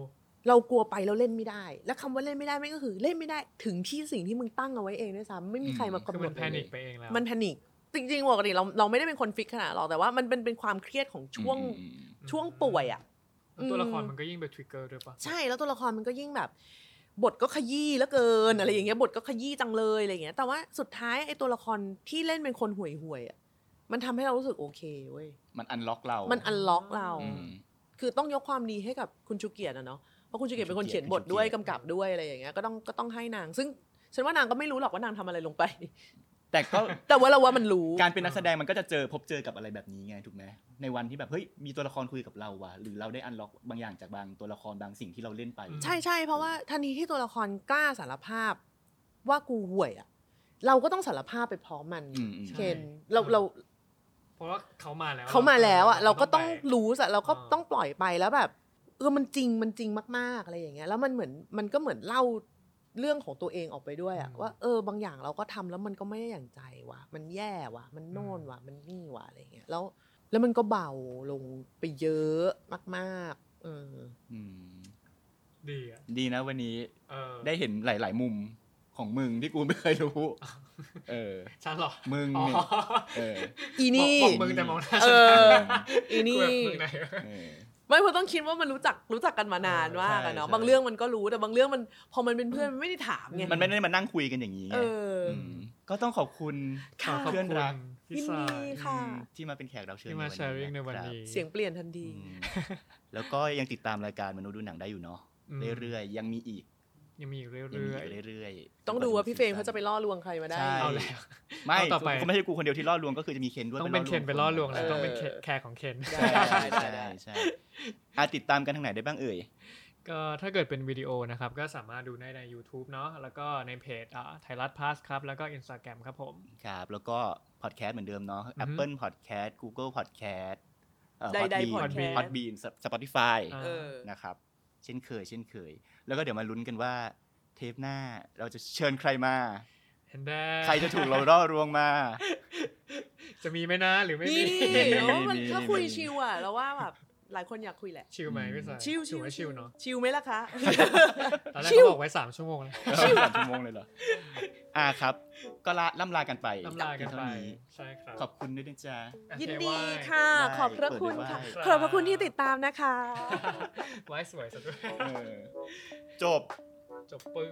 Speaker 5: เรากลัวไปเราเล่นไม่ได้ และคำว่าเล่นไม่ได้ไม่ก็คือเล่นไม่ได้ถึงที่สิ่งที่มึงตั้งเอาไว้เองด้วยซ้ำไม่มีใครมา
Speaker 4: คื
Speaker 5: กำ
Speaker 4: อ
Speaker 5: หน
Speaker 4: มั
Speaker 5: ด
Speaker 4: นแพ
Speaker 5: เล
Speaker 4: นิ
Speaker 5: ย
Speaker 4: คไปเองแล้ว
Speaker 5: มันแพนิคจริงๆปกติเราเราไม่ได้เป็นคนฟิกขนาดหรอกแต่ว่ามันเป็นเป็นความเครียดของช่วง
Speaker 3: อืมอืม
Speaker 4: อืม
Speaker 5: ช่วงป่วยอ่ะ
Speaker 4: แล้วตัวละคร
Speaker 5: อืม
Speaker 4: มันก็ยิ่งไปทริกเกอร์ด้วยปะ
Speaker 5: ใช่แล้วตัวละครมันก็ยิ่งแบบ บทก็ขยี้แล้วเกินอะไรอย่างเงี้ยบทก็ขยี้จังเลยอะไรอย่างเงี้ย แต่ว่าสุดท้ายไอ้ตัวละครที่เล่นเป็นคนห่วยห่วยๆอะมันทำให้เรารู้สึกโอเคเว้ย
Speaker 3: มันอันล็อกเรา
Speaker 5: มันอันล็อกเรา
Speaker 3: อืม
Speaker 5: คือต้องยกความดีให้กับคุณชูเกียรตินะเนาะเพราะคุณชูเกียรติเป็นคนเขียนบท
Speaker 3: คุณชูเกียรติ
Speaker 5: ด้วยกำกับด้วยอะไรอย่างเงี้ยก็ต้องก็ต้องให้นาง ซึ่งฉันว่านางก็ไม่รู้หรอกว่านางทำอะไรลงไป
Speaker 3: แต่ก็
Speaker 5: แต่ว่าเราว่ามันรู้
Speaker 3: การเป็นนักแสดงมันก็จะเจอพบเจอกับอะไรแบบนี้ไงถูกไหมในวันที่แบบเฮ้ยมีตัวละครคุยกับเราว่ะหรือเราได้อันล็อกบางอย่างจากบางตัวละครบางสิ่งที่เราเล่นไป
Speaker 5: ใช่ใช่เพราะว่าทันทีที่ตัวละครกล้าสารภาพว่ากูห่วยอะเราก็ต้องสารภาพไปพร้อมมัน
Speaker 3: อืมอืม
Speaker 5: เคนเราเรา
Speaker 4: เพราะว่าเขามาแล้ว
Speaker 5: เขามาแล้วอ่ะเราก็ต้อง
Speaker 4: ไป
Speaker 5: รู้สะเราก็
Speaker 4: อ่า
Speaker 5: ต้องปล่อยไปแล้วแบบเออมันจริงมันจริงมากๆอะไรอย่างเงี้ยแล้วมันเหมือนมันก็เหมือนเล่าเรื่องของตัวเองออกไปด้วยอ่ะว่าเออบางอย่างเราก็ทำแล้วมันก็ไม่ได้อย่างใจว่ะมันแย่ว่ะมันโน่นว่ะมันนี่ว่ะอะไรอย่างเงี้ยแล้วแล้วมันก็เบาลงไปเยอะมากๆเออ
Speaker 3: อืม
Speaker 4: ดีอ่ะ
Speaker 3: ดีนะวันนี้
Speaker 4: เออ
Speaker 3: ได้เห็นหลาย ๆ มุมของมึงที่กูไม่เคยรู้ เออ
Speaker 4: ฉันเหรอ
Speaker 3: มึง
Speaker 4: อ๋อ
Speaker 3: เนี่ยเออ
Speaker 5: อีนี่
Speaker 4: บอกมึงแต่มองหน้า
Speaker 5: เอ
Speaker 4: ฉัน
Speaker 5: อ
Speaker 4: กู
Speaker 5: อีนี่
Speaker 4: แบบมึงไหนวะ
Speaker 3: เออ
Speaker 5: ไม่เพราะต้องคิดว่ามันรู้จักรู้จักกันมานานมากอะเนาะ
Speaker 3: ใช่
Speaker 5: บางเรื่องมันก็รู้แต่บางเรื่องมันพอมันเป็นเพื่อนมันไม่ได้ถามไง
Speaker 3: มันไม่ได้มานั่งคุยกันอย่างนี้ไง
Speaker 5: เอออ
Speaker 3: มก็ต้องขอบคุณ
Speaker 5: ค่ะ
Speaker 4: ขอบ
Speaker 3: เพื่อน
Speaker 4: คุณ
Speaker 3: รัก
Speaker 5: ยิ
Speaker 4: พี่
Speaker 5: น
Speaker 4: สา
Speaker 5: ดี
Speaker 4: ย
Speaker 5: ค่ะ
Speaker 3: ที่มาเป็นแขกรับเชิญ
Speaker 4: ที่มาแชร์ริ่งในวัน
Speaker 3: ครับ
Speaker 4: นี้
Speaker 5: เสียงเปลี่ยนทันที
Speaker 3: อืมแล้วก็ยังติดตามรายการมนุษย์ดูหนังได้อยู่เนาะ
Speaker 4: อืม
Speaker 3: เรื่อยๆยังมีอีก
Speaker 4: ยังมีอีกเรื่
Speaker 3: ยังมี
Speaker 4: อย
Speaker 3: อีกเรื่อยๆ
Speaker 5: ต้องดูว่าพี่เฟรมเขาจะไปล่อลวงใครมาได้
Speaker 3: ใช่
Speaker 4: ๆเอาแล้ว
Speaker 3: ไม่
Speaker 4: เอาต่อไป
Speaker 3: ก็ไม่ใช่กูคนเดียวที่ล่อลวงก็คือจะมีเคนด้วย
Speaker 4: ต้องเป็นเคนไปล่อลวงแล้ว
Speaker 5: เออ
Speaker 4: ต้องเป็นเคนแขกของเคน
Speaker 5: ได้
Speaker 3: ใช่ใช่ใช่ใช่อาติดตามกันทางไหนได้บ้างเอ่ย
Speaker 4: ก็ถ้าเกิดเป็นวิดีโอนะครับ ก็สามารถดูได้ใน YouTube เนาะแล้วก็ในเพจอ่าไทยรัฐพาสครับ แล้วก็ Instagram ครับผม
Speaker 3: ครับ แล้วก็พอดแคสต์เหมือนเดิมเนาะ
Speaker 4: อือฮึ
Speaker 3: Apple Podcast Google Podcast เอ่อ
Speaker 5: ใดๆ
Speaker 3: Podbean
Speaker 5: podcast
Speaker 3: Podbean Spotify
Speaker 4: อ่า
Speaker 5: เออ
Speaker 3: นะครับ เช่นเคย เช่นเคย แล้วก็เดี๋ยวมาลุ้นกันว่าเทปหน้าเราจะเชิญใครมา
Speaker 4: เห็นได้
Speaker 3: ใครจะถูกเราล่อลวงมา
Speaker 4: จะมีไหมนะหรือไม่
Speaker 5: นี่
Speaker 4: มี
Speaker 5: เดี๋ยวมัน
Speaker 3: มี
Speaker 5: ถ้าคุย
Speaker 3: มี
Speaker 5: ชิวอ่ะเราว่าแบบหลายคนอยากคุยแหละ
Speaker 4: ชิลไหมพี่สาย
Speaker 5: ชิว
Speaker 4: ถื
Speaker 5: ชิ
Speaker 4: อ
Speaker 5: ว
Speaker 4: ว่าชิลเนาะ
Speaker 5: ชิวไหมล่ะคะ
Speaker 4: ตอนแรก
Speaker 5: ชิล
Speaker 4: เขาบอกไว้ 3 ชั่วโมงเลย
Speaker 3: เออสามชั่วโมงเลยเหรอ อ่าครับ ก็ละล่ำลากันไป
Speaker 4: ลำลากันไป
Speaker 3: เท่นี้
Speaker 4: ใช่ครับ
Speaker 3: ขอบคุณด้วยนะจ๊ะ
Speaker 5: ยิน
Speaker 4: โอเค
Speaker 5: ดี
Speaker 4: ไว้
Speaker 5: ค่ะ
Speaker 3: ได้
Speaker 5: ขอบพระคุณค่ะ
Speaker 3: เปิดไว้
Speaker 5: ขอบพระคุณที่ติดตามนะคะ
Speaker 4: ไว้สวยซะด้วย
Speaker 3: เออจบ
Speaker 4: จบปึ้ง